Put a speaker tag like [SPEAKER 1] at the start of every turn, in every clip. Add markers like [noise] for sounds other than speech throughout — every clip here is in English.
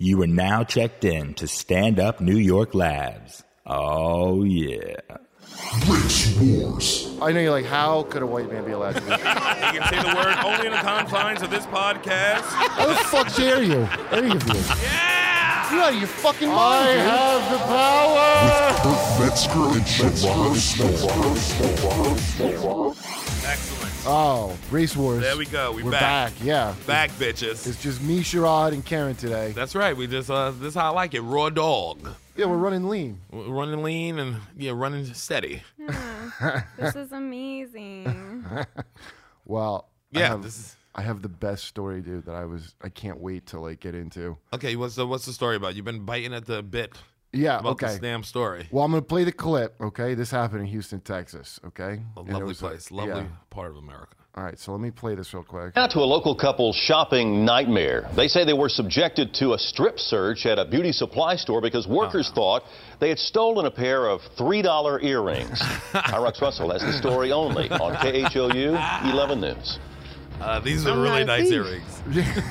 [SPEAKER 1] You are now checked in to Stand Up New York Labs. Oh, yeah.
[SPEAKER 2] Race Wars.
[SPEAKER 3] I know you're like, how could a white man be allowed to do that?
[SPEAKER 4] You can say the word only in the confines of this podcast.
[SPEAKER 3] how the fuck dare you? Any of you?
[SPEAKER 4] Yeah!
[SPEAKER 3] You're out of your fucking mind. I have the power.
[SPEAKER 2] Kurt Metzger and Shabazz Small.
[SPEAKER 4] Excellent.
[SPEAKER 3] Oh, race wars.
[SPEAKER 4] There we go. We
[SPEAKER 3] We're
[SPEAKER 4] back.
[SPEAKER 3] back. Yeah.
[SPEAKER 4] Back, bitches.
[SPEAKER 3] It's just me, Sherrod, and Karen today.
[SPEAKER 4] That's right. We just uh, this is how I like it. Raw dog,
[SPEAKER 3] Yeah, we're running lean.
[SPEAKER 4] W- running lean and yeah, running steady.
[SPEAKER 5] This is amazing.
[SPEAKER 3] Well, I
[SPEAKER 4] Yeah.
[SPEAKER 3] have,
[SPEAKER 4] This is
[SPEAKER 3] I have the best story, dude. That I was, I can't wait to like get into.
[SPEAKER 4] okay. What's the what's the story about? You've been biting at the bit
[SPEAKER 3] Yeah.
[SPEAKER 4] about
[SPEAKER 3] Uh, okay.
[SPEAKER 4] this damn story.
[SPEAKER 3] Well, I'm gonna play the clip. Okay, this happened in Houston, Texas. Okay,
[SPEAKER 4] A
[SPEAKER 3] And it
[SPEAKER 4] lovely
[SPEAKER 3] was uh,
[SPEAKER 4] place, lovely
[SPEAKER 3] yeah.
[SPEAKER 4] part of America.
[SPEAKER 3] All right, so let me play this real quick.
[SPEAKER 6] Now to a local couple's shopping nightmare. They say they were subjected to a strip search at a beauty supply store because
[SPEAKER 4] Oh,
[SPEAKER 6] workers thought they had stolen a pair of $3
[SPEAKER 4] [laughs]
[SPEAKER 6] earrings. Irux Russell has the story only on KHOU 11 News.
[SPEAKER 4] Uh, these are
[SPEAKER 7] I'm
[SPEAKER 4] really
[SPEAKER 7] not a
[SPEAKER 4] nice
[SPEAKER 7] thief.
[SPEAKER 4] earrings.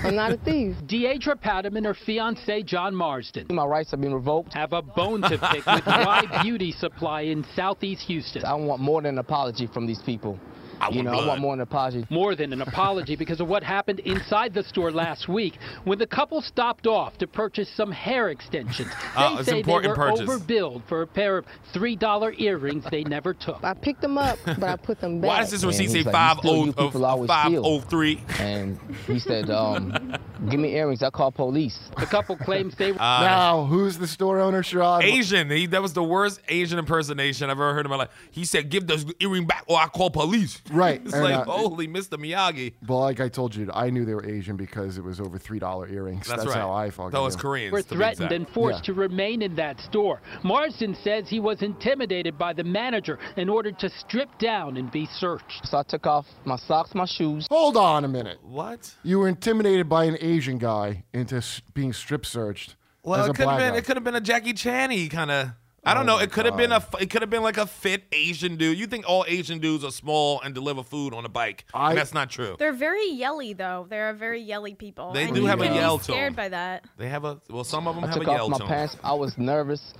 [SPEAKER 7] I'm not a thief.
[SPEAKER 8] Deidre Powderman and her fiance John Marsden
[SPEAKER 7] My rights have been revoked.
[SPEAKER 8] have a bone to
[SPEAKER 4] [laughs]
[SPEAKER 8] pick with Y Beauty Supply in Southeast Houston.
[SPEAKER 7] I want more than an apology from these people.
[SPEAKER 4] I
[SPEAKER 7] you
[SPEAKER 4] want
[SPEAKER 7] know, I
[SPEAKER 4] blood.
[SPEAKER 7] want more than an apology.
[SPEAKER 8] More than an apology because of what happened inside the store last week when the couple stopped off to purchase some hair extensions. They
[SPEAKER 4] Ah, it's
[SPEAKER 8] say they
[SPEAKER 4] important
[SPEAKER 8] were
[SPEAKER 4] purchase.
[SPEAKER 8] overbilled for a pair of $3 earrings they never took.
[SPEAKER 7] I picked
[SPEAKER 4] [laughs]
[SPEAKER 7] them up, but I put them back.
[SPEAKER 4] Why does this
[SPEAKER 7] And
[SPEAKER 4] receipt
[SPEAKER 7] he's
[SPEAKER 4] say
[SPEAKER 7] like,
[SPEAKER 4] five
[SPEAKER 7] "You still
[SPEAKER 4] oh
[SPEAKER 7] do people always
[SPEAKER 4] five
[SPEAKER 7] steal."
[SPEAKER 4] oh three?
[SPEAKER 7] And he said, um, give me earrings. I call police.
[SPEAKER 8] The couple claims
[SPEAKER 4] [laughs]
[SPEAKER 8] they were
[SPEAKER 4] Ah,
[SPEAKER 3] now, who's the store owner, Sherrod?
[SPEAKER 4] Asian. He, that was the worst Asian impersonation I've ever heard in my life. He said, "Give those earring back, or I call police."
[SPEAKER 3] Right,
[SPEAKER 4] it's
[SPEAKER 3] and,
[SPEAKER 4] like
[SPEAKER 3] uh,
[SPEAKER 4] holy Mr. Miyagi.
[SPEAKER 3] Well, like I told you, I knew they were Asian because it was over three dollar earrings.
[SPEAKER 4] That's,
[SPEAKER 3] That's,
[SPEAKER 4] right.
[SPEAKER 3] how I fucking.
[SPEAKER 4] That was
[SPEAKER 3] knew.
[SPEAKER 4] Koreans.
[SPEAKER 8] were
[SPEAKER 4] to be
[SPEAKER 8] threatened
[SPEAKER 4] exact.
[SPEAKER 8] and forced
[SPEAKER 3] Yeah.
[SPEAKER 8] to remain in that store. Marsden says he was intimidated by the manager and ordered to strip down and be searched.
[SPEAKER 7] So I took off my socks, my shoes.
[SPEAKER 3] Hold on a minute.
[SPEAKER 4] what?
[SPEAKER 3] You were intimidated by an Asian guy into s- being strip searched
[SPEAKER 4] Well,
[SPEAKER 3] as a
[SPEAKER 4] it could have
[SPEAKER 3] black
[SPEAKER 4] been.
[SPEAKER 3] guy. Oh
[SPEAKER 4] It could have been a Jackie Chan kind of. I don't know. It could have been a. f- It could have been like a fit Asian dude. You think all Asian dudes are small and deliver food on a bike?
[SPEAKER 3] I-
[SPEAKER 4] that's not true.
[SPEAKER 5] They're very yelly, though. They're a very yelly people.
[SPEAKER 4] They
[SPEAKER 5] and
[SPEAKER 4] do
[SPEAKER 5] you
[SPEAKER 4] have a
[SPEAKER 5] could be
[SPEAKER 4] yell to 'em.
[SPEAKER 5] Scared by that.
[SPEAKER 4] They have a. Well, some of them
[SPEAKER 7] I
[SPEAKER 4] have a
[SPEAKER 7] took
[SPEAKER 4] yell
[SPEAKER 7] off my
[SPEAKER 4] to 'em.
[SPEAKER 7] pants. I was nervous.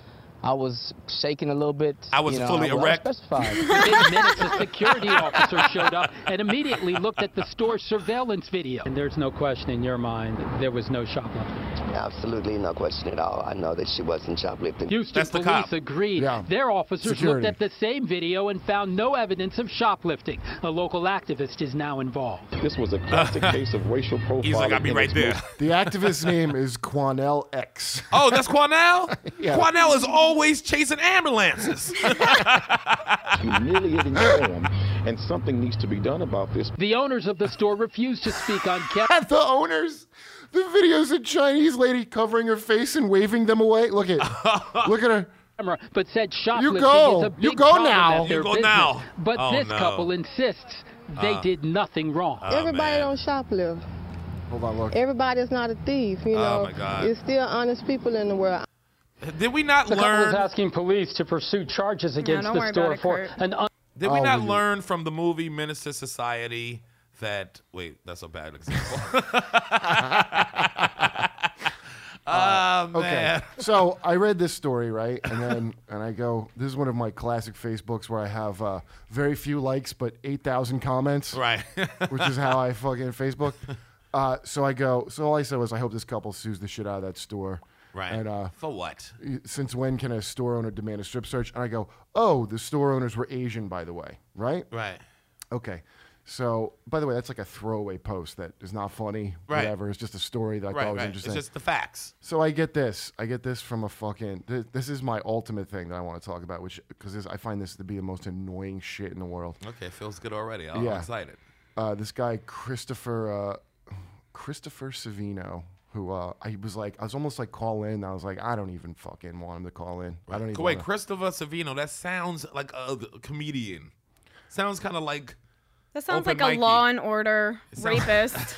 [SPEAKER 7] I was shaking a little bit.
[SPEAKER 4] I was
[SPEAKER 7] you know,
[SPEAKER 4] fully
[SPEAKER 7] I was- I was
[SPEAKER 4] erect.
[SPEAKER 7] specified.
[SPEAKER 8] Within minutes, a security officer showed up and immediately looked at the store's surveillance video. And there's no question in your mind there was no shoplifting.
[SPEAKER 9] [laughs] Absolutely no question at all. I know that she wasn't shoplifting.
[SPEAKER 8] Houston
[SPEAKER 4] That's the
[SPEAKER 8] police
[SPEAKER 4] cop.
[SPEAKER 8] agreed.
[SPEAKER 3] Yeah.
[SPEAKER 8] Their officers
[SPEAKER 3] Security.
[SPEAKER 8] looked at the same video and found no evidence of shoplifting. A local activist is now involved.
[SPEAKER 10] This was a
[SPEAKER 4] [laughs]
[SPEAKER 10] classic case of racial profiling.
[SPEAKER 4] He's like, I'll be
[SPEAKER 10] in
[SPEAKER 4] right
[SPEAKER 10] its
[SPEAKER 4] there.
[SPEAKER 10] most
[SPEAKER 3] the activist's name is Quanell X.
[SPEAKER 4] [laughs]
[SPEAKER 3] [laughs]
[SPEAKER 4] Oh, that's Quanell.
[SPEAKER 3] Yeah.
[SPEAKER 4] Quanell is always chasing
[SPEAKER 3] [laughs]
[SPEAKER 4] ambulances.
[SPEAKER 10] humiliating form,
[SPEAKER 4] [laughs]
[SPEAKER 10] and something needs to be done about this.
[SPEAKER 8] The owners of the store refused to speak on camera.
[SPEAKER 3] [laughs] At the owners, the video's a Chinese lady covering her face and waving them away. Look
[SPEAKER 4] [laughs]
[SPEAKER 3] at, look at her.
[SPEAKER 8] camera, but said shoplifting
[SPEAKER 3] go.
[SPEAKER 8] is a
[SPEAKER 3] You
[SPEAKER 8] big
[SPEAKER 3] go
[SPEAKER 8] problem
[SPEAKER 3] now.
[SPEAKER 8] at their
[SPEAKER 4] You go
[SPEAKER 8] business.
[SPEAKER 4] now.
[SPEAKER 8] But
[SPEAKER 4] Oh,
[SPEAKER 8] this
[SPEAKER 4] no. Uh,
[SPEAKER 8] couple insists they did nothing wrong.
[SPEAKER 4] Oh, man.
[SPEAKER 11] Everybody don't shoplift.
[SPEAKER 3] Hold on, look.
[SPEAKER 11] Everybody's not a thief. You know,
[SPEAKER 4] Oh, my God.
[SPEAKER 11] it's still honest people in the world.
[SPEAKER 4] Did we not learn?
[SPEAKER 8] asking police to pursue charges
[SPEAKER 5] against don't the worry store about it, for Kurt.
[SPEAKER 8] an
[SPEAKER 4] Did we
[SPEAKER 3] Oh,
[SPEAKER 4] not
[SPEAKER 3] we-
[SPEAKER 4] learn from the movie Menace to Society that wait, that's a bad example.
[SPEAKER 3] [laughs]
[SPEAKER 4] Ah man.
[SPEAKER 3] So I read this story, right? And then and I go, this is one of my classic Facebooks where I have uh, very few likes but 8,000 comments.
[SPEAKER 4] Right.
[SPEAKER 3] which is how I fucking Facebook. Uh, so I go. So all I said was, I hope this couple sues the shit out of that store.
[SPEAKER 4] [laughs] right.
[SPEAKER 3] And uh,
[SPEAKER 4] For what?
[SPEAKER 3] since when can a store owner demand a strip search? And I go, oh, the store owners were Asian, by the way, right?
[SPEAKER 4] Right.
[SPEAKER 3] Okay. So by the way, that's like a throwaway post that is not funny.
[SPEAKER 4] Right.
[SPEAKER 3] Whatever. It's just a story that I thought
[SPEAKER 4] Right,
[SPEAKER 3] was
[SPEAKER 4] right. It's
[SPEAKER 3] interesting.
[SPEAKER 4] just the facts.
[SPEAKER 3] So I get this. I get this from a fucking. This, this is my ultimate thing that I want to talk about, which because I find this to be the most annoying shit in the world.
[SPEAKER 4] Okay, feels good already. I'm
[SPEAKER 3] Yeah.
[SPEAKER 4] excited.
[SPEAKER 3] uh, this guy Christopher uh, Christopher Savino, who uh, I was like, I was almost like call in. I was like, I don't even fucking want him to call in. I don't even.
[SPEAKER 4] Wait,
[SPEAKER 3] wanna-
[SPEAKER 4] Christopher Savino, that sounds like a comedian. Sounds kind of like
[SPEAKER 5] That sounds
[SPEAKER 4] Open
[SPEAKER 5] like
[SPEAKER 4] Mikey.
[SPEAKER 5] a Law and Order
[SPEAKER 4] sounds- [laughs]
[SPEAKER 5] rapist.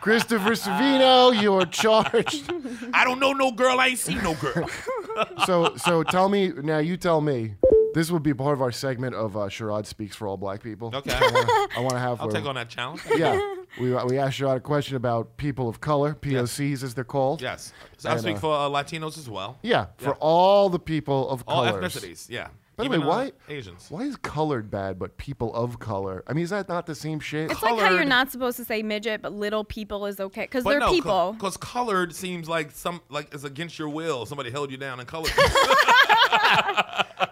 [SPEAKER 3] Christopher Savino, you are charged. [laughs]
[SPEAKER 4] I don't know no girl, I ain't seen no girl.
[SPEAKER 3] so, so tell me now. You tell me. This would be part of our segment of uh, Sherrod speaks for all black people.
[SPEAKER 4] Okay.
[SPEAKER 3] I wanna- I want to have.
[SPEAKER 4] I'll
[SPEAKER 3] where-
[SPEAKER 4] take on that challenge.
[SPEAKER 3] Yeah. We, we asked you out a question about people of color, POCs as they're called.
[SPEAKER 4] Yes. So I
[SPEAKER 3] And,
[SPEAKER 4] speak
[SPEAKER 3] uh,
[SPEAKER 4] for uh, Latinos as well.
[SPEAKER 3] Yeah, for all the people of
[SPEAKER 4] all
[SPEAKER 3] colors.
[SPEAKER 4] ethnicities. Yeah.
[SPEAKER 3] By the
[SPEAKER 4] Even,
[SPEAKER 3] way,
[SPEAKER 4] uh,
[SPEAKER 3] why
[SPEAKER 4] Asians.
[SPEAKER 3] Why is colored bad, but people of color? I mean, is that not the same shit?
[SPEAKER 5] It's like how you're not supposed to say midget, but little people is okay because
[SPEAKER 4] But
[SPEAKER 5] they're
[SPEAKER 4] no,
[SPEAKER 5] people.
[SPEAKER 4] Because colored seems like some like it's against your will. Somebody held you [laughs] down and
[SPEAKER 5] [laughs]
[SPEAKER 4] colored.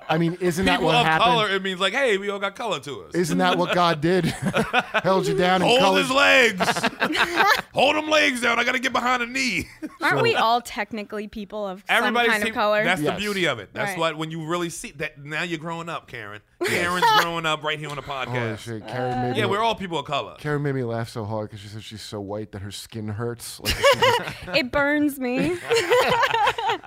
[SPEAKER 3] I mean, isn't that
[SPEAKER 4] People
[SPEAKER 3] what
[SPEAKER 4] of
[SPEAKER 3] happened?
[SPEAKER 4] color, it means like, hey, we all got color to us.
[SPEAKER 3] Isn't that what God
[SPEAKER 4] [laughs]
[SPEAKER 3] did? [laughs] Held you down and
[SPEAKER 4] Hold
[SPEAKER 3] colored.
[SPEAKER 4] his legs.
[SPEAKER 5] [laughs]
[SPEAKER 4] Hold them legs down. I gotta get behind a knee. [laughs]
[SPEAKER 5] Aren't we all technically people of
[SPEAKER 4] Everybody's
[SPEAKER 5] some kind
[SPEAKER 4] team-
[SPEAKER 5] of color?
[SPEAKER 4] That's the beauty of it. That's
[SPEAKER 5] Right.
[SPEAKER 4] what when you really see that. Now you're growing up, Karen. Karen's growing up right here on the podcast.
[SPEAKER 3] shit, Karen made me-
[SPEAKER 4] yeah, we're all people of color.
[SPEAKER 3] Karen made me laugh so hard because she said she's so white that her skin hurts.
[SPEAKER 4] [laughs]
[SPEAKER 3] Like,
[SPEAKER 5] It burns me.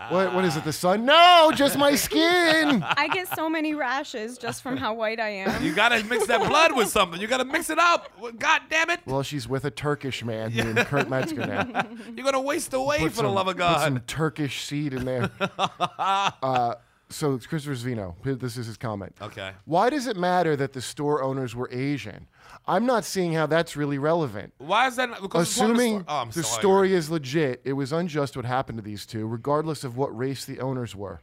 [SPEAKER 3] what, what is it? The sun? No, just my
[SPEAKER 4] [laughs]
[SPEAKER 3] skin.
[SPEAKER 5] I get so many rashes just from how white I am.
[SPEAKER 4] You gotta mix that blood with something. You gotta mix it up. God damn it!
[SPEAKER 3] Well, she's with a Turkish man
[SPEAKER 4] [laughs]
[SPEAKER 3] named Kurt Metzger now.
[SPEAKER 4] You're gonna waste away
[SPEAKER 3] Put
[SPEAKER 4] for the
[SPEAKER 3] some-
[SPEAKER 4] love of
[SPEAKER 3] Put
[SPEAKER 4] God.
[SPEAKER 3] some Turkish seed in
[SPEAKER 4] [laughs]
[SPEAKER 3] there. uh, so it's Christopher Zvino. Here- This is his comment.
[SPEAKER 4] Okay.
[SPEAKER 3] Why does it matter that the store owners were Asian? I'm not seeing how that's really relevant.
[SPEAKER 4] Why is that? Not, because it's part of the
[SPEAKER 3] Assuming
[SPEAKER 4] sto- oh, I'm
[SPEAKER 3] the
[SPEAKER 4] sorry.
[SPEAKER 3] story is legit, it was unjust what happened to these two, regardless of what race the owners were.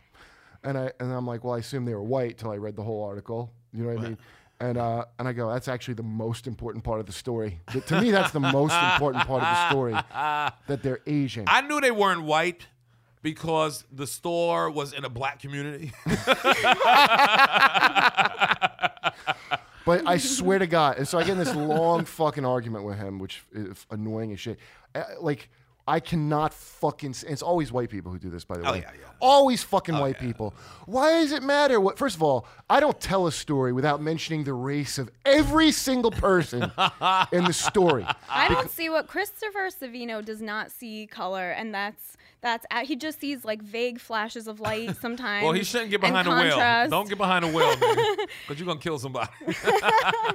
[SPEAKER 3] And I and I'm like, well, I assume they were white till I read the whole article. You know what I mean? And uh, and I go, that's actually the most important part of the story. But to me, that's the most important part of the story that they're Asian.
[SPEAKER 4] [laughs] I knew they weren't white because the store was in a black community.
[SPEAKER 3] But I swear to God, and so I get in this long fucking argument with him, which is annoying as shit. Uh, Like I cannot fucking. s- And it's always white people who do this, by the way. Always fucking white people. Why does it matter? What? First of all, I don't tell a story without mentioning the race of every single person in the story.
[SPEAKER 5] I don't see what Christopher Savino does not see color, and that's that's a- he just sees like vague flashes
[SPEAKER 4] [laughs]
[SPEAKER 5] of light
[SPEAKER 4] [laughs]
[SPEAKER 5] sometimes.
[SPEAKER 4] well, he shouldn't get
[SPEAKER 5] and
[SPEAKER 4] behind a whale.
[SPEAKER 5] contrast.
[SPEAKER 4] Don't get behind a whale, because you're gonna kill [laughs] somebody.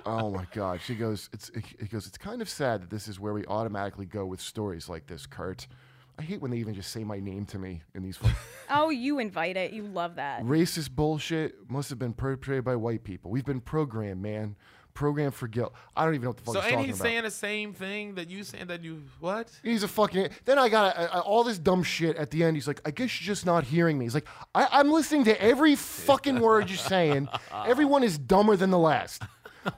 [SPEAKER 3] oh my god she goes it's it, it goes it's kind of sad that this is where we automatically go with stories like this kurt i hate when they even just say my name to me in these fucking
[SPEAKER 5] Oh, you invite it. You love that.
[SPEAKER 3] racist bullshit must have been perpetrated by white people we've been programmed man programmed for guilt i don't even know what the fuck
[SPEAKER 4] so
[SPEAKER 3] he's
[SPEAKER 4] ain't
[SPEAKER 3] talking
[SPEAKER 4] he
[SPEAKER 3] about
[SPEAKER 4] saying the same thing that you saying that you what?
[SPEAKER 3] He's a fucking. Then I got uh, uh, all this dumb shit at the end. He's like, I guess you're just not hearing me. He's like, I, I'm listening to every fucking word you're saying. Everyone is dumber than the last.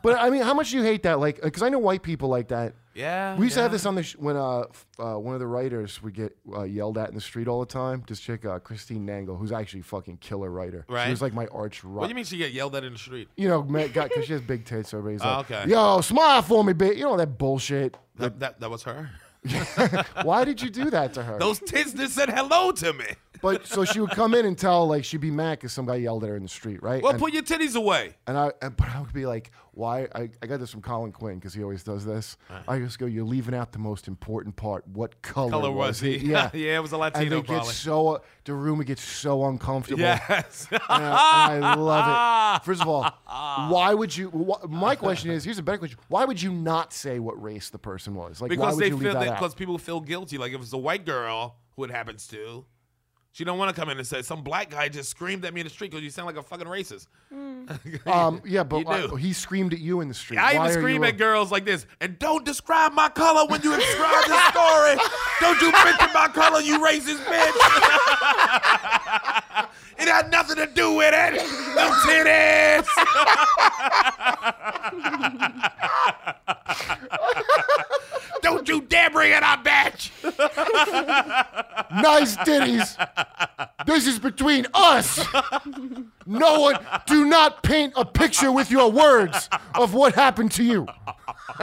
[SPEAKER 3] But I mean, how much do you hate that? Like, because I know white people like that.
[SPEAKER 4] Yeah,
[SPEAKER 3] We used to have
[SPEAKER 4] yeah.
[SPEAKER 3] this on the sh- when uh, f- uh one of the writers would get uh, yelled at in the street all the time. This chick, uh, Christine Nangle, who's actually a fucking killer writer.
[SPEAKER 4] Right.
[SPEAKER 3] She was like my arch rival
[SPEAKER 4] What do you mean she get yelled at in the street?
[SPEAKER 3] you know, because she has big tits, so everybody's
[SPEAKER 4] Oh,
[SPEAKER 3] like,
[SPEAKER 4] okay.
[SPEAKER 3] "Yo, smile for me, bitch." You know that bullshit. [laughs]
[SPEAKER 4] That, that, that was her.
[SPEAKER 3] Why did you do that to her?
[SPEAKER 4] Those tits that said hello to me.
[SPEAKER 3] but so she would come in and tell, like, she'd be mad because some guy yelled at her in the street, right?
[SPEAKER 4] Well,
[SPEAKER 3] and,
[SPEAKER 4] put your titties away.
[SPEAKER 3] and I, and, but I would be like, "Why?" I, I got this from Colin Quinn because he always does this. I just go, "You're leaving out the most important part. What color,
[SPEAKER 4] Color was he? [laughs]
[SPEAKER 3] Yeah,
[SPEAKER 4] Yeah, it was a
[SPEAKER 3] And
[SPEAKER 4] Latino,
[SPEAKER 3] they get
[SPEAKER 4] probably.
[SPEAKER 3] so the room would get so uncomfortable.
[SPEAKER 4] Yes. [laughs]
[SPEAKER 3] and, I, and I love it. First of all, why would you? Wh- my question is: Here's a better question. Why would you not say what race the person was? Like, why
[SPEAKER 4] because
[SPEAKER 3] would
[SPEAKER 4] they
[SPEAKER 3] you
[SPEAKER 4] feel
[SPEAKER 3] leave that
[SPEAKER 4] that
[SPEAKER 3] out?
[SPEAKER 4] because people feel guilty. Like if it's a white girl who it happens to, she don't want to come in and say some black guy just screamed at me in the street because you sound like a fucking racist. [laughs]
[SPEAKER 3] Um, yeah, but
[SPEAKER 4] You do.
[SPEAKER 3] uh, he screamed at you in the street.
[SPEAKER 4] I
[SPEAKER 3] Why
[SPEAKER 4] even
[SPEAKER 3] are
[SPEAKER 4] scream
[SPEAKER 3] you-
[SPEAKER 4] at girls like this, and don't describe my color when you describe the story. Don't you mention my color, you racist bitch. [laughs] it had nothing to do with it. No titties. [laughs] don't you dare bring it up, bitch.
[SPEAKER 3] nice titties.
[SPEAKER 4] [laughs]
[SPEAKER 3] This is between us. No one. Do not paint a picture with your words of what happened to you.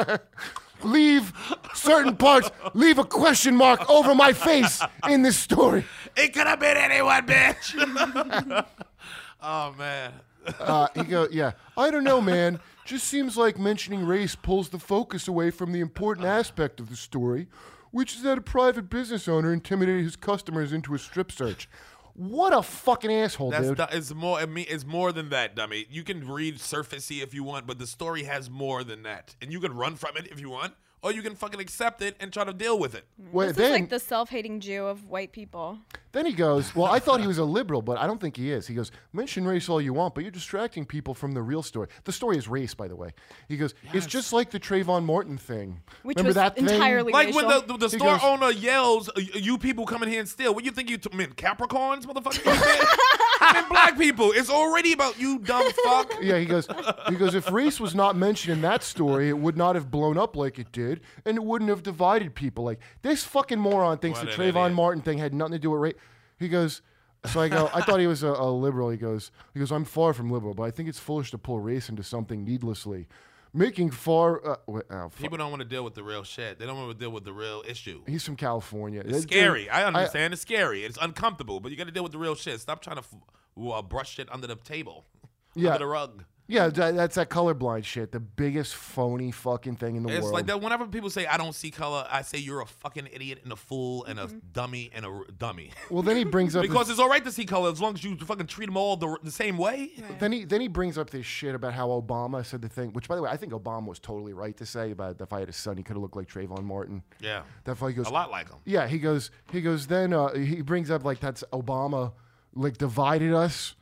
[SPEAKER 3] [laughs] leave certain parts. Leave a question mark over my face in this story.
[SPEAKER 4] It could have been anyone, bitch. [laughs] oh man.
[SPEAKER 3] Uh, he go, yeah. I don't know, man. Just seems like mentioning race pulls the focus away from the important aspect of the story, which is that a private business owner intimidated his customers into a strip search. What a fucking asshole,
[SPEAKER 4] That's
[SPEAKER 3] dude.
[SPEAKER 4] du- it's more. I mean, it's more than that, dummy. You can read surfacey if you want, but the story has more than that, and you can run from it if you want, or you can fucking accept it and try to deal with it.
[SPEAKER 3] Wait,
[SPEAKER 5] This is
[SPEAKER 3] then
[SPEAKER 5] like the self-hating Jew of white people.
[SPEAKER 3] Then he goes, Well, I thought he was a liberal, but I don't think he is. He goes, Mention race all you want, but you're distracting people from the real story. The story is race, by the way. He goes, It's just like the Trayvon Martin thing.
[SPEAKER 5] Which
[SPEAKER 3] Remember
[SPEAKER 5] was
[SPEAKER 3] that thing?
[SPEAKER 5] entirely
[SPEAKER 4] Like when the, the, the
[SPEAKER 3] He
[SPEAKER 4] store
[SPEAKER 3] goes-
[SPEAKER 4] owner yells, "Y- "You people coming here and steal." What you think you t- meant, Capricorns, motherfucker? You
[SPEAKER 3] [laughs]
[SPEAKER 4] think- I mean, black people. It's already about you, dumb fuck.
[SPEAKER 3] yeah, he goes. He goes. If race was not mentioned in that story, it would not have blown up like it did, and it wouldn't have divided people. Like this fucking moron thinks
[SPEAKER 4] What
[SPEAKER 3] the
[SPEAKER 4] an
[SPEAKER 3] Trayvon Martin thing had nothing to do with race. He goes. So I go. I thought he was a, a liberal. He goes. He goes. I'm far from liberal, but I think it's foolish to pull race into something needlessly, making far. Uh, wait, oh, fuck.
[SPEAKER 4] People don't want to deal with the real shit. They don't want to deal with the real issue.
[SPEAKER 3] He's from California.
[SPEAKER 4] It's scary. I understand. it's scary. It's uncomfortable, but you got to deal with the real shit. Stop trying to f- w- uh, brush shit under the table, [laughs] under the rug.
[SPEAKER 3] Yeah, tha- that's that colorblind shit. The biggest phony fucking thing in the
[SPEAKER 4] It's
[SPEAKER 3] world.
[SPEAKER 4] like that. Whenever people say I don't see color, I say you're a fucking idiot and a fool and a dummy and a r- dummy. [laughs]
[SPEAKER 3] Well, then he brings up
[SPEAKER 4] because
[SPEAKER 3] this-
[SPEAKER 4] it's all right to see color as long as you fucking treat them all the, the same way.
[SPEAKER 3] Then he then he brings up this shit about how Obama said the thing, which by the way I think Obama was totally right to say about if I had a son he could have looked like Trayvon Martin.
[SPEAKER 4] Yeah.
[SPEAKER 3] That fight goes
[SPEAKER 4] A lot like [laughs] him.
[SPEAKER 3] Yeah, he goes he goes then uh, he brings up like that's Obama like divided us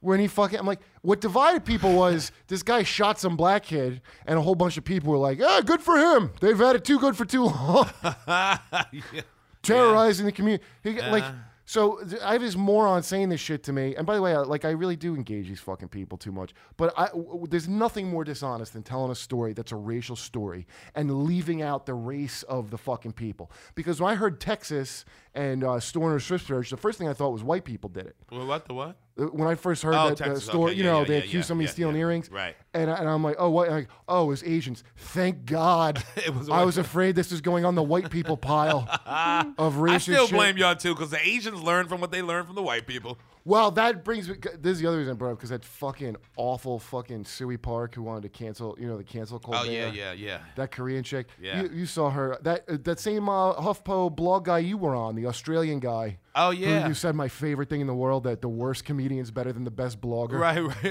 [SPEAKER 3] when he fucking I'm like what divided people was [laughs] this guy shot some black kid and a whole bunch of people were like ah good for him they've had it too good for too long terrorizing the community. He, Like,
[SPEAKER 4] Yeah.
[SPEAKER 3] so th- I have this moron saying this shit to me. And by the way, I, like, I really do engage these fucking people too much. But I, w- w- there's nothing more dishonest than telling a story that's a racial story and leaving out the race of the fucking people. Because when I heard Texas and uh, Storner Strip Search, the first thing I thought was white people did it.
[SPEAKER 4] Well, what the what?
[SPEAKER 3] Uh, When I first heard
[SPEAKER 4] Oh,
[SPEAKER 3] that uh,
[SPEAKER 4] Texas,
[SPEAKER 3] story,
[SPEAKER 4] okay,
[SPEAKER 3] you
[SPEAKER 4] yeah,
[SPEAKER 3] know,
[SPEAKER 4] yeah,
[SPEAKER 3] they
[SPEAKER 4] yeah,
[SPEAKER 3] accused
[SPEAKER 4] yeah,
[SPEAKER 3] somebody
[SPEAKER 4] yeah,
[SPEAKER 3] of stealing
[SPEAKER 4] yeah.
[SPEAKER 3] earrings.
[SPEAKER 4] Right.
[SPEAKER 3] And, I, and I'm like, oh, what? And I'm like, oh, it was Asians. Thank
[SPEAKER 4] [laughs]
[SPEAKER 3] God.
[SPEAKER 4] was
[SPEAKER 3] I
[SPEAKER 4] white
[SPEAKER 3] was
[SPEAKER 4] people.
[SPEAKER 3] afraid this was going on the white people
[SPEAKER 4] [laughs]
[SPEAKER 3] pile of racist
[SPEAKER 4] I still
[SPEAKER 3] shit.
[SPEAKER 4] blame y'all too because the Asians learn from what they learn from the white people.
[SPEAKER 3] Well, that brings me. This is the other reason I brought up because that fucking awful fucking Suey Park who wanted to cancel, you know, the cancel Colbert.
[SPEAKER 4] Oh yeah, yeah, yeah.
[SPEAKER 3] That Korean chick.
[SPEAKER 4] Yeah.
[SPEAKER 3] You, you saw her. That uh, that same uh, HuffPo blog guy you were on, the Australian guy.
[SPEAKER 4] Oh,
[SPEAKER 3] who
[SPEAKER 4] yeah.
[SPEAKER 3] you said my favorite thing in the world that the worst comedian's better than the best blogger.
[SPEAKER 4] Right, right.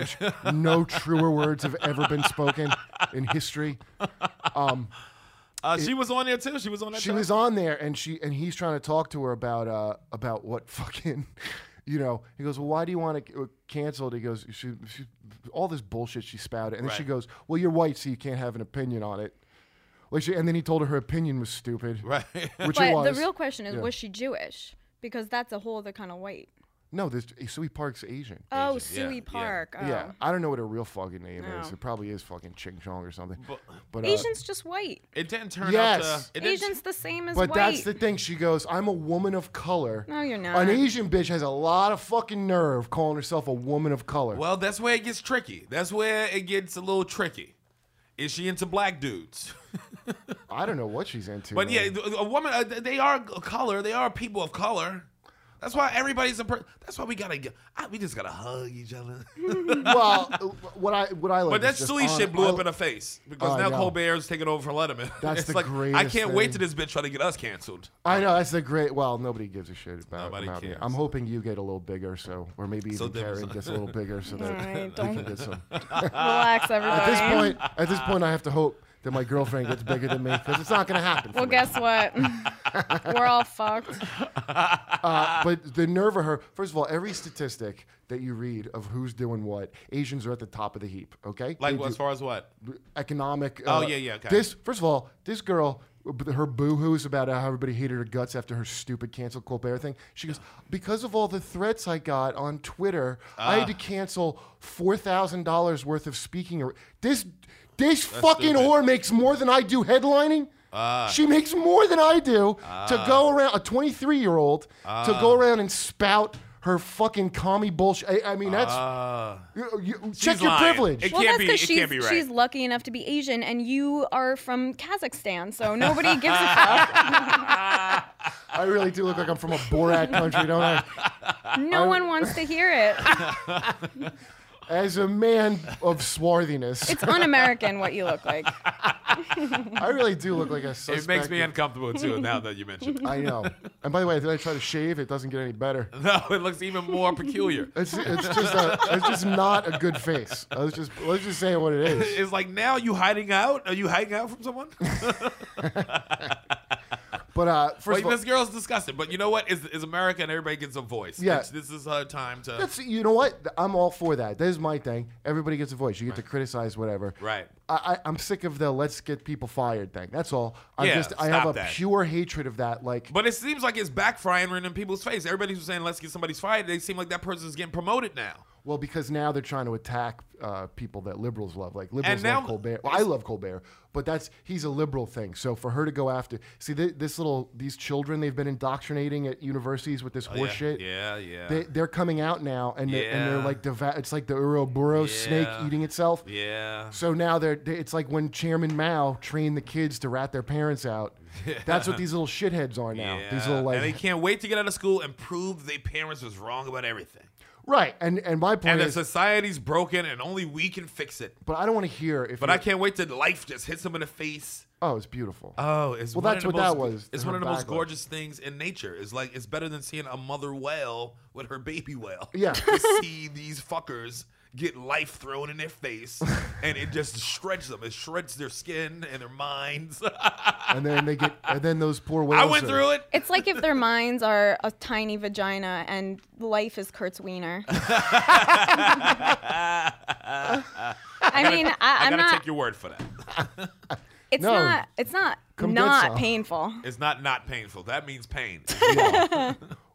[SPEAKER 4] [laughs]
[SPEAKER 3] Which no truer words have ever been spoken in history. Um,
[SPEAKER 4] Uh, she was on there too. She was on that.
[SPEAKER 3] she
[SPEAKER 4] time. [laughs]
[SPEAKER 3] was on there and she and he's trying to talk to her about uh about what fucking [laughs] you know he goes well why do you want to cancel it he goes she, she all this bullshit she spouted and then she
[SPEAKER 4] Right.
[SPEAKER 3] goes well you're white so you can't have an opinion on it like she, and then he told her her opinion was stupid
[SPEAKER 4] right
[SPEAKER 3] [laughs] which
[SPEAKER 5] but
[SPEAKER 3] it was
[SPEAKER 5] the real question is,
[SPEAKER 3] Yeah.
[SPEAKER 5] was she Jewish? Because that's a whole other kind of white.
[SPEAKER 3] no this Sui Park's Asian
[SPEAKER 4] Asian,
[SPEAKER 5] Oh,
[SPEAKER 4] yeah,
[SPEAKER 5] Suey
[SPEAKER 4] yeah.
[SPEAKER 5] Park. Oh.
[SPEAKER 3] yeah I don't know what her real fucking name is
[SPEAKER 5] No.
[SPEAKER 3] it probably is fucking Ching Chong or something but, uh,
[SPEAKER 5] Asians just white.
[SPEAKER 4] It didn't turn
[SPEAKER 3] Yes.
[SPEAKER 4] out to. It didn't,
[SPEAKER 5] Asians the same as
[SPEAKER 3] But
[SPEAKER 5] white.
[SPEAKER 3] that's the thing. She goes, I'm a woman of color.
[SPEAKER 5] No, you're
[SPEAKER 3] An
[SPEAKER 5] not.
[SPEAKER 3] Asian bitch has a lot of fucking nerve calling herself a woman of color.
[SPEAKER 4] well, that's where it gets tricky. That's where it gets a little tricky. Is she into black dudes? [laughs]
[SPEAKER 3] I don't know what she's into.
[SPEAKER 4] But yeah,
[SPEAKER 3] man.
[SPEAKER 4] a woman. Uh, they are a color. They are people of color. That's why everybody's. A per- that's why we gotta. Get, I, we just gotta hug
[SPEAKER 3] [laughs]
[SPEAKER 4] each other. [laughs]
[SPEAKER 3] well, uh, what I what I like.
[SPEAKER 4] But that
[SPEAKER 3] is just
[SPEAKER 4] silly
[SPEAKER 3] hon-
[SPEAKER 4] shit blew
[SPEAKER 3] I- Oh,
[SPEAKER 4] up in her face because
[SPEAKER 3] I
[SPEAKER 4] now
[SPEAKER 3] know.
[SPEAKER 4] Colbert's taking over for Letterman.
[SPEAKER 3] That's
[SPEAKER 4] [laughs] it's
[SPEAKER 3] the
[SPEAKER 4] like I
[SPEAKER 3] greatest
[SPEAKER 4] can't wait
[SPEAKER 3] thing.
[SPEAKER 4] till this bitch try to get us canceled.
[SPEAKER 3] I know that's the great. Well, nobody gives a shit about,
[SPEAKER 4] Nobody
[SPEAKER 3] about me.
[SPEAKER 4] cares.
[SPEAKER 3] I'm hoping you get a little bigger, so or maybe
[SPEAKER 4] So
[SPEAKER 3] even
[SPEAKER 4] there was-
[SPEAKER 3] Karen gets a little bigger,
[SPEAKER 5] [laughs]
[SPEAKER 3] so that
[SPEAKER 5] All right,
[SPEAKER 3] we can
[SPEAKER 5] don't-
[SPEAKER 3] get some.
[SPEAKER 4] [laughs]
[SPEAKER 5] Relax,
[SPEAKER 3] At this
[SPEAKER 5] everybody.
[SPEAKER 3] point, at this point, I have to hope that my girlfriend gets bigger than me because it's not gonna happen. for
[SPEAKER 5] Well,
[SPEAKER 3] me.
[SPEAKER 5] guess what?
[SPEAKER 4] [laughs]
[SPEAKER 5] We're all fucked.
[SPEAKER 3] Uh, but the nerve of her. First of all, every statistic that you read of who's doing what, Asians are at the top of the heap. Okay,
[SPEAKER 4] Like
[SPEAKER 3] They
[SPEAKER 4] as
[SPEAKER 3] do
[SPEAKER 4] far as what?
[SPEAKER 3] economic. uh,
[SPEAKER 4] Oh, yeah, yeah, okay.
[SPEAKER 3] This first of all, this girl. Her boohoo's about how everybody hated her guts after her stupid cancel Colbert thing. She goes, because of all the threats I got on Twitter, I
[SPEAKER 4] Ah.
[SPEAKER 3] had to cancel four thousand dollars worth of speaking. ar- This this fucking
[SPEAKER 4] stupid. Ah.
[SPEAKER 3] whore makes more than I do headlining. she makes more than I do to go around a 23 year old to
[SPEAKER 4] Ah.
[SPEAKER 3] go around and spout her fucking commie bullshit. I, I mean, that's
[SPEAKER 4] Uh,
[SPEAKER 3] you, you- check your
[SPEAKER 4] lying.
[SPEAKER 3] privilege.
[SPEAKER 4] It
[SPEAKER 5] Well,
[SPEAKER 4] can't
[SPEAKER 5] that's
[SPEAKER 4] be-
[SPEAKER 5] because
[SPEAKER 4] it
[SPEAKER 5] she's,
[SPEAKER 4] can't be right.
[SPEAKER 5] she's lucky enough to be Asian, and you are from Kazakhstan, so nobody gives
[SPEAKER 4] [laughs]
[SPEAKER 5] a fuck.
[SPEAKER 3] I really do look like I'm from a Borat country, don't I?
[SPEAKER 5] No one wants to hear it.
[SPEAKER 3] As a man of swarthiness,
[SPEAKER 5] It's un-American what you look like.
[SPEAKER 3] I really do look like a suspect.
[SPEAKER 4] it makes me
[SPEAKER 3] of-
[SPEAKER 4] uncomfortable too now that you mentioned.
[SPEAKER 3] [laughs]
[SPEAKER 4] it. [laughs]
[SPEAKER 3] I know. And by the way, then I try to shave, it doesn't get any better.
[SPEAKER 4] No, it looks even more peculiar.
[SPEAKER 3] It's, it's just a, it's just not a good face. I was just let's just say what it is.
[SPEAKER 4] It's like now you hiding out. Are you hiding out from someone?
[SPEAKER 3] But uh, first
[SPEAKER 4] Well,
[SPEAKER 3] of all,
[SPEAKER 4] this girl's disgusting, but you know what? It's, it's America and everybody gets a voice.
[SPEAKER 3] Yeah.
[SPEAKER 4] It's- this is her time to.
[SPEAKER 3] That's you know what? I'm all for that. That is my thing. Everybody gets a voice. You get to criticize whatever.
[SPEAKER 4] Right.
[SPEAKER 3] I, I I'm sick of the let's get people fired thing. That's all. I
[SPEAKER 4] Yeah,
[SPEAKER 3] just I
[SPEAKER 4] stop
[SPEAKER 3] have a
[SPEAKER 4] that.
[SPEAKER 3] pure hatred of that. Like
[SPEAKER 4] But it seems like it's backfiring in people's face. Everybody who's saying let's get somebody's fired, they seem like that person's getting promoted now.
[SPEAKER 3] well, because now they're trying to attack uh, people that liberals love. Like liberals
[SPEAKER 4] now-
[SPEAKER 3] love Colbert. Well, I love Colbert, but that's he's a liberal thing. So for her to go after, see th- this little these children they've been indoctrinating at universities with this
[SPEAKER 4] Oh,
[SPEAKER 3] horseshit.
[SPEAKER 4] yeah. Yeah, yeah.
[SPEAKER 3] They, they're coming out now, and they're, and they're
[SPEAKER 4] Yeah.
[SPEAKER 3] like deva- it's like the Ouroboros
[SPEAKER 4] Yeah.
[SPEAKER 3] snake eating itself.
[SPEAKER 4] Yeah.
[SPEAKER 3] So now they're they- it's like when Chairman Mao trained the kids to rat their parents
[SPEAKER 4] [laughs]
[SPEAKER 3] out. That's what these little shitheads are now. These little like
[SPEAKER 4] and they can't wait to get out of school and prove their parents was wrong about everything.
[SPEAKER 3] right. And and my point
[SPEAKER 4] and
[SPEAKER 3] is,
[SPEAKER 4] the society's broken, and only we can fix it.
[SPEAKER 3] but I don't want to hear if.
[SPEAKER 4] But
[SPEAKER 3] you-
[SPEAKER 4] I can't wait till life just hits them in the face.
[SPEAKER 3] Oh, it's beautiful.
[SPEAKER 4] Oh, it's
[SPEAKER 3] well.
[SPEAKER 4] one
[SPEAKER 3] That's
[SPEAKER 4] of
[SPEAKER 3] what
[SPEAKER 4] the
[SPEAKER 3] that
[SPEAKER 4] most-
[SPEAKER 3] was.
[SPEAKER 4] It's
[SPEAKER 3] her
[SPEAKER 4] one of the most
[SPEAKER 3] backlash.
[SPEAKER 4] gorgeous things in nature. It's like it's better than seeing a mother whale with her baby whale.
[SPEAKER 3] Yeah.
[SPEAKER 4] [laughs] to see these fuckers get life thrown in their
[SPEAKER 3] [laughs]
[SPEAKER 4] face, and it just shreds them. It shreds their skin and their minds. [laughs]
[SPEAKER 3] And then they get and then those poor whales.
[SPEAKER 4] I went
[SPEAKER 3] are-
[SPEAKER 4] through it.
[SPEAKER 5] It's like if their minds are a tiny vagina and life is
[SPEAKER 4] [laughs]
[SPEAKER 5] Kurt's wiener.
[SPEAKER 4] I gotta-
[SPEAKER 5] mean, I-
[SPEAKER 4] I
[SPEAKER 5] I'm
[SPEAKER 4] gotta
[SPEAKER 5] not-
[SPEAKER 4] take your word for that.
[SPEAKER 5] It's
[SPEAKER 4] No.
[SPEAKER 5] not. It's not
[SPEAKER 4] Come get some.
[SPEAKER 5] not painful.
[SPEAKER 4] It's not not painful. That
[SPEAKER 3] [laughs]
[SPEAKER 4] means pain.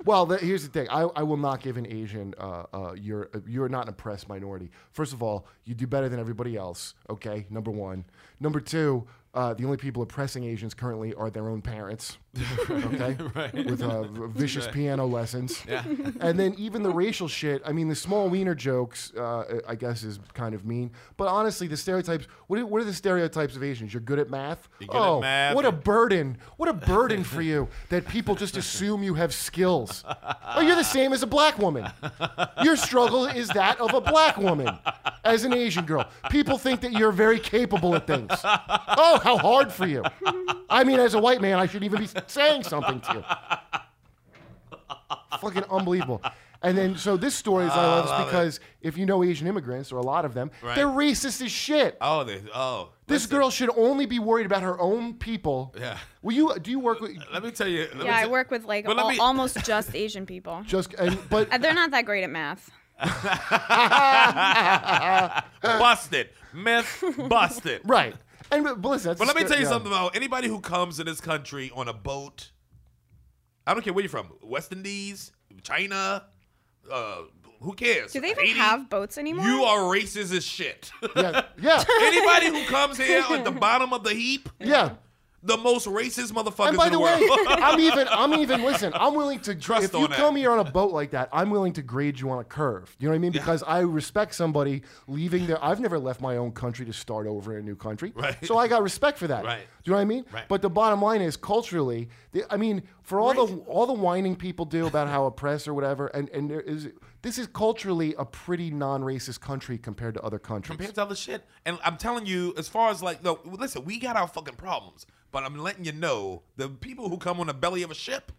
[SPEAKER 3] Well, the, here's the thing. I, I will not give an Asian. Uh, uh, you're you're not an oppressed minority. First of all, you do better than everybody else. Okay, number one. Number two, uh, the only people oppressing Asians currently are their own
[SPEAKER 4] [laughs]
[SPEAKER 3] parents. Okay,
[SPEAKER 12] Right.
[SPEAKER 3] with uh, v- vicious
[SPEAKER 12] Right.
[SPEAKER 3] piano lessons.
[SPEAKER 12] Yeah.
[SPEAKER 3] and then even the racial shit. I mean, the small wiener jokes. Uh, I guess is kind of mean. But honestly, the stereotypes. What are, what are the stereotypes of Asians? You're good at math.
[SPEAKER 4] good at
[SPEAKER 3] oh,
[SPEAKER 4] math.
[SPEAKER 3] what a
[SPEAKER 4] [laughs]
[SPEAKER 3] burden! What a burden for you that people just assume you have skills. Oh, you're the same as a black woman. Your struggle is that of a black woman as an Asian girl. People think that you're very capable at things. Oh, how hard for you. I mean, as a white man, I shouldn't even be saying something to you. Fucking unbelievable. And then, so this story is I
[SPEAKER 4] I
[SPEAKER 3] love is
[SPEAKER 4] love it.
[SPEAKER 3] because if you know Asian immigrants, or a lot of them,
[SPEAKER 4] Right.
[SPEAKER 3] they're racist as shit.
[SPEAKER 4] Oh, they, oh.
[SPEAKER 3] This girl should only be worried about her own people.
[SPEAKER 4] Yeah.
[SPEAKER 3] Will you do you work with
[SPEAKER 4] Let me tell you. let me
[SPEAKER 5] Yeah, I
[SPEAKER 4] tell-
[SPEAKER 5] work with like
[SPEAKER 4] But let
[SPEAKER 5] al-
[SPEAKER 4] me-
[SPEAKER 5] almost just
[SPEAKER 4] [laughs]
[SPEAKER 5] Asian people.
[SPEAKER 3] just and, but
[SPEAKER 5] [laughs] Uh, they're not that great at math.
[SPEAKER 4] busted.
[SPEAKER 3] [laughs]
[SPEAKER 4] Myth busted.
[SPEAKER 3] Right. And but listen, that's
[SPEAKER 4] But
[SPEAKER 3] a
[SPEAKER 4] let me
[SPEAKER 3] stere-
[SPEAKER 4] tell you
[SPEAKER 3] yeah.
[SPEAKER 4] something about anybody who comes to this country on a boat. I don't care where you're from, West Indies, China, uh, who cares?
[SPEAKER 5] Do they even
[SPEAKER 4] Haiti?
[SPEAKER 5] have boats anymore?
[SPEAKER 4] You are racist as shit. [laughs]
[SPEAKER 3] Yeah. yeah.
[SPEAKER 4] anybody who comes here at
[SPEAKER 5] [laughs]
[SPEAKER 4] the bottom of the heap,
[SPEAKER 3] Yeah.
[SPEAKER 4] the most racist motherfuckers
[SPEAKER 3] And by
[SPEAKER 4] in the,
[SPEAKER 3] the way,
[SPEAKER 4] [laughs] world.
[SPEAKER 3] I'm even. I'm even. Listen, I'm willing to.
[SPEAKER 4] Trust
[SPEAKER 3] if you
[SPEAKER 4] on that.
[SPEAKER 3] come here on a boat like that, I'm willing to grade you on a curve. You know what I mean? Because I respect somebody leaving their. I've never left my own country to start over in a new country.
[SPEAKER 4] Right.
[SPEAKER 3] So I got respect for that.
[SPEAKER 4] Right.
[SPEAKER 3] Do you know what I mean?
[SPEAKER 4] Right.
[SPEAKER 3] But the bottom line is culturally. The, I mean, for all the all the whining people do about how oppressed or whatever, and and there is this is culturally a pretty non-racist country compared to other countries.
[SPEAKER 4] compared to other shit. And I'm telling you, as far as like, no, listen, we got our fucking problems, but I'm letting you know the people who come on the belly of a ship,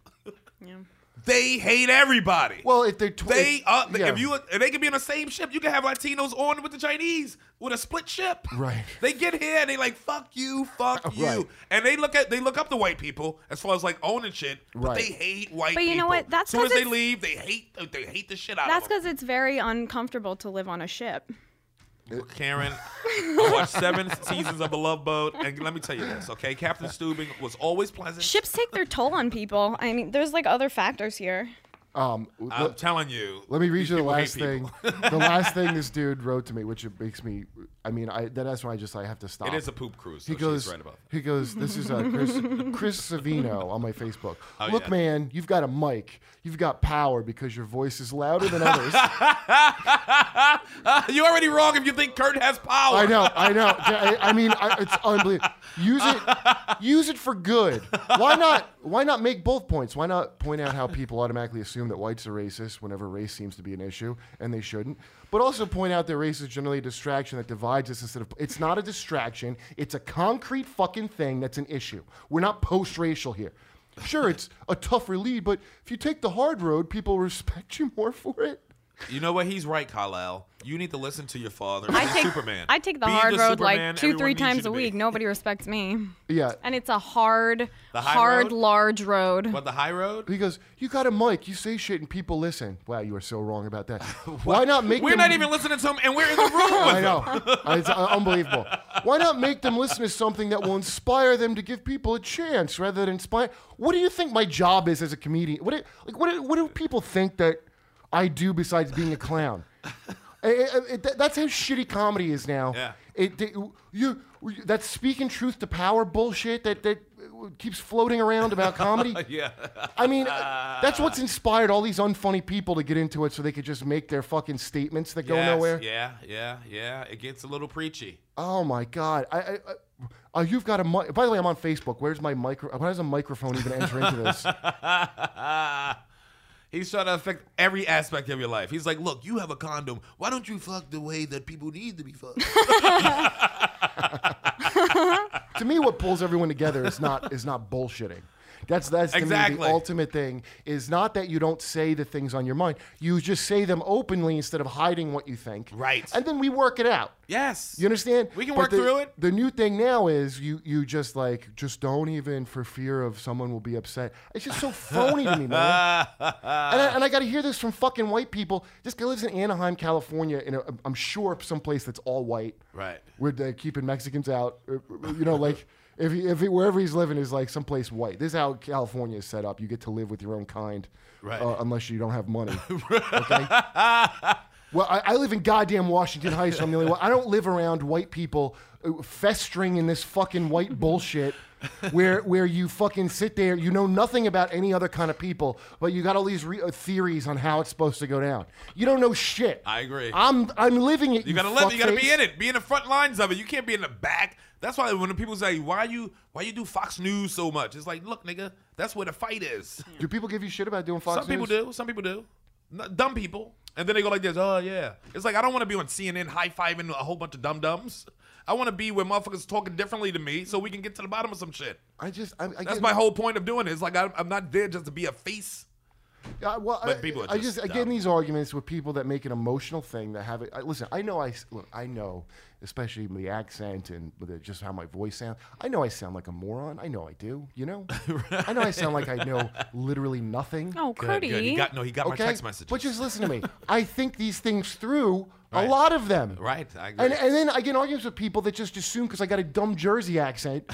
[SPEAKER 4] they hate everybody.
[SPEAKER 3] well, if they're tw-
[SPEAKER 4] They
[SPEAKER 3] if-
[SPEAKER 4] uh,
[SPEAKER 3] yeah.
[SPEAKER 4] if you if they can be on the same ship, you can have Latinos on with the Chinese with a split ship.
[SPEAKER 3] Right.
[SPEAKER 4] They get here and they like fuck you,
[SPEAKER 3] [laughs]
[SPEAKER 4] fuck you,
[SPEAKER 3] Right.
[SPEAKER 4] and they look at they look up to white people as far as like owning shit, but
[SPEAKER 3] Right.
[SPEAKER 4] they hate white.
[SPEAKER 5] But you know
[SPEAKER 4] people.
[SPEAKER 5] what? That's
[SPEAKER 4] soon as
[SPEAKER 5] 'cause
[SPEAKER 4] they
[SPEAKER 5] it's-
[SPEAKER 4] leave, they hate they hate the shit out
[SPEAKER 5] That's
[SPEAKER 4] of them.
[SPEAKER 5] because it's very uncomfortable to live on a ship. [laughs]
[SPEAKER 4] Karen, I watched seven seasons of The Love Boat, and let me tell you this, okay? Captain Steubing was always pleasant.
[SPEAKER 5] Ships take their toll on people. I mean, there's like other factors here.
[SPEAKER 3] um,
[SPEAKER 4] I'm telling you.
[SPEAKER 3] Let me read
[SPEAKER 4] these
[SPEAKER 3] you the
[SPEAKER 4] people hate
[SPEAKER 3] last thing. the last thing this dude wrote to me, which it makes me. I mean, I then that's when I just I have to stop.
[SPEAKER 4] It is a poop cruise,
[SPEAKER 3] He
[SPEAKER 4] so she's
[SPEAKER 3] goes.
[SPEAKER 4] right about
[SPEAKER 3] He goes. This is uh, Chris Chris Savino on my Facebook.
[SPEAKER 4] Oh,
[SPEAKER 3] Look,
[SPEAKER 4] yeah.
[SPEAKER 3] man, you've got a mic. You've got power because your voice is louder than others.
[SPEAKER 4] You're already wrong if [laughs] you think Kurt has power.
[SPEAKER 3] I know. I know. I, I mean, I, it's unbelievable. Use it. Use it for good. Why not? Why not make both points? Why not point out how people automatically assume that whites are racist whenever race seems to be an issue, and they shouldn't. But also point out that race is generally a distraction that divides us instead of. It's not a distraction. It's a concrete fucking thing that's an issue. We're not post-racial here. Sure, it's a tougher lead, but if you take the hard road, people respect you more for it.
[SPEAKER 4] You know what? He's right, Kyle. You need to listen to your father.
[SPEAKER 5] I
[SPEAKER 4] He's
[SPEAKER 5] take
[SPEAKER 4] Superman.
[SPEAKER 5] I take the
[SPEAKER 4] Be
[SPEAKER 5] hard road
[SPEAKER 4] Superman
[SPEAKER 5] like two,
[SPEAKER 4] everyone
[SPEAKER 5] three
[SPEAKER 4] needs you
[SPEAKER 5] times
[SPEAKER 4] to
[SPEAKER 5] a
[SPEAKER 4] be.
[SPEAKER 5] week. Nobody
[SPEAKER 4] [laughs]
[SPEAKER 5] respects me.
[SPEAKER 3] Yeah.
[SPEAKER 5] And it's a hard,
[SPEAKER 4] The high
[SPEAKER 5] hard,
[SPEAKER 4] road?
[SPEAKER 5] large road.
[SPEAKER 4] What the high road?
[SPEAKER 3] He goes, "You got a mic. You say shit, and people listen." Wow, you are so wrong about
[SPEAKER 4] [laughs]
[SPEAKER 3] that. Why not make?
[SPEAKER 4] We're
[SPEAKER 3] them-
[SPEAKER 4] not even listening to him, and we're in the room with
[SPEAKER 3] I
[SPEAKER 4] him.
[SPEAKER 3] know. It's uh, unbelievable. Why not make them listen to something that will inspire them to give people a chance rather than inspire? What do you think my job is as a comedian? What do, like what do, what do people think that I do besides being a clown? [laughs] Eh, eh, eh, that- that's how shitty comedy is now.
[SPEAKER 4] Yeah.
[SPEAKER 3] It, they- you, that speaking truth to power bullshit that, that keeps floating around about comedy.
[SPEAKER 4] [laughs] yeah.
[SPEAKER 3] I mean, uh, that's what's inspired all these unfunny people to get into it so they could just make their fucking statements that [laughs] go
[SPEAKER 4] Yes,
[SPEAKER 3] nowhere.
[SPEAKER 4] Yeah, yeah, yeah. It gets a little preachy.
[SPEAKER 3] Oh my god! I, I, I oh, you've got a mic. By the way, I'm on Facebook. Where's my micro? Why does a microphone even enter into
[SPEAKER 4] [laughs]
[SPEAKER 3] this?
[SPEAKER 4] Ah. He's trying to affect every aspect of your life. He's like, look, you have a condom. Why don't you fuck the way that people need to be
[SPEAKER 5] [laughs]
[SPEAKER 4] fucked?
[SPEAKER 3] to me, what pulls everyone together is not is not bullshitting. That's that's to me,
[SPEAKER 4] Exactly.
[SPEAKER 3] the ultimate thing. Is not that you don't say the things on your mind. You just say them openly instead of hiding what you think.
[SPEAKER 4] Right.
[SPEAKER 3] And then we work it out.
[SPEAKER 4] yes.
[SPEAKER 3] You understand?
[SPEAKER 4] We can
[SPEAKER 3] But
[SPEAKER 4] work
[SPEAKER 3] the-
[SPEAKER 4] through it.
[SPEAKER 3] The new thing now is you you just like just don't even for fear of someone will be upset. It's just so phony to me, man. and I, and I got to hear this from fucking white people. This guy lives in Anaheim, California, in a, I'm sure someplace that's all white.
[SPEAKER 4] Right.
[SPEAKER 3] Where they're keeping Mexicans out. or- or, You know, like if he, if he, wherever he's living is like someplace white. This is how California is set up. You get to live with your own kind,
[SPEAKER 4] Right.
[SPEAKER 3] uh, unless you don't have
[SPEAKER 4] [laughs]
[SPEAKER 3] money. Okay. Well, I, I live in goddamn Washington Heights. So I'm the only one. I don't live around white people uh, festering in this fucking white bullshit, where where you fucking sit there. You know nothing about any other kind of people, but you got all these re- uh, theories on how it's supposed to go down. You don't know shit.
[SPEAKER 4] I agree.
[SPEAKER 3] I'm I'm living it.
[SPEAKER 4] You gotta live. You gotta be in it. Be in the front lines of it. You can't be in the back. That's why when the people say, "Why you? Why you do Fox News so much?" It's like, look, nigga, that's where the fight is.
[SPEAKER 3] Do people give you shit about doing Fox
[SPEAKER 4] some people
[SPEAKER 3] News?
[SPEAKER 4] do. Some people do. N- dumb people. And then they go like this. Oh yeah. It's like I don't want to be on CNN high fiving a whole bunch of dum dums. I want to be where motherfuckers talking differently to me, so we can get to the bottom of some shit.
[SPEAKER 3] I just I, I
[SPEAKER 4] That's
[SPEAKER 3] get-
[SPEAKER 4] my whole point of doing it. It's like I'm, I'm not there just to be a face.
[SPEAKER 3] Uh, well,
[SPEAKER 4] But
[SPEAKER 3] I,
[SPEAKER 4] people are
[SPEAKER 3] I
[SPEAKER 4] just
[SPEAKER 3] just I get
[SPEAKER 4] dumb.
[SPEAKER 3] in these arguments with people that make an emotional thing that have it. I, listen, I know I s- look. I know, especially the accent and with the, just how my voice sounds. I know I sound like a moron. I know I do. You
[SPEAKER 4] [laughs]
[SPEAKER 3] know, I know I sound like I know literally nothing.
[SPEAKER 5] Oh, Cody.
[SPEAKER 4] He got no. He got my text messages.
[SPEAKER 3] but just listen to
[SPEAKER 4] [laughs]
[SPEAKER 3] me. I think these things through.
[SPEAKER 4] Right.
[SPEAKER 3] A lot of them.
[SPEAKER 4] Right, I agree.
[SPEAKER 3] And, and then I get in arguments with people that just assume because I got a dumb Jersey
[SPEAKER 4] [laughs]
[SPEAKER 3] accent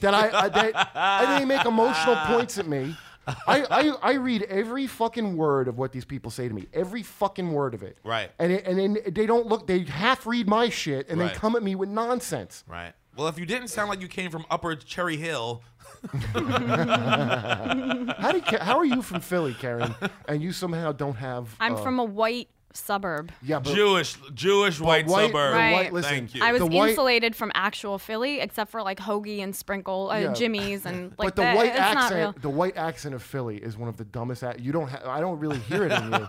[SPEAKER 3] that I, I that and they make emotional points at
[SPEAKER 4] [laughs]
[SPEAKER 3] me. I, I, I read every fucking word of what these people say to me, every fucking word of it.
[SPEAKER 4] Right.
[SPEAKER 3] And it, and then they don't look. They half read my shit and
[SPEAKER 4] Right.
[SPEAKER 3] then come at me with nonsense.
[SPEAKER 4] Right. Well, if you didn't sound like you came from Upper Cherry Hill,
[SPEAKER 3] How did Ca- how are you
[SPEAKER 4] [laughs]
[SPEAKER 3] from Philly, Karen? And you somehow don't have.
[SPEAKER 5] I'm
[SPEAKER 3] uh,
[SPEAKER 5] from a white suburb.
[SPEAKER 3] yeah, but
[SPEAKER 4] Jewish, Jewish white,
[SPEAKER 3] white-
[SPEAKER 4] suburb.
[SPEAKER 3] the
[SPEAKER 5] Right.
[SPEAKER 3] white- listen,
[SPEAKER 4] Thank you.
[SPEAKER 5] I was
[SPEAKER 3] The white-
[SPEAKER 5] insulated from actual Philly, except for like hoagie and sprinkle, uh,
[SPEAKER 3] Yeah.
[SPEAKER 5] Jimmy's, and
[SPEAKER 3] [laughs]
[SPEAKER 5] like
[SPEAKER 3] but the
[SPEAKER 5] that.
[SPEAKER 3] white
[SPEAKER 5] it's not real.
[SPEAKER 3] accent, the white accent of Philly is one of the dumbest. Ac- you don't, ha- I don't really hear it in
[SPEAKER 5] [laughs]
[SPEAKER 3] you.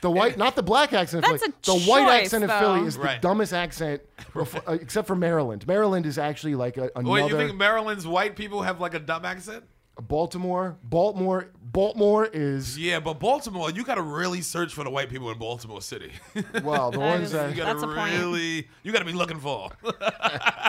[SPEAKER 3] The white, not the black accent. Of
[SPEAKER 5] That's
[SPEAKER 3] Philly.
[SPEAKER 5] a
[SPEAKER 3] the white
[SPEAKER 5] choice,
[SPEAKER 3] accent
[SPEAKER 5] though.
[SPEAKER 3] of Philly is
[SPEAKER 4] Right.
[SPEAKER 3] the dumbest accent, of- uh, except for Maryland. Maryland is actually like a, another
[SPEAKER 4] Wait, you think Maryland's white people have like a dumb accent?
[SPEAKER 3] Baltimore. Baltimore, Baltimore is
[SPEAKER 4] [laughs] Yeah, but Baltimore, you gotta really search for the white people in Baltimore City. [laughs] you
[SPEAKER 3] well, the ones
[SPEAKER 5] is-
[SPEAKER 3] that.
[SPEAKER 4] gotta
[SPEAKER 5] That's a point.
[SPEAKER 4] really, you gotta be looking for 'em. [laughs]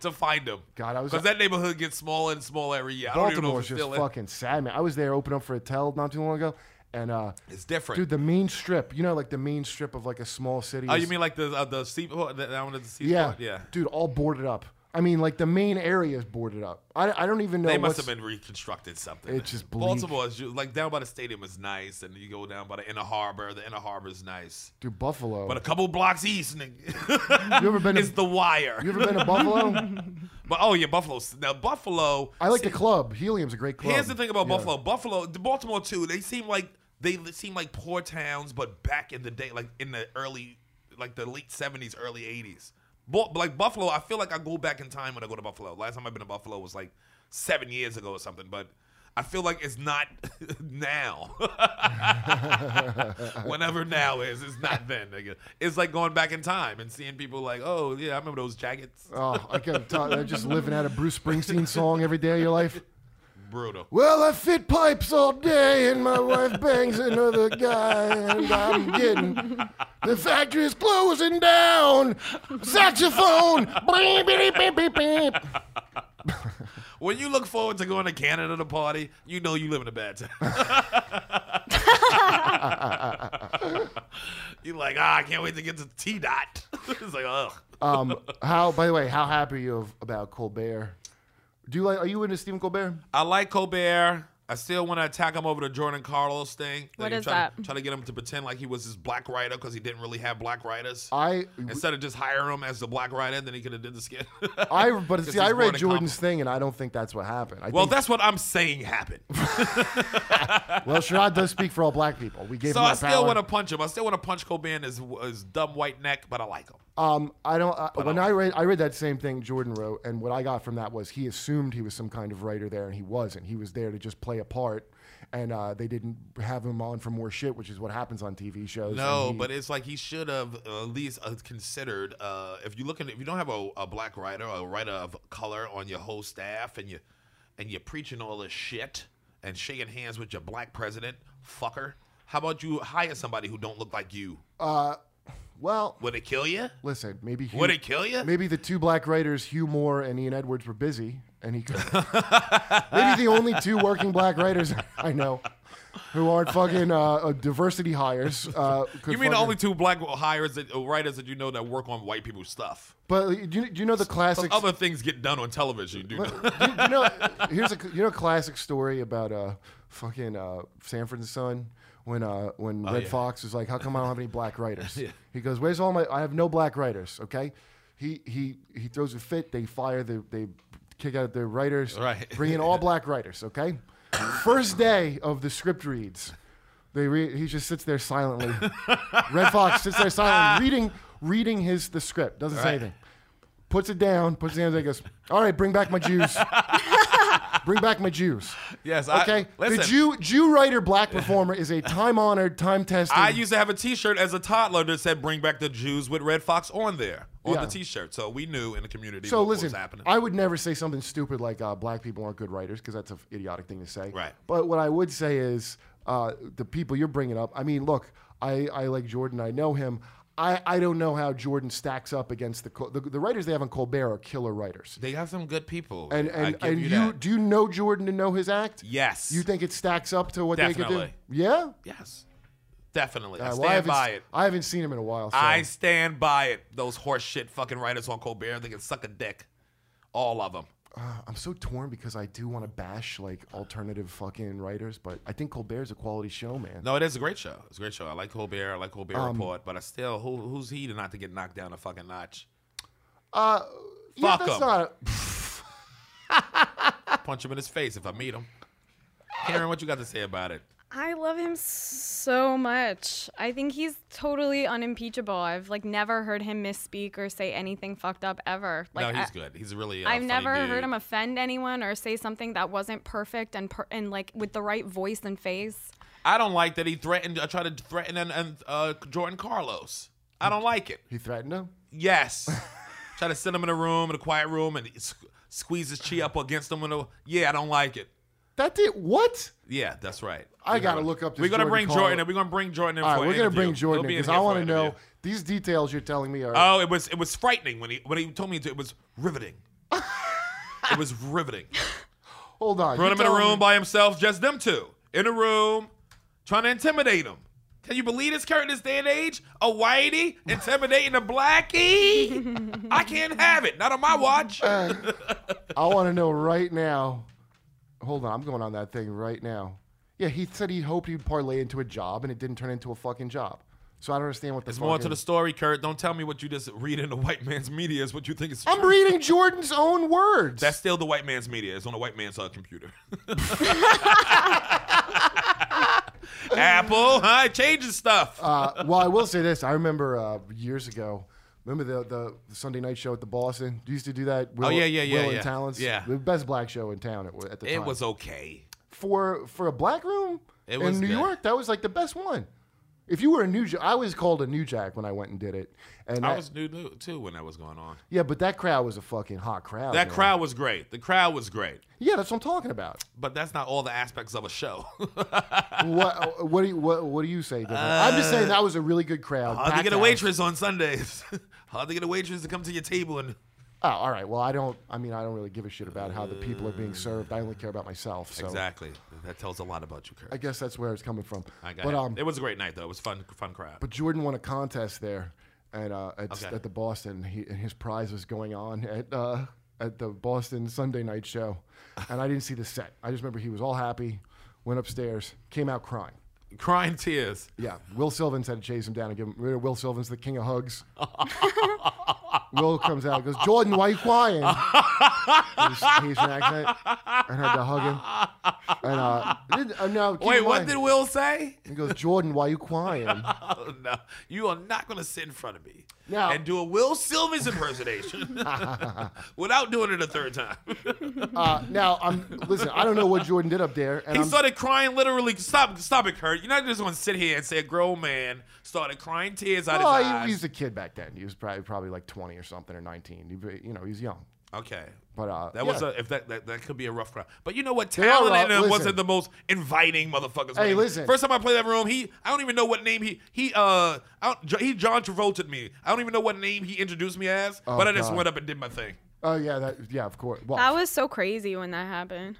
[SPEAKER 4] to find them.
[SPEAKER 3] God, I was-
[SPEAKER 4] because that neighborhood gets smaller and smaller every year. I don't even know
[SPEAKER 3] Baltimore
[SPEAKER 4] if
[SPEAKER 3] is
[SPEAKER 4] it's
[SPEAKER 3] just
[SPEAKER 4] still in-
[SPEAKER 3] fucking sad, man. I was there opening up for a tell not too long ago, and uh,
[SPEAKER 4] It's different.
[SPEAKER 3] dude, the main strip. You know, like the main strip of like a small city.
[SPEAKER 4] oh,
[SPEAKER 3] is-
[SPEAKER 4] you mean like the uh, the seaport? That one at the
[SPEAKER 3] Yeah,
[SPEAKER 4] seaport? yeah.
[SPEAKER 3] dude, all boarded up. I mean, like the main area is boarded up. I, I don't even know.
[SPEAKER 4] They must
[SPEAKER 3] what's-
[SPEAKER 4] have been reconstructed something.
[SPEAKER 3] It's just bleak.
[SPEAKER 4] Baltimore is ju- like down by the stadium is nice, and you go down by the inner harbor. The inner harbor is nice,
[SPEAKER 3] Dude, Buffalo.
[SPEAKER 4] but a couple blocks east, nigga, [laughs]
[SPEAKER 3] you ever been? To,
[SPEAKER 4] is the wire.
[SPEAKER 3] you ever been to Buffalo?
[SPEAKER 4] [laughs] But oh yeah, Buffalo. Now Buffalo.
[SPEAKER 3] I like
[SPEAKER 4] see,
[SPEAKER 3] the club. Helium's a great club.
[SPEAKER 4] Here's the thing about
[SPEAKER 3] Yeah.
[SPEAKER 4] Buffalo. Buffalo, the Baltimore too. They seem like they seem like poor towns, but back in the day, like in the early, like the late '70s, early '80s. Bu- like Buffalo, I feel like I go back in time when I go to Buffalo. Last time I've been to Buffalo was like seven years ago or something, but. I feel like it's not [laughs] now. [laughs] Whenever now is, it's not then. nigga. It's like going back in time and seeing people like, oh yeah, I remember those jackets. [laughs]
[SPEAKER 3] Oh, I can't talk. Just living out a Bruce Springsteen song every day of your life.
[SPEAKER 4] brutal.
[SPEAKER 3] Well, I fit pipes all day, and my wife bangs another guy, and I'm getting the factory's closing down. Saxophone. Beep, beep, beep, beep, beep.
[SPEAKER 4] When you look forward to going to Canada to party, you know you live in a bad town. you like, ah, I can't wait to get to T dot. [laughs] it's like, ugh.
[SPEAKER 3] Um, how? By the way, how happy are you of, about Colbert? Do you like? Are you into Stephen Colbert?
[SPEAKER 4] I like Colbert. I still want to attack him over the Jordan Carlos thing.
[SPEAKER 5] What
[SPEAKER 4] you
[SPEAKER 5] is
[SPEAKER 4] try To,
[SPEAKER 5] that?
[SPEAKER 4] try to get him to pretend like he was his black writer because he didn't really have black writers.
[SPEAKER 3] I-
[SPEAKER 4] instead of just hiring him as the black writer, then he could have did the skit. [laughs]
[SPEAKER 3] I but
[SPEAKER 4] 'Cause
[SPEAKER 3] see, I
[SPEAKER 4] he's more
[SPEAKER 3] read
[SPEAKER 4] than
[SPEAKER 3] Jordan's thing, and I don't think that's what happened. I
[SPEAKER 4] Well,
[SPEAKER 3] think,
[SPEAKER 4] that's what I'm saying happened.
[SPEAKER 3] well, Sherrod does speak for all black people. We gave
[SPEAKER 4] so
[SPEAKER 3] him
[SPEAKER 4] I
[SPEAKER 3] that
[SPEAKER 4] still
[SPEAKER 3] power.
[SPEAKER 4] want to punch him. I still want to punch Colbert in his, his dumb white neck, but I like him.
[SPEAKER 3] Um, I don't. I, when I read, I read that same thing Jordan wrote, and what I got from that was he assumed he was some kind of writer there, and he wasn't. He was there to just play a part, and uh, they didn't have him on for more shit, which is what happens on TV shows.
[SPEAKER 4] No,
[SPEAKER 3] and he-
[SPEAKER 4] but it's like he should have at least uh, considered. Uh, if you looking, if you don't have a, a black writer, or a writer of color on your whole staff, and you and you're preaching all this shit and shaking hands with your black president, fucker. How about you hire somebody who don't look like you?
[SPEAKER 3] uh, well,
[SPEAKER 4] Would it kill you?
[SPEAKER 3] listen, maybe
[SPEAKER 4] Would it kill ya?
[SPEAKER 3] Maybe the two black writers, Hugh Moore and Ian Edwards, were busy, and he could. [laughs] maybe the only two working black writers [laughs] I know who aren't fucking uh, uh, diversity hires. Uh, could
[SPEAKER 4] You mean the
[SPEAKER 3] fucking-
[SPEAKER 4] only two black hires that uh, writers that you know that work on white people's stuff?
[SPEAKER 3] But uh, do you, do you know the
[SPEAKER 4] Some
[SPEAKER 3] classic?
[SPEAKER 4] other things get done on television. You do. know.
[SPEAKER 3] you, you know, here's a you know a classic story about uh fucking uh Sanford's son when uh when
[SPEAKER 4] Oh,
[SPEAKER 3] Red
[SPEAKER 4] yeah.
[SPEAKER 3] Fox was like, how come I don't have any black writers?
[SPEAKER 4] [laughs] Yeah.
[SPEAKER 3] He goes, where's all my? I have no black writers. Okay, he he he throws a fit. They fire the they kick out their writers.
[SPEAKER 4] Right.
[SPEAKER 3] bring in all black writers. Okay, first day of the script reads. They re- he just sits there
[SPEAKER 4] [laughs]
[SPEAKER 3] silently. Red Fox sits there silently, reading reading his the script. Doesn't say
[SPEAKER 4] Right.
[SPEAKER 3] anything. Puts it down, puts it down, and goes, All right, bring back my
[SPEAKER 4] [laughs]
[SPEAKER 3] Jews. Bring back my Jews.
[SPEAKER 4] Yes, I-
[SPEAKER 3] Okay. the
[SPEAKER 4] listen.
[SPEAKER 3] Jew Jew writer black performer is a time honored, time tested.
[SPEAKER 4] I used to have a T-shirt as a toddler that said "Bring back the Jews" with Red Fox on there on
[SPEAKER 3] Yeah.
[SPEAKER 4] the T-shirt, so we knew in the community
[SPEAKER 3] so
[SPEAKER 4] what
[SPEAKER 3] listen,
[SPEAKER 4] was happening.
[SPEAKER 3] I would never say something stupid like uh, black people aren't good writers because that's an idiotic thing to say.
[SPEAKER 4] Right.
[SPEAKER 3] But what I would say is uh, the people you're bringing up. I mean, look, I, I like Jordan. I know him. I, I don't know how Jordan stacks up against the, Col- the the writers they have on Colbert are killer writers.
[SPEAKER 4] They have some good people,
[SPEAKER 3] And
[SPEAKER 4] I
[SPEAKER 3] and,
[SPEAKER 4] give
[SPEAKER 3] and you,
[SPEAKER 4] that.
[SPEAKER 3] do you know Jordan to know his act?
[SPEAKER 4] Yes.
[SPEAKER 3] You think it stacks up to what they could
[SPEAKER 4] Definitely.
[SPEAKER 3] do? Yeah.
[SPEAKER 4] yes, definitely. I
[SPEAKER 3] Uh, well,
[SPEAKER 4] stand
[SPEAKER 3] haven't
[SPEAKER 4] by
[SPEAKER 3] s-
[SPEAKER 4] it.
[SPEAKER 3] I haven't seen him in a while. So.
[SPEAKER 4] I stand by it. Those horse shit fucking writers on Colbert, they can suck a dick, all of them.
[SPEAKER 3] Uh, I'm so torn because I do want to bash like alternative fucking writers, but I think Colbert's a quality show, man.
[SPEAKER 4] No, it is a great show. It's a great show. I like Colbert. I like Colbert
[SPEAKER 3] Um,
[SPEAKER 4] Report, but I still, who, who's he to not to get knocked down a fucking notch?
[SPEAKER 3] Uh, yeah,
[SPEAKER 4] Fuck
[SPEAKER 3] that's
[SPEAKER 4] 'em.
[SPEAKER 3] not.
[SPEAKER 4] Punch him in his face if I meet him. Karen, what you got to say about it?
[SPEAKER 5] I love him so much. I think he's totally unimpeachable. I've like never heard him misspeak or say anything fucked up ever. Like
[SPEAKER 4] no, he's
[SPEAKER 5] I-
[SPEAKER 4] good. He's really. a
[SPEAKER 5] I've
[SPEAKER 4] funny
[SPEAKER 5] never
[SPEAKER 4] dude.
[SPEAKER 5] heard him offend anyone or say something that wasn't perfect and per- and like with the right voice and face.
[SPEAKER 4] I don't like that he threatened. I tried to threaten and, and uh, Jordan Carlos. I don't like it.
[SPEAKER 3] [laughs] He threatened him. [laughs]
[SPEAKER 4] Yes, try to sit him in a room, in a quiet room, and s- squeeze his chi up against him. In a, yeah, I don't like it.
[SPEAKER 3] That did what?
[SPEAKER 4] Yeah, that's right.
[SPEAKER 3] I
[SPEAKER 4] We're
[SPEAKER 3] gotta
[SPEAKER 4] gonna-
[SPEAKER 3] look up this
[SPEAKER 4] We're gonna
[SPEAKER 3] Jordan
[SPEAKER 4] bring
[SPEAKER 3] Carlo.
[SPEAKER 4] Jordan. in. We're gonna bring Jordan in.
[SPEAKER 3] All
[SPEAKER 4] for
[SPEAKER 3] right,
[SPEAKER 4] an
[SPEAKER 3] we're gonna
[SPEAKER 4] interview.
[SPEAKER 3] bring Jordan
[SPEAKER 4] He'll
[SPEAKER 3] in
[SPEAKER 4] be
[SPEAKER 3] because
[SPEAKER 4] here
[SPEAKER 3] I
[SPEAKER 4] for
[SPEAKER 3] want to
[SPEAKER 4] an
[SPEAKER 3] know
[SPEAKER 4] interview.
[SPEAKER 3] these details you're telling me are.
[SPEAKER 4] Oh, it was it was frightening when he when he told me to. It was riveting.
[SPEAKER 3] [laughs]
[SPEAKER 4] it was riveting.
[SPEAKER 3] hold on.
[SPEAKER 4] Brought
[SPEAKER 3] you're
[SPEAKER 4] him in a
[SPEAKER 3] telling
[SPEAKER 4] room
[SPEAKER 3] me-
[SPEAKER 4] by himself, just them two. In a room, trying to intimidate him. Can you believe this current this day and age?
[SPEAKER 3] [laughs]
[SPEAKER 4] A whitey intimidating a blackie? I can't have it. Not on
[SPEAKER 3] [laughs]
[SPEAKER 4] my watch.
[SPEAKER 3] I
[SPEAKER 4] [laughs]
[SPEAKER 3] want to know right now. Hold on, I'm going on that thing right now. Yeah, he said he hoped he'd parlay into a job, and it didn't turn into a fucking job. So I don't understand what the.
[SPEAKER 4] There's more to
[SPEAKER 3] fucking-
[SPEAKER 4] the story, Kurt. Don't tell me what you just read in the white man's media is what you think is
[SPEAKER 3] I'm
[SPEAKER 4] true.
[SPEAKER 3] reading Jordan's own words.
[SPEAKER 4] That's still the white man's media. It's on the white man's uh, computer. Apple, huh? It changes stuff. [laughs]
[SPEAKER 3] uh, well, I will say this. I remember uh, years ago. Remember the, the Sunday night show at the Boston? You used to do that. Will,
[SPEAKER 4] Oh, yeah, yeah, yeah,
[SPEAKER 3] Will
[SPEAKER 4] yeah.
[SPEAKER 3] and Talents.
[SPEAKER 4] Yeah.
[SPEAKER 3] the best black show in town at, at the time.
[SPEAKER 4] it was okay.
[SPEAKER 3] for for a black room
[SPEAKER 4] It
[SPEAKER 3] in
[SPEAKER 4] was
[SPEAKER 3] New
[SPEAKER 4] good.
[SPEAKER 3] York. That was like the best one. If you were a new, Jack, I was called a new Jack when I went and did it, and
[SPEAKER 4] I
[SPEAKER 3] that-
[SPEAKER 4] was new new too when that was going on.
[SPEAKER 3] yeah, but that crowd was a fucking hot crowd.
[SPEAKER 4] That
[SPEAKER 3] man.
[SPEAKER 4] crowd was great. The crowd was great.
[SPEAKER 3] Yeah, that's what I'm talking about.
[SPEAKER 4] But that's not all the aspects of a show. [laughs]
[SPEAKER 3] what what do you what, what do you say? Different? I'm just saying that was a really good crowd.
[SPEAKER 4] Uh, Hard to
[SPEAKER 3] packed
[SPEAKER 4] get a
[SPEAKER 3] house.
[SPEAKER 4] waitress on Sundays. [laughs] Hard to get a waitress to come to your table and
[SPEAKER 3] Oh, all right. Well, I don't. I mean, I don't really give a shit about how the people are being served. I only care about myself. So
[SPEAKER 4] exactly. That tells a lot about you, Kurt.
[SPEAKER 3] I guess that's where it's coming from.
[SPEAKER 4] I got
[SPEAKER 3] but
[SPEAKER 4] it.
[SPEAKER 3] um,
[SPEAKER 4] it was a great night though. It was fun, fun crowd.
[SPEAKER 3] but Jordan won a contest there, at uh, at,
[SPEAKER 4] Okay.
[SPEAKER 3] at the Boston. He, and his prize was going on at uh, at the Boston Sunday night show, and I didn't see the set. I just remember he was all happy, went upstairs, came out crying.
[SPEAKER 4] Crying tears.
[SPEAKER 3] Yeah, Will Sylvans had to chase him down and give him. Will Sylvans, the king of
[SPEAKER 4] [laughs]
[SPEAKER 3] hugs. Will comes out, and goes, Jordan, why you crying? he's, he's an accent. I had to hug him. And uh, did, uh now, keep
[SPEAKER 4] Wait,
[SPEAKER 3] in
[SPEAKER 4] what
[SPEAKER 3] mind-
[SPEAKER 4] did Will say?
[SPEAKER 3] He goes, Jordan, why you crying?
[SPEAKER 4] [laughs] Oh no, you are not going to sit in front of me
[SPEAKER 3] Now-
[SPEAKER 4] and do a Will Silvers [laughs] impersonation without doing it a third [laughs] time.
[SPEAKER 3] Uh, now I'm listen. I don't know what Jordan did up there, and
[SPEAKER 4] he
[SPEAKER 3] I'm,
[SPEAKER 4] started crying literally. Stop, stop it, Kurt. You're not just going to sit here and say a grown man started crying tears out
[SPEAKER 3] well,
[SPEAKER 4] of his
[SPEAKER 3] Oh, he, he
[SPEAKER 4] eyes.
[SPEAKER 3] was a kid back then. He was probably probably like 20 or something or 19. He, you know, he's young.
[SPEAKER 4] Okay.
[SPEAKER 3] But uh,
[SPEAKER 4] That was
[SPEAKER 3] yeah.
[SPEAKER 4] a if that, that that could be a rough crowd. But you know what?
[SPEAKER 3] They are
[SPEAKER 4] Talon
[SPEAKER 3] rough.
[SPEAKER 4] in them
[SPEAKER 3] Listen.
[SPEAKER 4] wasn't the most inviting motherfuckers.
[SPEAKER 3] Hey,
[SPEAKER 4] man.
[SPEAKER 3] listen.
[SPEAKER 4] First time I played that room, he I don't even know what name he he uh I don't, he John Travolta me. I don't even know what name he introduced me as,
[SPEAKER 3] Oh,
[SPEAKER 4] but I just
[SPEAKER 3] God.
[SPEAKER 4] went up and did my thing. [laughs]
[SPEAKER 3] Oh yeah, that yeah, of course. Well,
[SPEAKER 5] That was so crazy when that happened.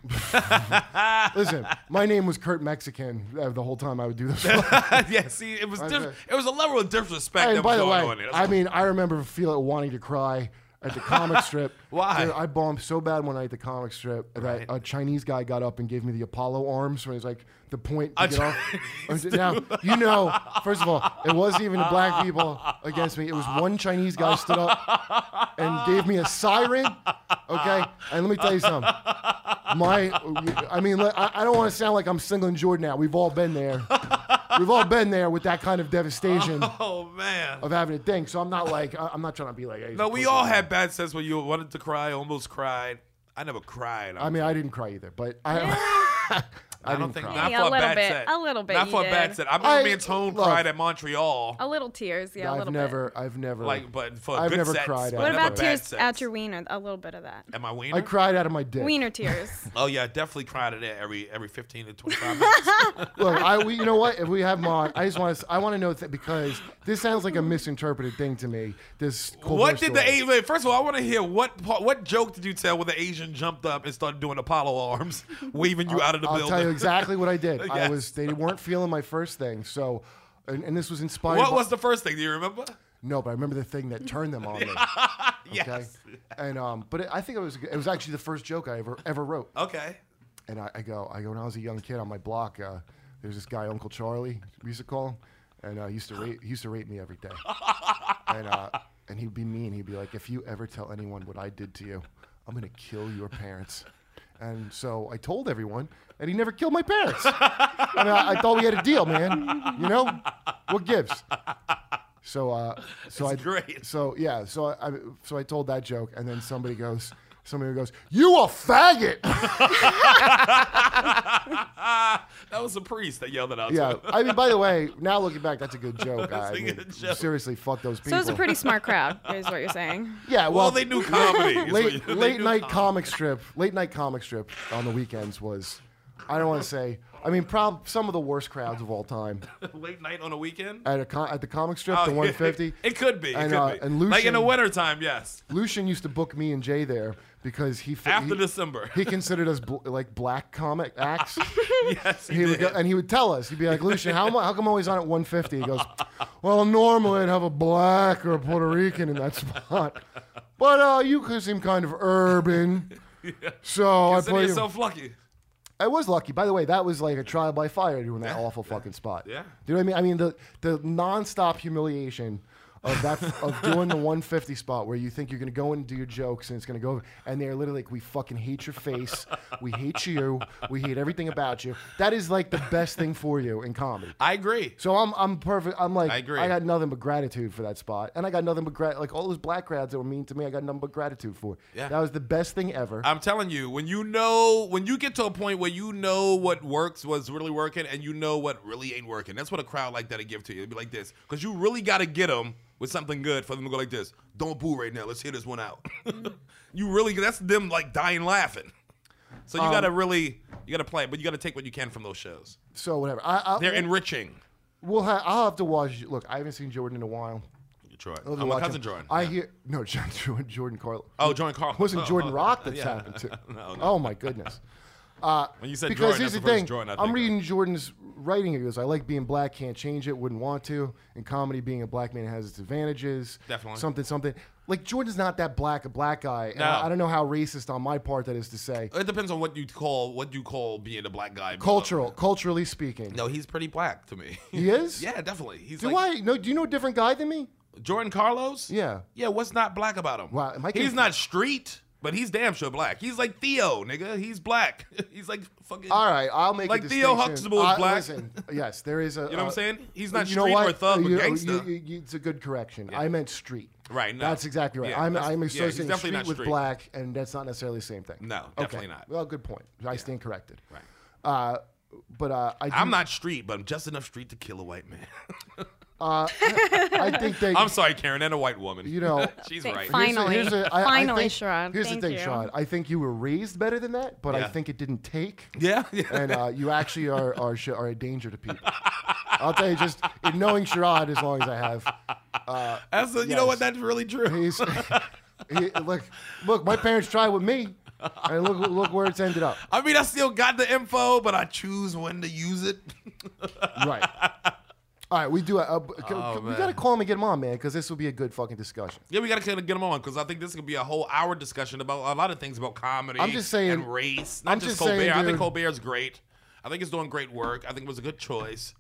[SPEAKER 3] listen, my name was Kurt Mexican uh, the whole time I would do this.
[SPEAKER 4] [laughs] yeah, see, it was
[SPEAKER 3] I
[SPEAKER 4] dis-
[SPEAKER 3] bet.
[SPEAKER 4] it was a level of disrespect
[SPEAKER 3] and
[SPEAKER 4] that
[SPEAKER 3] by
[SPEAKER 4] was
[SPEAKER 3] the
[SPEAKER 4] going
[SPEAKER 3] way,
[SPEAKER 4] on there. That's
[SPEAKER 3] I mean, I remember feeling wanting to cry at the
[SPEAKER 4] [laughs]
[SPEAKER 3] comic strip.
[SPEAKER 4] Why?
[SPEAKER 3] Dude, I bombed so bad one night at the comic strip that a Chinese guy got up and gave me the Apollo arms when he's like the point. To
[SPEAKER 4] A
[SPEAKER 3] get off. Now you know. First of all, it wasn't even the black people against me. It was one Chinese guy stood up and gave me a siren. Okay, and let me tell you something. My, I mean, let- I I don't want to sound like I'm singling Jordan out. We've all been there. We've all been there with that kind of devastation
[SPEAKER 4] oh man.
[SPEAKER 3] of having a thing. So I'm not like I- I'm not trying to be like. Hey, he's
[SPEAKER 4] No,
[SPEAKER 3] a
[SPEAKER 4] we
[SPEAKER 3] pussy.
[SPEAKER 4] all had bad sense when you wanted to cry, almost cried. I never cried.
[SPEAKER 3] I mean, I didn't cry either, but [laughs] I.
[SPEAKER 4] I, don't think
[SPEAKER 3] cry.
[SPEAKER 4] not
[SPEAKER 5] Yeah,
[SPEAKER 4] for
[SPEAKER 5] a
[SPEAKER 4] a
[SPEAKER 5] little
[SPEAKER 4] bad
[SPEAKER 5] bit.
[SPEAKER 4] set.
[SPEAKER 5] A little bit
[SPEAKER 4] Not
[SPEAKER 5] you
[SPEAKER 4] for a bad
[SPEAKER 5] did.
[SPEAKER 4] set. I remember
[SPEAKER 3] I-
[SPEAKER 4] me and Tone
[SPEAKER 3] look.
[SPEAKER 4] cried at Montreal.
[SPEAKER 5] A little tears, yeah, a
[SPEAKER 3] I've
[SPEAKER 5] little
[SPEAKER 3] never,
[SPEAKER 5] bit.
[SPEAKER 3] I've never,
[SPEAKER 4] Like, but for
[SPEAKER 3] I've
[SPEAKER 4] good
[SPEAKER 3] never
[SPEAKER 4] sets,
[SPEAKER 3] cried at
[SPEAKER 4] but
[SPEAKER 5] What
[SPEAKER 4] never
[SPEAKER 3] never
[SPEAKER 5] about
[SPEAKER 4] bad
[SPEAKER 5] tears
[SPEAKER 4] sets.
[SPEAKER 5] at your wiener? A little bit of that.
[SPEAKER 4] Am I wiener?
[SPEAKER 3] I cried out of my dick.
[SPEAKER 5] Wiener tears.
[SPEAKER 4] Oh yeah, I definitely cried at it every every fifteen to twenty
[SPEAKER 5] [laughs]
[SPEAKER 4] five minutes.
[SPEAKER 3] Look, I, we, you know what? If we have him on, I just want to, I want to know that because this sounds like a misinterpreted thing to me. This Colbert
[SPEAKER 4] what did the
[SPEAKER 3] story.
[SPEAKER 4] A- wait, first of all? I want to hear what part- what joke did you tell when the Asian jumped up and started doing Apollo arms, [laughs] waving you out of the
[SPEAKER 3] I'll
[SPEAKER 4] building?
[SPEAKER 3] tell you exactly what I did. I
[SPEAKER 4] Yes.
[SPEAKER 3] was they weren't feeling my first thing, so and, and this was inspired.
[SPEAKER 4] [laughs] what
[SPEAKER 3] by-
[SPEAKER 4] was the first thing? Do you remember?
[SPEAKER 3] no? But I remember the thing that turned them on. me.
[SPEAKER 4] [laughs] Yes.
[SPEAKER 3] Okay, and um, but it, I think it was it was actually the first joke I ever ever wrote.
[SPEAKER 4] Okay.
[SPEAKER 3] and I, I go, I go, when I was a young kid on my block, uh, there's this guy, Uncle Charlie, we used to call him, and uh, he used to rate, he used to rate me every day, and uh, and he'd be mean. He'd be like, if you ever tell anyone what I did to you, I'm gonna kill your parents. And so I told everyone, and he never killed my parents. and I, I thought we had a deal, man. You know, what gives? So, uh, so I
[SPEAKER 4] great.
[SPEAKER 3] So yeah, so I, I so I told that joke, and then somebody goes, somebody goes, you a faggot.
[SPEAKER 4] Ah, That was a priest that yelled it out. [laughs]
[SPEAKER 3] Yeah,
[SPEAKER 4] to him.
[SPEAKER 3] I mean, by the way, now looking back, that's a good
[SPEAKER 4] [laughs]
[SPEAKER 3] joke. I
[SPEAKER 4] a
[SPEAKER 3] mean,
[SPEAKER 4] good joke.
[SPEAKER 3] Seriously, fuck those people.
[SPEAKER 5] So it was a pretty smart crowd, is what
[SPEAKER 3] [laughs]
[SPEAKER 5] you're saying.
[SPEAKER 3] yeah. [laughs] Well,
[SPEAKER 4] Well, they knew comedy. is what you-
[SPEAKER 3] late
[SPEAKER 4] they
[SPEAKER 3] late
[SPEAKER 4] knew
[SPEAKER 3] night
[SPEAKER 4] [laughs] comedy.
[SPEAKER 3] comic strip, late night comic strip on the weekends was, I don't want to say, I mean, prob- some of the worst crowds of all time
[SPEAKER 4] late night on a weekend.
[SPEAKER 3] at a con- at the comic strip,
[SPEAKER 4] Oh,
[SPEAKER 3] the
[SPEAKER 4] yeah.
[SPEAKER 3] 150.
[SPEAKER 4] [laughs] It could be. It
[SPEAKER 3] and
[SPEAKER 4] could
[SPEAKER 3] uh,
[SPEAKER 4] be.
[SPEAKER 3] and Lucian,
[SPEAKER 4] like in the wintertime, yes. [laughs]
[SPEAKER 3] Lucian used to book me and Jay there because he fi-
[SPEAKER 4] After
[SPEAKER 3] he-
[SPEAKER 4] December.
[SPEAKER 3] he considered us bl- like black comic
[SPEAKER 4] [laughs]
[SPEAKER 3] acts.
[SPEAKER 4] yes, he,
[SPEAKER 3] he would
[SPEAKER 4] did.
[SPEAKER 3] go, and he would tell us. He'd be like, Lucian, how, mu- how come always on at 150? He goes, Well, normally I'd have a black or a Puerto Rican in that spot, but uh, you could seem kind of
[SPEAKER 4] [laughs]
[SPEAKER 3] urban. So Oh, I
[SPEAKER 4] Consider
[SPEAKER 3] played.
[SPEAKER 4] yourself lucky.
[SPEAKER 3] I was lucky, by the way. That was like a trial by fire doing that awful fucking spot.
[SPEAKER 4] Yeah.
[SPEAKER 3] Do you know what I mean? I mean the the nonstop humiliation of that of doing the 150 spot where you think you're going to go in and do your jokes and it's going to go over, and they're literally like, "We fucking hate your face. We hate you. We hate everything about you." That is like the best thing for you in comedy.
[SPEAKER 4] I agree.
[SPEAKER 3] So I'm I'm perfect. I'm like
[SPEAKER 4] I agree.
[SPEAKER 3] I got nothing but gratitude for that spot, and I got nothing but grat like all those black crowds that were mean to me. I got nothing but gratitude for.
[SPEAKER 4] Yeah.
[SPEAKER 3] That was the best thing ever.
[SPEAKER 4] I'm telling you, when you know, when you get to a point where you know what works, what's really working, and you know what really ain't working, that's what a crowd like that'll give to you. It'll be like this, because you really got to get them with something good for them to go like this. Don't boo right now. Let's hear this one out. you really, that's them like dying laughing. So you
[SPEAKER 3] Um,
[SPEAKER 4] gotta really, you gotta play, but you gotta take what you can from those shows.
[SPEAKER 3] so whatever. I, I,
[SPEAKER 4] They're enriching.
[SPEAKER 3] We'll ha- I'll have to watch. Look, I haven't seen Jordan in a while.
[SPEAKER 4] Detroit.
[SPEAKER 3] I'll have to
[SPEAKER 4] Oh, my
[SPEAKER 3] watch
[SPEAKER 4] cousin
[SPEAKER 3] him.
[SPEAKER 4] Jordan.
[SPEAKER 3] I hear no [laughs] John Jordan, Jordan Carl.
[SPEAKER 4] Oh, Jordan Carlin.
[SPEAKER 3] Wasn't
[SPEAKER 4] Oh,
[SPEAKER 3] Jordan
[SPEAKER 4] oh, [laughs]
[SPEAKER 3] Rock that's
[SPEAKER 4] yeah.
[SPEAKER 3] happened to?
[SPEAKER 4] No, no.
[SPEAKER 3] Oh my
[SPEAKER 4] [laughs]
[SPEAKER 3] goodness. Uh,
[SPEAKER 4] When you said
[SPEAKER 3] because
[SPEAKER 4] Jordan,
[SPEAKER 3] here's the
[SPEAKER 4] that's the first
[SPEAKER 3] thing,
[SPEAKER 4] Jordan I think
[SPEAKER 3] I'm
[SPEAKER 4] of.
[SPEAKER 3] reading Jordan's writing. He goes, "I like being black, can't change it, wouldn't want to." In comedy, being a black man has its advantages.
[SPEAKER 4] Definitely.
[SPEAKER 3] something, something. Like Jordan's not that black a black guy. and I,
[SPEAKER 4] No.
[SPEAKER 3] I don't know how racist on my part that is to say.
[SPEAKER 4] It depends on what you call what you call being a black guy.
[SPEAKER 3] Cultural, culturally speaking,
[SPEAKER 4] No, he's pretty black to me.
[SPEAKER 3] he is.
[SPEAKER 4] [laughs] yeah, definitely. He's
[SPEAKER 3] Do
[SPEAKER 4] like
[SPEAKER 3] I no? Do you know a different guy than me?
[SPEAKER 4] Jordan Carlos.
[SPEAKER 3] Yeah.
[SPEAKER 4] Yeah, what's not black about him?
[SPEAKER 3] Wow, am I
[SPEAKER 4] he's
[SPEAKER 3] conf-
[SPEAKER 4] not street, but he's damn sure black. He's like Theo, nigga. He's black. [laughs] he's like fucking.
[SPEAKER 3] All right, I'll make
[SPEAKER 4] like
[SPEAKER 3] a
[SPEAKER 4] Theo
[SPEAKER 3] distinction.
[SPEAKER 4] Huxtable is
[SPEAKER 3] Uh,
[SPEAKER 4] black.
[SPEAKER 3] listen, yes, there is a.
[SPEAKER 4] [laughs] You know what I'm
[SPEAKER 3] uh,
[SPEAKER 4] saying? He's not
[SPEAKER 3] you know
[SPEAKER 4] street or
[SPEAKER 3] what? Uh,
[SPEAKER 4] thug or
[SPEAKER 3] You-
[SPEAKER 4] gangster.
[SPEAKER 3] you- you- it's a good correction. I meant street.
[SPEAKER 4] Right, no.
[SPEAKER 3] That's exactly right.
[SPEAKER 4] Yeah,
[SPEAKER 3] I'm,
[SPEAKER 4] that's-
[SPEAKER 3] I'm
[SPEAKER 4] yeah, he's
[SPEAKER 3] associating
[SPEAKER 4] definitely
[SPEAKER 3] street
[SPEAKER 4] not
[SPEAKER 3] with
[SPEAKER 4] street.
[SPEAKER 3] black, and that's not necessarily the same thing.
[SPEAKER 4] No,
[SPEAKER 3] Okay.
[SPEAKER 4] definitely not.
[SPEAKER 3] Well, good point. I stand corrected.
[SPEAKER 4] Right.
[SPEAKER 3] Uh, but uh, I do,
[SPEAKER 4] I'm not street, but I'm just enough street to kill a white man. [laughs]
[SPEAKER 3] Uh, I think they.
[SPEAKER 4] I'm sorry, Karen, and a white woman.
[SPEAKER 3] You
[SPEAKER 4] [laughs]
[SPEAKER 3] know, [laughs]
[SPEAKER 4] she's
[SPEAKER 5] They-
[SPEAKER 4] right.
[SPEAKER 5] fine. Finally.
[SPEAKER 3] I- I
[SPEAKER 5] Finally,
[SPEAKER 3] think-
[SPEAKER 5] Sharad.
[SPEAKER 3] Here's
[SPEAKER 5] Thank
[SPEAKER 3] the thing,
[SPEAKER 5] you.
[SPEAKER 3] Sharad. I think you were raised better than that, but I
[SPEAKER 4] Yeah.
[SPEAKER 3] think it didn't take.
[SPEAKER 4] Yeah.
[SPEAKER 3] and uh, you actually
[SPEAKER 4] [laughs]
[SPEAKER 3] are are sh- are a danger to people. I'll tell you, just in knowing Sherrod as long as I have, uh,
[SPEAKER 4] That's a- you know what?
[SPEAKER 3] yes.
[SPEAKER 4] That's really true. [laughs]
[SPEAKER 3] he's he, look look. My parents tried with me, and look look where it's ended up.
[SPEAKER 4] I mean, I still got the info, but I choose when to use it.
[SPEAKER 3] Right. All right, we do. A, a, we
[SPEAKER 4] Oh, man.
[SPEAKER 3] gotta call him and get him on, man, because this will be a good fucking discussion.
[SPEAKER 4] Yeah, we gotta kinda get him on because I think this could be a whole hour discussion about a lot of things about comedy.
[SPEAKER 3] I'm just saying-
[SPEAKER 4] and race. Not
[SPEAKER 3] I'm
[SPEAKER 4] just,
[SPEAKER 3] just
[SPEAKER 4] Colbert.
[SPEAKER 3] saying,
[SPEAKER 4] I think
[SPEAKER 3] dude.
[SPEAKER 4] Colbert's great. I think he's doing great work. I think it was a good choice.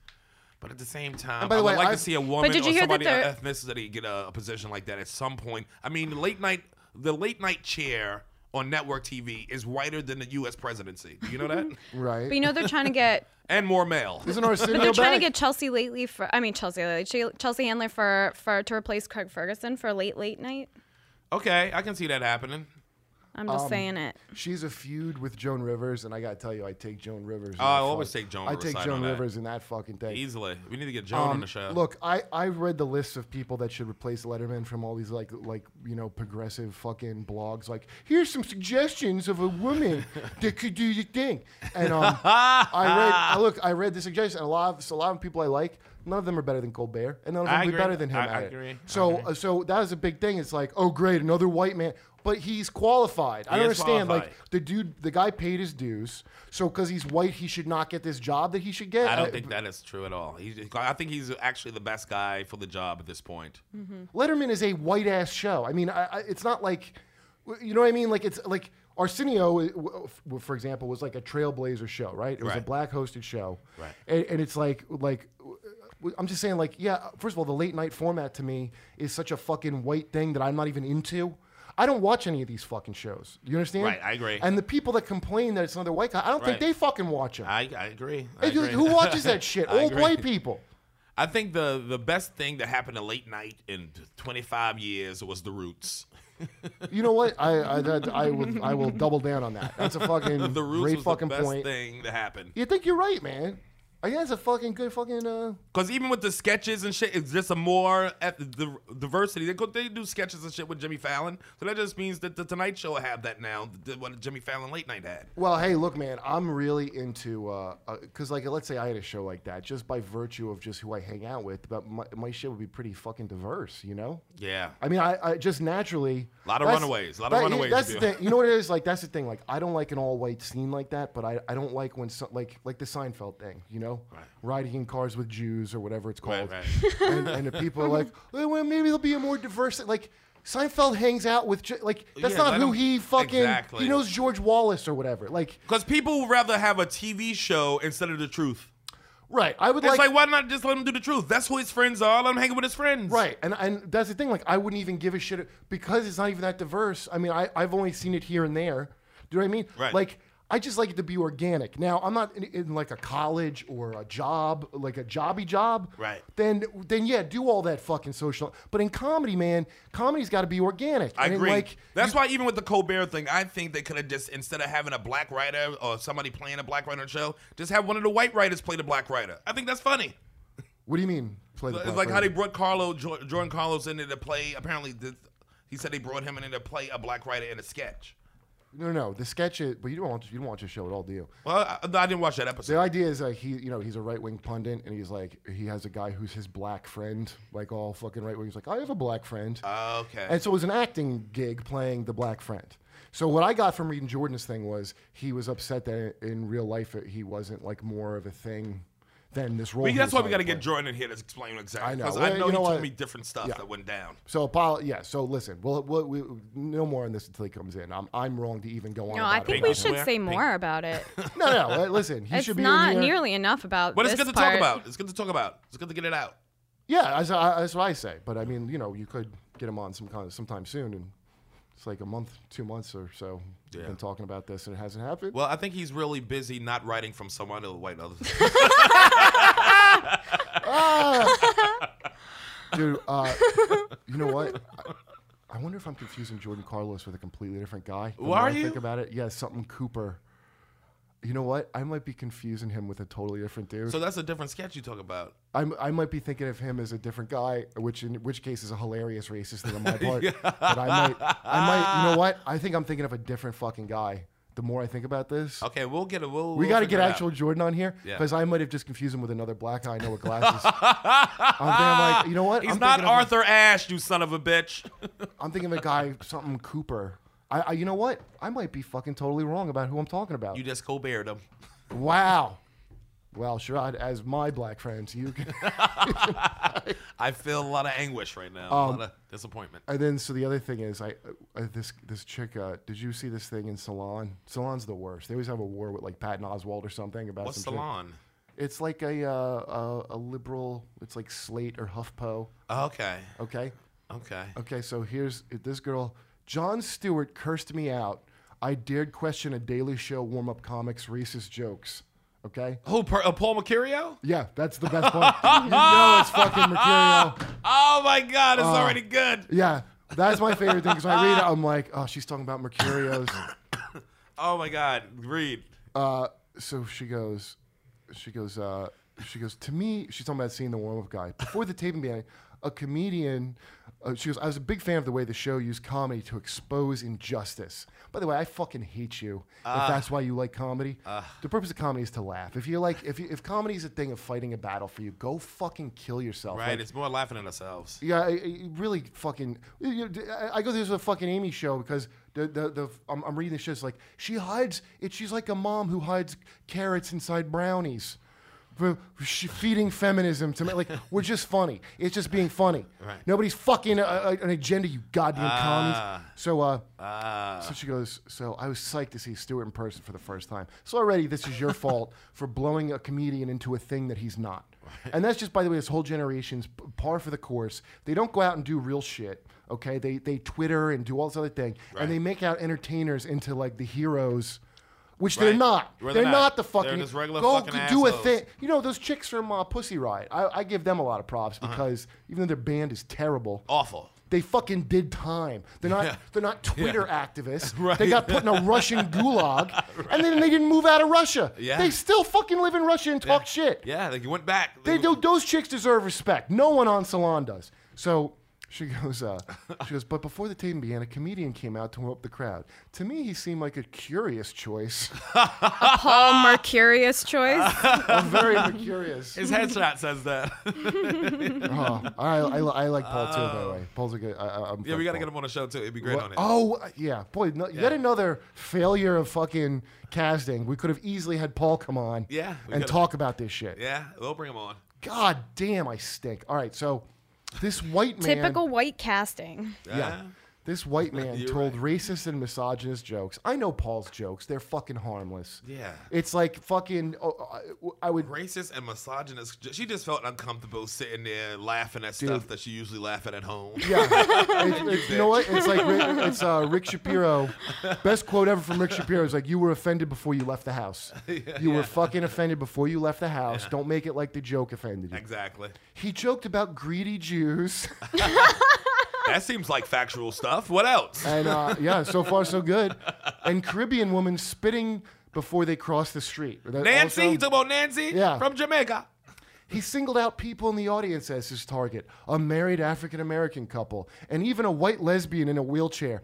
[SPEAKER 4] But at the same time,
[SPEAKER 3] by
[SPEAKER 4] I
[SPEAKER 3] the
[SPEAKER 4] would
[SPEAKER 3] way,
[SPEAKER 4] like
[SPEAKER 3] I've-
[SPEAKER 4] to see a woman
[SPEAKER 5] did you
[SPEAKER 4] or
[SPEAKER 5] hear
[SPEAKER 4] somebody
[SPEAKER 5] that
[SPEAKER 4] of ethnicity get a, a position like that at some point. I mean, the late night, the late night chair on network TV is whiter than the U.S. presidency. Do you know
[SPEAKER 3] [laughs]
[SPEAKER 4] that?
[SPEAKER 3] Right?
[SPEAKER 5] But you know they're trying to get.
[SPEAKER 4] and more male.
[SPEAKER 3] Isn't Arsenio
[SPEAKER 5] But they're trying to
[SPEAKER 3] back?
[SPEAKER 5] get Chelsea Lately for. I mean Chelsea Lately. Chelsea Handler for for to replace Craig Ferguson for late late night.
[SPEAKER 4] Okay, I can see that happening.
[SPEAKER 5] I'm
[SPEAKER 3] Um,
[SPEAKER 5] just saying it.
[SPEAKER 3] She's a feud with Joan Rivers, and I gotta tell you, I take Joan Rivers. in
[SPEAKER 4] Oh, I
[SPEAKER 3] that
[SPEAKER 4] always
[SPEAKER 3] fuck-
[SPEAKER 4] take Joan
[SPEAKER 3] I
[SPEAKER 4] Rivers'
[SPEAKER 3] take
[SPEAKER 4] side
[SPEAKER 3] Joan
[SPEAKER 4] on that.
[SPEAKER 3] Rivers in that fucking thing.
[SPEAKER 4] Easily, we need to get Joan on
[SPEAKER 3] Um,
[SPEAKER 4] the show.
[SPEAKER 3] Look, I I read the list of people that should replace Letterman from all these like like you know progressive fucking blogs. Like here's some suggestions of a woman
[SPEAKER 4] [laughs]
[SPEAKER 3] that could do the thing. And um, I read
[SPEAKER 4] [laughs]
[SPEAKER 3] I look I read the suggestion. And a lot of so a lot of people I like. None of them are better than Colbert, and none of them would
[SPEAKER 4] I
[SPEAKER 3] be
[SPEAKER 4] agree.
[SPEAKER 3] better than him.
[SPEAKER 4] I-
[SPEAKER 3] at
[SPEAKER 4] I
[SPEAKER 3] it.
[SPEAKER 4] agree.
[SPEAKER 3] So uh, so that was a big thing. It's like oh great another white man. But he's qualified. I
[SPEAKER 4] He
[SPEAKER 3] don't
[SPEAKER 4] is
[SPEAKER 3] understand. Like
[SPEAKER 4] qualified.
[SPEAKER 3] the dude, the guy paid his dues. So because he's white, he should not get this job that he should get.
[SPEAKER 4] I
[SPEAKER 3] Uh, [laughs]
[SPEAKER 4] don't think that is true at all. He, I think he's actually the best guy for the job at this point.
[SPEAKER 3] Hmm. Letterman is a white ass show. I mean, I, I, it's not like, you know what I mean? Like it's like Arsenio, uh, w- w- for example, was like a trailblazer show, right? It was a
[SPEAKER 4] Right.
[SPEAKER 3] black hosted show,
[SPEAKER 4] Right.
[SPEAKER 3] And, and it's like like. w- I'm just saying, like, yeah. First of all, the late night format to me is such a fucking white thing that I'm not even into. I don't watch any of these fucking shows. You understand?
[SPEAKER 4] Right, I agree.
[SPEAKER 3] And the people that complain that it's another white guy, I don't think
[SPEAKER 4] Right.
[SPEAKER 3] they fucking watch them.
[SPEAKER 4] I, I agree. I agree.
[SPEAKER 3] Who watches
[SPEAKER 4] [laughs]
[SPEAKER 3] that shit?
[SPEAKER 4] I
[SPEAKER 3] Old
[SPEAKER 4] agree.
[SPEAKER 3] white people.
[SPEAKER 4] I think the the best thing that happened to late night in 25 years was The Roots. [laughs]
[SPEAKER 3] You know what? I I, that, I will I will double down on that.
[SPEAKER 4] [laughs]
[SPEAKER 3] That's a fucking
[SPEAKER 4] The Roots
[SPEAKER 3] great
[SPEAKER 4] was
[SPEAKER 3] fucking
[SPEAKER 4] the best
[SPEAKER 3] point.
[SPEAKER 4] thing that happened.
[SPEAKER 3] You think you're right, man? I think that's a fucking good fucking. Uh,
[SPEAKER 4] Because even with the sketches and shit, it's just a more at the diversity. They, go, they do sketches and shit with Jimmy Fallon. So that just means that the Tonight Show will have that now, th- what Jimmy Fallon late night had.
[SPEAKER 3] well, hey, look, man, I'm really into uh, uh 'cause like, let's say I had a show like that, just by virtue of just who I hang out with, but my, my shit would be pretty fucking diverse, you know?
[SPEAKER 4] Yeah.
[SPEAKER 3] I mean, I, I just naturally.
[SPEAKER 4] Lot of
[SPEAKER 3] that's-
[SPEAKER 4] runaways, lot of
[SPEAKER 3] that-
[SPEAKER 4] runaways
[SPEAKER 3] That's the
[SPEAKER 4] do.
[SPEAKER 3] thing. You know what it
[SPEAKER 4] [laughs]
[SPEAKER 3] is? Like that's the thing. Like I don't like an all white scene like that, but I, I don't like when so, like like the Seinfeld thing. You know, riding in cars with Jews or whatever it's
[SPEAKER 4] Right,
[SPEAKER 3] called, and, and the people are like, "Oh, well, maybe he'll be a more diverse. Like Seinfeld hangs out with Ju- like that's
[SPEAKER 4] Yeah,
[SPEAKER 3] not
[SPEAKER 4] let
[SPEAKER 3] who
[SPEAKER 4] him-
[SPEAKER 3] he fucking.
[SPEAKER 4] Exactly.
[SPEAKER 3] He knows George Wallace or whatever. Like
[SPEAKER 4] Because people would rather have a TV show instead of the truth.
[SPEAKER 3] Right. I would
[SPEAKER 4] it's
[SPEAKER 3] like-
[SPEAKER 4] like why not just let him do the truth? That's who his friends are. Let him hang with his friends.
[SPEAKER 3] Right, and and that's the thing. Like, I wouldn't even give a shit because it's not even that diverse. I mean, I I've only seen it here and there. Do you know what I mean?
[SPEAKER 4] Right.
[SPEAKER 3] Like, I just like it to be organic. Now, I'm not in, in like a college or a job, like a jobby job.
[SPEAKER 4] Right.
[SPEAKER 3] Then then yeah, do all that fucking social. But in comedy, man, comedy's got to be organic.
[SPEAKER 4] I
[SPEAKER 3] And it,
[SPEAKER 4] agree.
[SPEAKER 3] Like,
[SPEAKER 4] That's why even with the Colbert thing, I think they could have just instead of having a black writer or somebody playing a black writer on the show, just have one of the white writers play the black writer. I think that's funny.
[SPEAKER 3] what do you mean? Play the
[SPEAKER 4] It's
[SPEAKER 3] black
[SPEAKER 4] like how
[SPEAKER 3] rabbit?
[SPEAKER 4] they brought Carlo Jo- Jordan Carlos in there to play. Apparently, th- he said they brought him in to play a black writer in a sketch.
[SPEAKER 3] No, no, the sketch is, but you don't watch, you don't watch the show at all, do you?
[SPEAKER 4] Well, I, I didn't watch that episode.
[SPEAKER 3] The idea is like he, you know, he's a right wing pundit, and he's like he has a guy who's his black friend, like all fucking right wing. He's like, I have a black friend.
[SPEAKER 4] Oh, Okay.
[SPEAKER 3] And so it was an acting gig playing the black friend. So what I got from reading Jordan's thing was he was upset that in real life it, he wasn't like more of a thing than this role.
[SPEAKER 4] We-
[SPEAKER 3] he
[SPEAKER 4] that's
[SPEAKER 3] was
[SPEAKER 4] why we
[SPEAKER 3] on
[SPEAKER 4] got to
[SPEAKER 3] play.
[SPEAKER 4] get Jordan in here to explain exactly.
[SPEAKER 3] I know.
[SPEAKER 4] 'cause
[SPEAKER 3] Well,
[SPEAKER 4] I know
[SPEAKER 3] you know
[SPEAKER 4] he
[SPEAKER 3] what?
[SPEAKER 4] told me different stuff
[SPEAKER 3] Yeah.
[SPEAKER 4] that went down.
[SPEAKER 3] So apol- yeah. So listen, well, we'll, we- no more on this until he comes in. I'm I'm wrong to even go on.
[SPEAKER 5] No,
[SPEAKER 3] about
[SPEAKER 5] I
[SPEAKER 3] it
[SPEAKER 5] think
[SPEAKER 3] right
[SPEAKER 5] we
[SPEAKER 3] now.
[SPEAKER 5] should say more
[SPEAKER 3] [laughs]
[SPEAKER 5] about it.
[SPEAKER 3] No, no. uh, Listen, he
[SPEAKER 5] it's
[SPEAKER 3] should be
[SPEAKER 5] not
[SPEAKER 3] in here.
[SPEAKER 5] nearly enough about
[SPEAKER 4] But it's
[SPEAKER 5] this
[SPEAKER 4] good to talk
[SPEAKER 5] part.
[SPEAKER 4] about. It's good to talk about. It's good to get it out.
[SPEAKER 3] Yeah, that's, I, that's what I say. But I mean, you know, you could get him on some kind sometime soon, and it's like a month, two months or so. We've
[SPEAKER 4] Yeah.
[SPEAKER 3] been talking about this, and it hasn't happened.
[SPEAKER 4] Well, I think he's really busy not writing from someone to white others. [laughs]
[SPEAKER 3] Ah.
[SPEAKER 4] [laughs]
[SPEAKER 3] Dude, uh, you know what? I, I wonder if I'm confusing Jordan Carlos with a completely different guy. The
[SPEAKER 4] Why
[SPEAKER 3] more
[SPEAKER 4] are
[SPEAKER 3] I think
[SPEAKER 4] you?
[SPEAKER 3] about it, yeah, something Cooper. You know what? I might be confusing him with a totally different dude.
[SPEAKER 4] so that's a different sketch you talk about.
[SPEAKER 3] I'm, I might be thinking of him as a different guy, which in which case is a hilarious racist thing on
[SPEAKER 4] [laughs]
[SPEAKER 3] my part. But I might, I might, you know what? I think I'm thinking of a different fucking guy. The more I think about this,
[SPEAKER 4] Okay, we'll get a. We'll,
[SPEAKER 3] we
[SPEAKER 4] we'll
[SPEAKER 3] got to
[SPEAKER 4] figure
[SPEAKER 3] get
[SPEAKER 4] it out.
[SPEAKER 3] actual Jordan on here
[SPEAKER 4] Yeah.
[SPEAKER 3] because I might have just confused him with another black guy I
[SPEAKER 4] [laughs]
[SPEAKER 3] know with glasses. I'm thinking like, you know what?
[SPEAKER 4] Ah, He's
[SPEAKER 3] I'm
[SPEAKER 4] not
[SPEAKER 3] thinking of-
[SPEAKER 4] Arthur Ashe, you son of a bitch.
[SPEAKER 3] I'm thinking of a guy, something Cooper. I, I, you know what? I might be fucking totally wrong about who I'm talking about.
[SPEAKER 4] You just Colbert him.
[SPEAKER 3] Wow. Well, Sherrod, as my black friends, you can.
[SPEAKER 4] I feel a lot of anguish right now. a
[SPEAKER 3] Um,
[SPEAKER 4] lot of disappointment.
[SPEAKER 3] And then, so the other thing is, I uh, this this chick. Uh, did you see this thing in Salon? Salon's the worst. They always have a war with like Patton Oswald or something about
[SPEAKER 4] What's
[SPEAKER 3] some chick.
[SPEAKER 4] Salon?
[SPEAKER 3] It's like a, uh, a a liberal. It's like Slate or HuffPo.
[SPEAKER 4] Okay.
[SPEAKER 3] Okay.
[SPEAKER 4] Okay.
[SPEAKER 3] Okay. So here's this girl. John Stewart cursed me out. I dared question a Daily Show warm-up comic's racist jokes. Okay.
[SPEAKER 4] Who? Per, uh, Paul Mercurio?
[SPEAKER 3] Yeah, that's the best part. you know it's fucking material.
[SPEAKER 4] Oh my God, it's
[SPEAKER 3] Uh,
[SPEAKER 4] already good.
[SPEAKER 3] Yeah, that's my favorite thing because when I read it, I'm like, oh, she's talking about Mercurios.
[SPEAKER 4] Oh my God, read.
[SPEAKER 3] Uh, so she goes, she goes, uh, she goes, to me, she's talking about seeing the warm up guy. Before the taping began, a comedian, uh, she goes, I was a big fan of the way the show used comedy to expose injustice. By the way, I fucking hate you if
[SPEAKER 4] Ah.
[SPEAKER 3] that's why you like comedy.
[SPEAKER 4] Ah.
[SPEAKER 3] the purpose of comedy is to laugh. If you like, if, you, if comedy is a thing of fighting a battle for you, go fucking kill yourself.
[SPEAKER 4] Right,
[SPEAKER 3] Like,
[SPEAKER 4] it's more laughing at ourselves.
[SPEAKER 3] Yeah, I- I really fucking. you- you- I- I go through this with a fucking Amy show because the the, the I'm, I'm reading this shit. It's like she hides it. She's like a mom who hides carrots inside brownies. For- for she- Feeding feminism to me,
[SPEAKER 4] [laughs]
[SPEAKER 3] like we're just funny. It's just being funny.
[SPEAKER 4] Right.
[SPEAKER 3] Nobody's fucking a, a- an agenda. You goddamn
[SPEAKER 4] Ah.
[SPEAKER 3] commies. So, uh,
[SPEAKER 4] Ah.
[SPEAKER 3] so she goes. So I was psyched to see Stewart in person for the first time. So already, this
[SPEAKER 4] [laughs]
[SPEAKER 3] is your fault for blowing a comedian into a thing that he's not. And that's just, by the way, this whole generation's p- par for the course. They don't go out and do real shit. Okay, they they Twitter and do all this other thing,
[SPEAKER 4] Right.
[SPEAKER 3] and they make out entertainers into like the heroes. Which they're
[SPEAKER 4] Right.
[SPEAKER 3] not.
[SPEAKER 4] Where
[SPEAKER 3] they're
[SPEAKER 4] they're
[SPEAKER 3] not.
[SPEAKER 4] not.
[SPEAKER 3] the
[SPEAKER 4] They're
[SPEAKER 3] fucking.
[SPEAKER 4] just regular
[SPEAKER 3] go
[SPEAKER 4] fucking
[SPEAKER 3] do a
[SPEAKER 4] assholes.
[SPEAKER 3] thing. You know those chicks from uh, Pussy Riot. I, I give them a lot of props
[SPEAKER 4] Uh-huh.
[SPEAKER 3] because even though their band is terrible,
[SPEAKER 4] Awful.
[SPEAKER 3] they fucking did time. They're not.
[SPEAKER 4] Yeah.
[SPEAKER 3] They're not Twitter activists.
[SPEAKER 4] [laughs] Right.
[SPEAKER 3] They got put in a
[SPEAKER 4] [laughs]
[SPEAKER 3] Russian gulag, and then they didn't move out of Russia.
[SPEAKER 4] Yeah.
[SPEAKER 3] They still fucking live in Russia and talk shit.
[SPEAKER 4] Yeah, like you went back.
[SPEAKER 3] They do, those chicks deserve respect. No one on Salon does. So she goes, uh, she goes. But before the taping began, a comedian came out to warm up the crowd. To me, he seemed like a curious choice. [laughs]
[SPEAKER 5] A Paul
[SPEAKER 3] Ah.
[SPEAKER 5] Mercurius choice.
[SPEAKER 3] I'm
[SPEAKER 4] [laughs]
[SPEAKER 3] very curious.
[SPEAKER 4] His headshot says that. [laughs]
[SPEAKER 3] Oh, I, I, I like Paul too. By the way, Paul's a good. I, I- I'm
[SPEAKER 4] yeah,
[SPEAKER 3] fuck
[SPEAKER 4] we got to
[SPEAKER 3] Paul.
[SPEAKER 4] get him on the show too. It'd be great
[SPEAKER 3] What-
[SPEAKER 4] on it.
[SPEAKER 3] Oh uh, yeah, boy, no, yet another failure of fucking casting. We could have easily had Paul come on,
[SPEAKER 4] Yeah, we
[SPEAKER 3] and
[SPEAKER 4] could've.
[SPEAKER 3] talk about this shit.
[SPEAKER 4] Yeah, we'll bring him on.
[SPEAKER 3] God damn, I stink. All right, so this white man,
[SPEAKER 5] Typical white casting.
[SPEAKER 3] yeah, This
[SPEAKER 4] [laughs]
[SPEAKER 3] white man told racist and misogynist jokes. I know Paul's jokes; they're fucking harmless.
[SPEAKER 4] Yeah.
[SPEAKER 3] it's like fucking. Oh, I, I would
[SPEAKER 4] Racist and misogynist. ju- She just felt uncomfortable sitting there laughing at stuff that she usually laughing at home.
[SPEAKER 3] Yeah, [laughs] It's- it's- you know what? It's like [laughs] Ri- it's uh, Rick Shapiro. Best quote ever from Rick Shapiro is like, "You were offended before you left the house.
[SPEAKER 4] [laughs] Yeah,
[SPEAKER 3] you
[SPEAKER 4] yeah.
[SPEAKER 3] were fucking offended before you left the house.
[SPEAKER 4] Yeah.
[SPEAKER 3] Don't make it like the joke offended you."
[SPEAKER 4] [laughs] Exactly.
[SPEAKER 3] He joked about greedy Jews,
[SPEAKER 4] That seems like factual stuff. What else?
[SPEAKER 3] and uh, yeah, so far so good. And Caribbean woman spitting before they cross the street. That
[SPEAKER 4] Nancy,
[SPEAKER 3] also-
[SPEAKER 4] you talking about Nancy
[SPEAKER 3] Yeah.
[SPEAKER 4] from Jamaica.
[SPEAKER 3] He singled out people in the audience as his target a married African American couple, and even a white lesbian in a
[SPEAKER 4] [laughs]
[SPEAKER 3] wheelchair.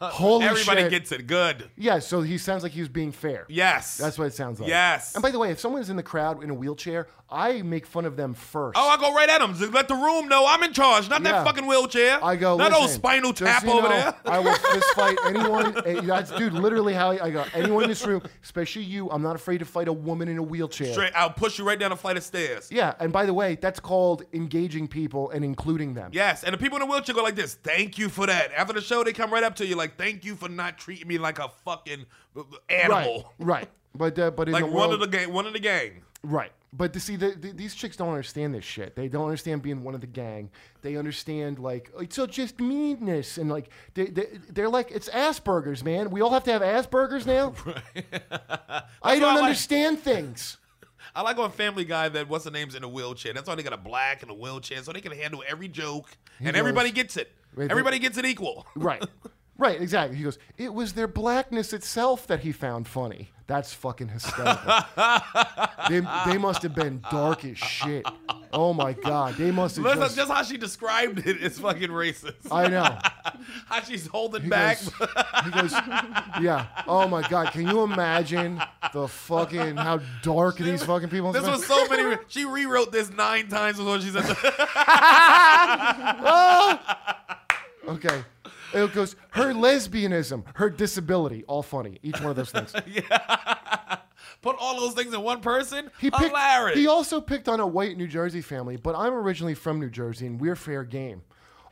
[SPEAKER 3] Holy
[SPEAKER 4] Everybody
[SPEAKER 3] shit.
[SPEAKER 4] gets it. Good.
[SPEAKER 3] Yeah, so he sounds like he was being fair.
[SPEAKER 4] Yes.
[SPEAKER 3] That's what it sounds like.
[SPEAKER 4] Yes.
[SPEAKER 3] And by the way, if someone's in the crowd in a wheelchair, I make fun of them first.
[SPEAKER 4] Oh, I go right at him. Just let the room know I'm in charge. Not
[SPEAKER 3] Yeah.
[SPEAKER 4] that fucking wheelchair.
[SPEAKER 3] I go,
[SPEAKER 4] Not old
[SPEAKER 3] "Listen,
[SPEAKER 4] spinal
[SPEAKER 3] just
[SPEAKER 4] tap
[SPEAKER 3] so you
[SPEAKER 4] over
[SPEAKER 3] know,
[SPEAKER 4] there.
[SPEAKER 3] [laughs] I will fist
[SPEAKER 4] [laughs]
[SPEAKER 3] fight anyone. eh, That's dude, literally how I I go. Anyone in this room, especially you, I'm not afraid to fight a woman in a wheelchair.
[SPEAKER 4] Straight, I'll push you right down a flight of stairs.
[SPEAKER 3] Yeah, and by the way, that's called engaging people and including them.
[SPEAKER 4] Yes, and the people in the wheelchair go like this. Thank you for that. After the show, they come right up to you like, "Thank you for not treating me like a fucking uh, animal."
[SPEAKER 3] Right. Right. But uh, but in
[SPEAKER 4] Like
[SPEAKER 3] the
[SPEAKER 4] one
[SPEAKER 3] world,
[SPEAKER 4] of the gang, one of the gang.
[SPEAKER 3] Right. But to see, the, the, these chicks don't understand this shit. They don't understand being one of the gang. They understand like it's all just meanness and like they, they they're like it's Aspergers, man. We all have to have Aspergers
[SPEAKER 4] [laughs]
[SPEAKER 3] now. I
[SPEAKER 4] why I
[SPEAKER 3] don't
[SPEAKER 4] like- [laughs]
[SPEAKER 3] understand things.
[SPEAKER 4] I like on Family Guy that what's the name's in a wheelchair. That's why they got a black in a wheelchair, so they can handle every joke,
[SPEAKER 3] He
[SPEAKER 4] and everybody
[SPEAKER 3] goes-
[SPEAKER 4] gets it.
[SPEAKER 3] Wait,
[SPEAKER 4] everybody gets it
[SPEAKER 3] [laughs]
[SPEAKER 4] equal.
[SPEAKER 3] Right. Right, exactly. He goes, It was their blackness itself that he found funny. That's fucking
[SPEAKER 4] [laughs]
[SPEAKER 3] hysterical. they, they must have been dark as shit. Oh my God. They must have
[SPEAKER 4] Listen,
[SPEAKER 3] just.
[SPEAKER 4] just, how she described it is fucking racist.
[SPEAKER 3] I know.
[SPEAKER 4] [laughs] how she's holding
[SPEAKER 3] He
[SPEAKER 4] back.
[SPEAKER 3] goes- he goes, yeah. Oh my God, can you imagine the fucking how dark these fucking people?
[SPEAKER 4] [laughs] this was so many. She rewrote this nine times before she said.
[SPEAKER 3] [laughs]
[SPEAKER 4] [laughs]
[SPEAKER 3] okay. It goes her lesbianism, her disability, all funny. Each one of those
[SPEAKER 4] [laughs]
[SPEAKER 3] things.
[SPEAKER 4] Put all those things in one person.
[SPEAKER 3] He picked.
[SPEAKER 4] Hilarious.
[SPEAKER 3] He also picked on a white New Jersey family, but I'm originally from New Jersey, and we're fair game.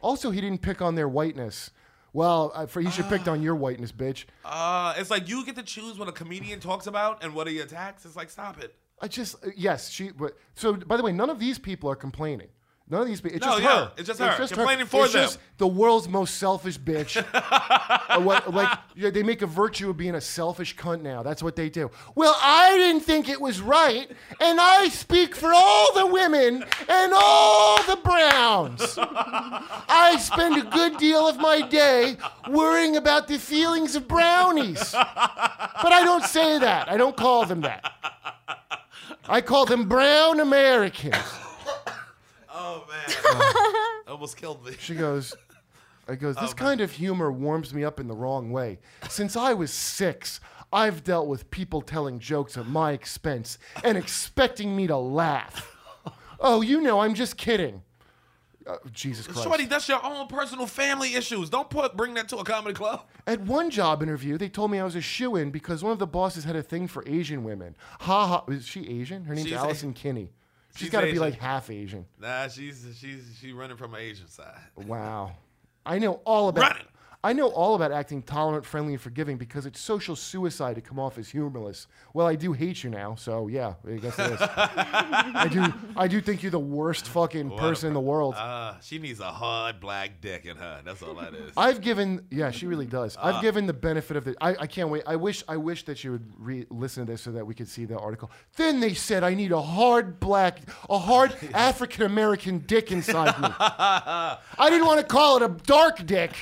[SPEAKER 3] Also, he didn't pick on their whiteness. Well, I, for, he should have picked on your whiteness, bitch.
[SPEAKER 4] Uh, it's like you get to choose what a comedian talks about and what he attacks. It's like stop it.
[SPEAKER 3] I just uh, yes, she. But so by the way, none of these people are complaining. None of these people. It's
[SPEAKER 4] No,
[SPEAKER 3] just
[SPEAKER 4] yeah,
[SPEAKER 3] her.
[SPEAKER 4] it's just her. Complaining for
[SPEAKER 3] it's Just
[SPEAKER 4] them.
[SPEAKER 3] the world's most selfish
[SPEAKER 4] [laughs]
[SPEAKER 3] bitch. Uh, what, like yeah, they make a virtue of being a selfish cunt now. That's what they do. Well, I didn't think it was right, and I speak for all the women and all the Browns. I spend a good deal of my day worrying about the feelings of brownies. But I don't say that. I don't call them that. I call them brown
[SPEAKER 4] [laughs]
[SPEAKER 3] Americans.
[SPEAKER 4] Oh [laughs] man, almost killed me.
[SPEAKER 3] She goes, I goes,
[SPEAKER 4] Oh,
[SPEAKER 3] this kind of humor warms me up in the wrong way. Since I was six, I've dealt with people telling jokes at my expense and expecting me to
[SPEAKER 4] [laughs]
[SPEAKER 3] laugh. Oh, you know, I'm just kidding. Uh, Jesus Christ.
[SPEAKER 4] Shorty, that's your own personal family issues. Don't put bring that to a comedy club.
[SPEAKER 3] At one job interview, they told me I was a shoe in because one of the bosses had a thing for Asian women. Ha ha. Is she Asian? Her name's
[SPEAKER 4] She's
[SPEAKER 3] Allison
[SPEAKER 4] Asian.
[SPEAKER 3] Kinney. she's
[SPEAKER 4] She's
[SPEAKER 3] got to be
[SPEAKER 4] Asian.
[SPEAKER 3] like half Asian.
[SPEAKER 4] Nah, she's she's she running from an Asian side.
[SPEAKER 3] Wow. I know all about
[SPEAKER 4] Run it.
[SPEAKER 3] I know all about acting tolerant, friendly, and forgiving because it's social suicide to come off as humorless. Well, I do hate you now, so yeah, I guess it is. I do I do think you're the worst fucking person in the world.
[SPEAKER 4] Uh, she needs a hard black dick in her. That's all that
[SPEAKER 3] [laughs]
[SPEAKER 4] is.
[SPEAKER 3] I've given yeah, she really does. I've given the benefit of the I, I can't wait. I wish I wish that she would re listen to this so that we could see the article. Then they said I need a hard black a hard African American dick inside me. I didn't want to call it a dark dick.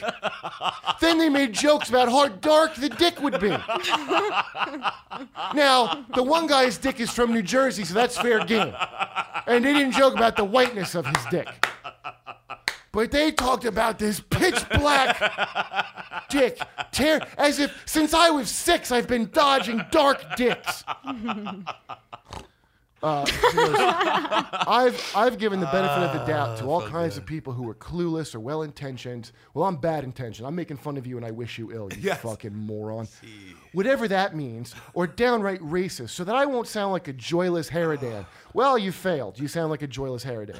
[SPEAKER 3] then they made jokes about how dark the dick would be. now, the one guy's dick is from New Jersey, so that's fair game. And they didn't joke about the whiteness of his dick. But they talked about this pitch black dick, tear, as if since I was six, I've been dodging dark dicks. Uh, she goes, I've I've given the benefit of the doubt to all kinds of people who were clueless or well intentioned. Well, I'm bad intentioned. I'm making fun of you and I wish you ill, you
[SPEAKER 4] Yes.
[SPEAKER 3] fucking moron. Whatever that means, or downright racist, so that I won't sound like a joyless Harridan. Well, you failed. You sound like a joyless Harridan.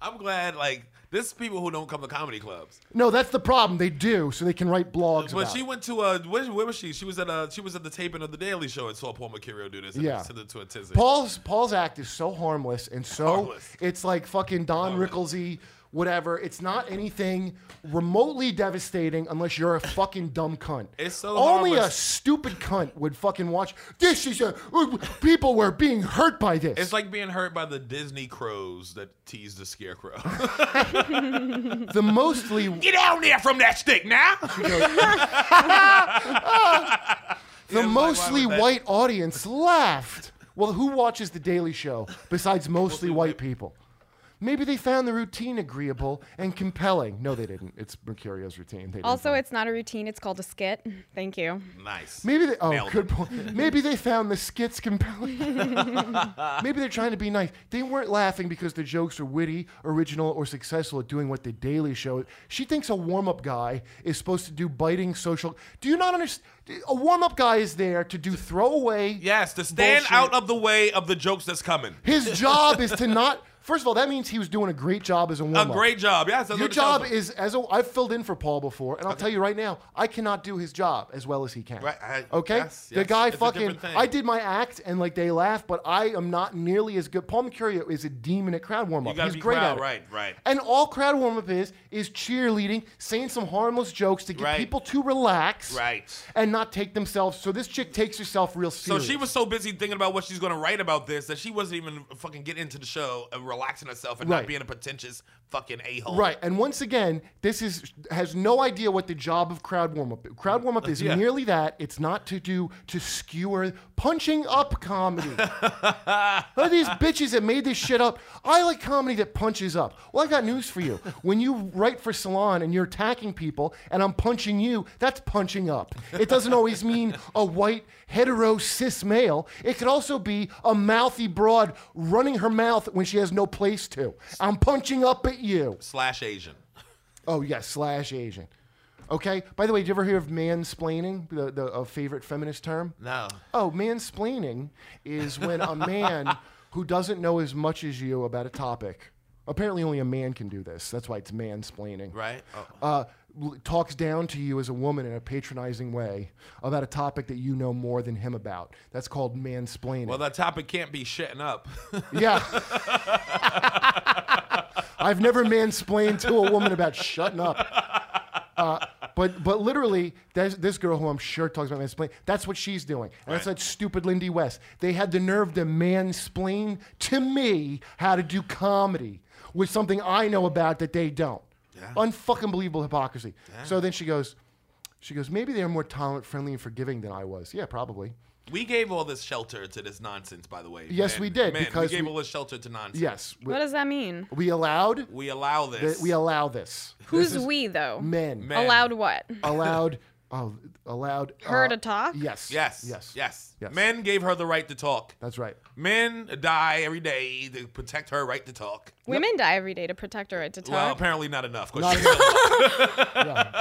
[SPEAKER 4] I'm glad like This is people who don't come to comedy clubs.
[SPEAKER 3] No, that's the problem. They do, so they can write blogs.
[SPEAKER 4] When
[SPEAKER 3] about
[SPEAKER 4] she
[SPEAKER 3] it.
[SPEAKER 4] went to uh, where, where was she? She was at uh, she was at the taping of the Daily Show and saw Paul Mercurio do this. And
[SPEAKER 3] Yeah.
[SPEAKER 4] sent it to a tizzy.
[SPEAKER 3] Paul's Paul's act is so harmless and so it's like fucking Don Ricklesy, whatever. It's not anything remotely devastating unless you're a fucking dumb cunt.
[SPEAKER 4] It's so
[SPEAKER 3] only a
[SPEAKER 4] harmless.
[SPEAKER 3] stupid cunt would fucking watch. This is a people were being hurt by this.
[SPEAKER 4] It's like being hurt by the Disney crows that tease the scarecrow. [laughs]
[SPEAKER 3] the mostly
[SPEAKER 4] Get down there from that stick
[SPEAKER 3] [laughs]
[SPEAKER 4] now. [laughs]
[SPEAKER 3] the mostly white audience laughed. Well, who watches The Daily Show besides mostly white people? Maybe they found the routine agreeable and compelling. No, they didn't. It's Mercurio's routine. They didn't
[SPEAKER 5] Also, it's not a routine. It's called a skit. Thank you.
[SPEAKER 4] Nice.
[SPEAKER 3] Maybe they. Oh,
[SPEAKER 4] Nailed
[SPEAKER 3] good point. Maybe they found the skits compelling. [laughs] Maybe they're trying to be nice. They weren't laughing because the jokes are witty, original, or successful at doing what the Daily Show. She thinks a warm-up guy is supposed to do biting social. Do you not understand? A warm-up guy is there to do throwaway.
[SPEAKER 4] Yes, to stand
[SPEAKER 3] Bullshit.
[SPEAKER 4] out of the way of the jokes that's coming.
[SPEAKER 3] His job is to not. First of all, that means he was doing a great job as a
[SPEAKER 4] A
[SPEAKER 3] warm-up.
[SPEAKER 4] great job. Yes, that's
[SPEAKER 3] Your
[SPEAKER 4] what it
[SPEAKER 3] job
[SPEAKER 4] tells me.
[SPEAKER 3] is as a, I've filled in for Paul before, and I'll tell you right now, I cannot do his job as well as he can.
[SPEAKER 4] Right, I-
[SPEAKER 3] okay,
[SPEAKER 4] yes,
[SPEAKER 3] the
[SPEAKER 4] yes,
[SPEAKER 3] guy
[SPEAKER 4] it's a
[SPEAKER 3] fucking.
[SPEAKER 4] different thing.
[SPEAKER 3] I did my act, and like they laugh, but I am not nearly as good. Paul Mercurio is a demon at crowd warm up.
[SPEAKER 4] You gotta
[SPEAKER 3] He's
[SPEAKER 4] be
[SPEAKER 3] great
[SPEAKER 4] crowd-
[SPEAKER 3] at it.
[SPEAKER 4] right, right.
[SPEAKER 3] And all crowd warm up is is cheerleading, saying some harmless jokes to get
[SPEAKER 4] Right.
[SPEAKER 3] people to relax,
[SPEAKER 4] Right.
[SPEAKER 3] and not take themselves. So this chick takes herself real
[SPEAKER 4] So
[SPEAKER 3] serious.
[SPEAKER 4] she was so busy thinking about what she's going to write about this that she wasn't even fucking getting into the show and relaxing herself and
[SPEAKER 3] Right.
[SPEAKER 4] not being a pretentious fucking a hole.
[SPEAKER 3] Right, and once again, this is has no idea what the job of crowd warm up. Crowd warm up is
[SPEAKER 4] Yeah.
[SPEAKER 3] merely that it's not to do to skewer punching up comedy. Are these bitches that made this shit up? I like comedy that punches up. Well, I got news for you. When you write for Salon and you're attacking people, and I'm punching you, that's punching up. It doesn't always mean a white hetero cis male. It could also be a mouthy broad running her mouth when she has no place to. I'm punching up at you.
[SPEAKER 4] Slash Asian.
[SPEAKER 3] Oh yes, slash Asian. Okay. By the way, did you ever hear of mansplaining? The the a favorite feminist term.
[SPEAKER 4] No.
[SPEAKER 3] Oh, mansplaining is when a
[SPEAKER 4] [laughs]
[SPEAKER 3] man who doesn't know as much as you about a topic. Apparently, only a man can do this. That's why it's mansplaining.
[SPEAKER 4] Right? Oh.
[SPEAKER 3] Uh, l- talks down to you as a woman in a patronizing way about a topic that you know more than him about. That's called mansplaining.
[SPEAKER 4] Well, that topic can't be shitting up. [laughs]
[SPEAKER 3] Yeah. [laughs] I've never mansplained to a woman about shutting up. Uh, but but literally, there's this girl who I'm sure talks about mansplaining, that's what she's doing. And that's
[SPEAKER 4] Right.
[SPEAKER 3] that stupid Lindy West. They had the nerve to mansplain to me how to do comedy with something I know about that they don't. Unfucking believable hypocrisy. So then she goes, she goes, maybe they're more tolerant, friendly, and forgiving than I was. Yeah, probably.
[SPEAKER 4] we gave all this shelter to this nonsense, by the way.
[SPEAKER 3] Yes,
[SPEAKER 4] Man-
[SPEAKER 3] we did,
[SPEAKER 4] Man,
[SPEAKER 3] because
[SPEAKER 4] we gave
[SPEAKER 3] we-
[SPEAKER 4] all this shelter to nonsense.
[SPEAKER 3] Yes. We,
[SPEAKER 5] What does that mean?
[SPEAKER 3] we allowed
[SPEAKER 4] We allow this.
[SPEAKER 3] that we allow this.
[SPEAKER 5] Who's
[SPEAKER 3] This is
[SPEAKER 5] we though?
[SPEAKER 3] Men.
[SPEAKER 4] Men. [laughs]
[SPEAKER 5] Allowed what?
[SPEAKER 3] allowed. Oh, allowed.
[SPEAKER 5] Her
[SPEAKER 3] uh,
[SPEAKER 5] to talk?
[SPEAKER 3] Yes.
[SPEAKER 4] yes.
[SPEAKER 3] Yes.
[SPEAKER 4] Yes. Yes.
[SPEAKER 3] Yes.
[SPEAKER 4] Men gave her the right to talk.
[SPEAKER 3] That's right.
[SPEAKER 4] Men die every day to protect her right to talk.
[SPEAKER 5] Women die every day to protect her right to talk.
[SPEAKER 4] Well, apparently not enough. 'cause
[SPEAKER 3] Not
[SPEAKER 4] she's
[SPEAKER 3] enough. [laughs]
[SPEAKER 4] still alive.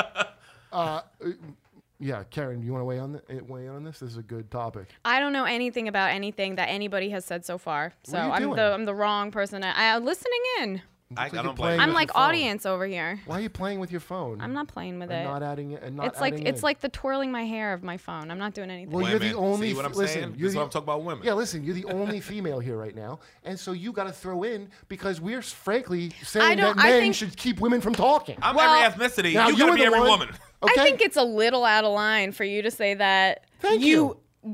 [SPEAKER 3] Yeah, Karen, you want to weigh on the, weigh in on this? This is a good topic.
[SPEAKER 5] I don't know anything about anything that anybody has said so far. So
[SPEAKER 3] are you
[SPEAKER 5] I'm
[SPEAKER 3] doing?
[SPEAKER 5] the I'm the wrong person. I, I'm listening in.
[SPEAKER 4] I, I
[SPEAKER 3] you're
[SPEAKER 4] don't
[SPEAKER 3] playing
[SPEAKER 4] blame
[SPEAKER 5] I'm
[SPEAKER 3] with
[SPEAKER 4] you.
[SPEAKER 5] like
[SPEAKER 3] your phone.
[SPEAKER 5] audience over here.
[SPEAKER 3] Why are you playing with your phone?
[SPEAKER 5] I'm not playing with
[SPEAKER 3] and
[SPEAKER 5] it.
[SPEAKER 3] not adding it. And not
[SPEAKER 5] it's like
[SPEAKER 3] adding
[SPEAKER 5] it's
[SPEAKER 3] in?
[SPEAKER 5] like the twirling my hair of my phone. I'm not doing anything.
[SPEAKER 3] Well, you're the
[SPEAKER 4] Women.
[SPEAKER 3] only.
[SPEAKER 4] See what I'm
[SPEAKER 3] listen,
[SPEAKER 4] saying?
[SPEAKER 3] You're
[SPEAKER 4] This is
[SPEAKER 3] the,
[SPEAKER 4] what I'm talking about, women.
[SPEAKER 3] Yeah, listen, you're the
[SPEAKER 4] [laughs]
[SPEAKER 3] only female here right now, and so you got to throw in because we're frankly saying that
[SPEAKER 5] don't- I
[SPEAKER 3] men
[SPEAKER 5] think-
[SPEAKER 3] should keep women from talking.
[SPEAKER 4] I'm
[SPEAKER 5] Well-
[SPEAKER 4] every ethnicity.
[SPEAKER 3] now
[SPEAKER 4] you gotta
[SPEAKER 3] were
[SPEAKER 4] be
[SPEAKER 3] the
[SPEAKER 4] every
[SPEAKER 3] one-
[SPEAKER 5] [laughs]
[SPEAKER 4] woman.
[SPEAKER 3] Okay?
[SPEAKER 5] I think it's a little out of line for you to say that
[SPEAKER 3] Thank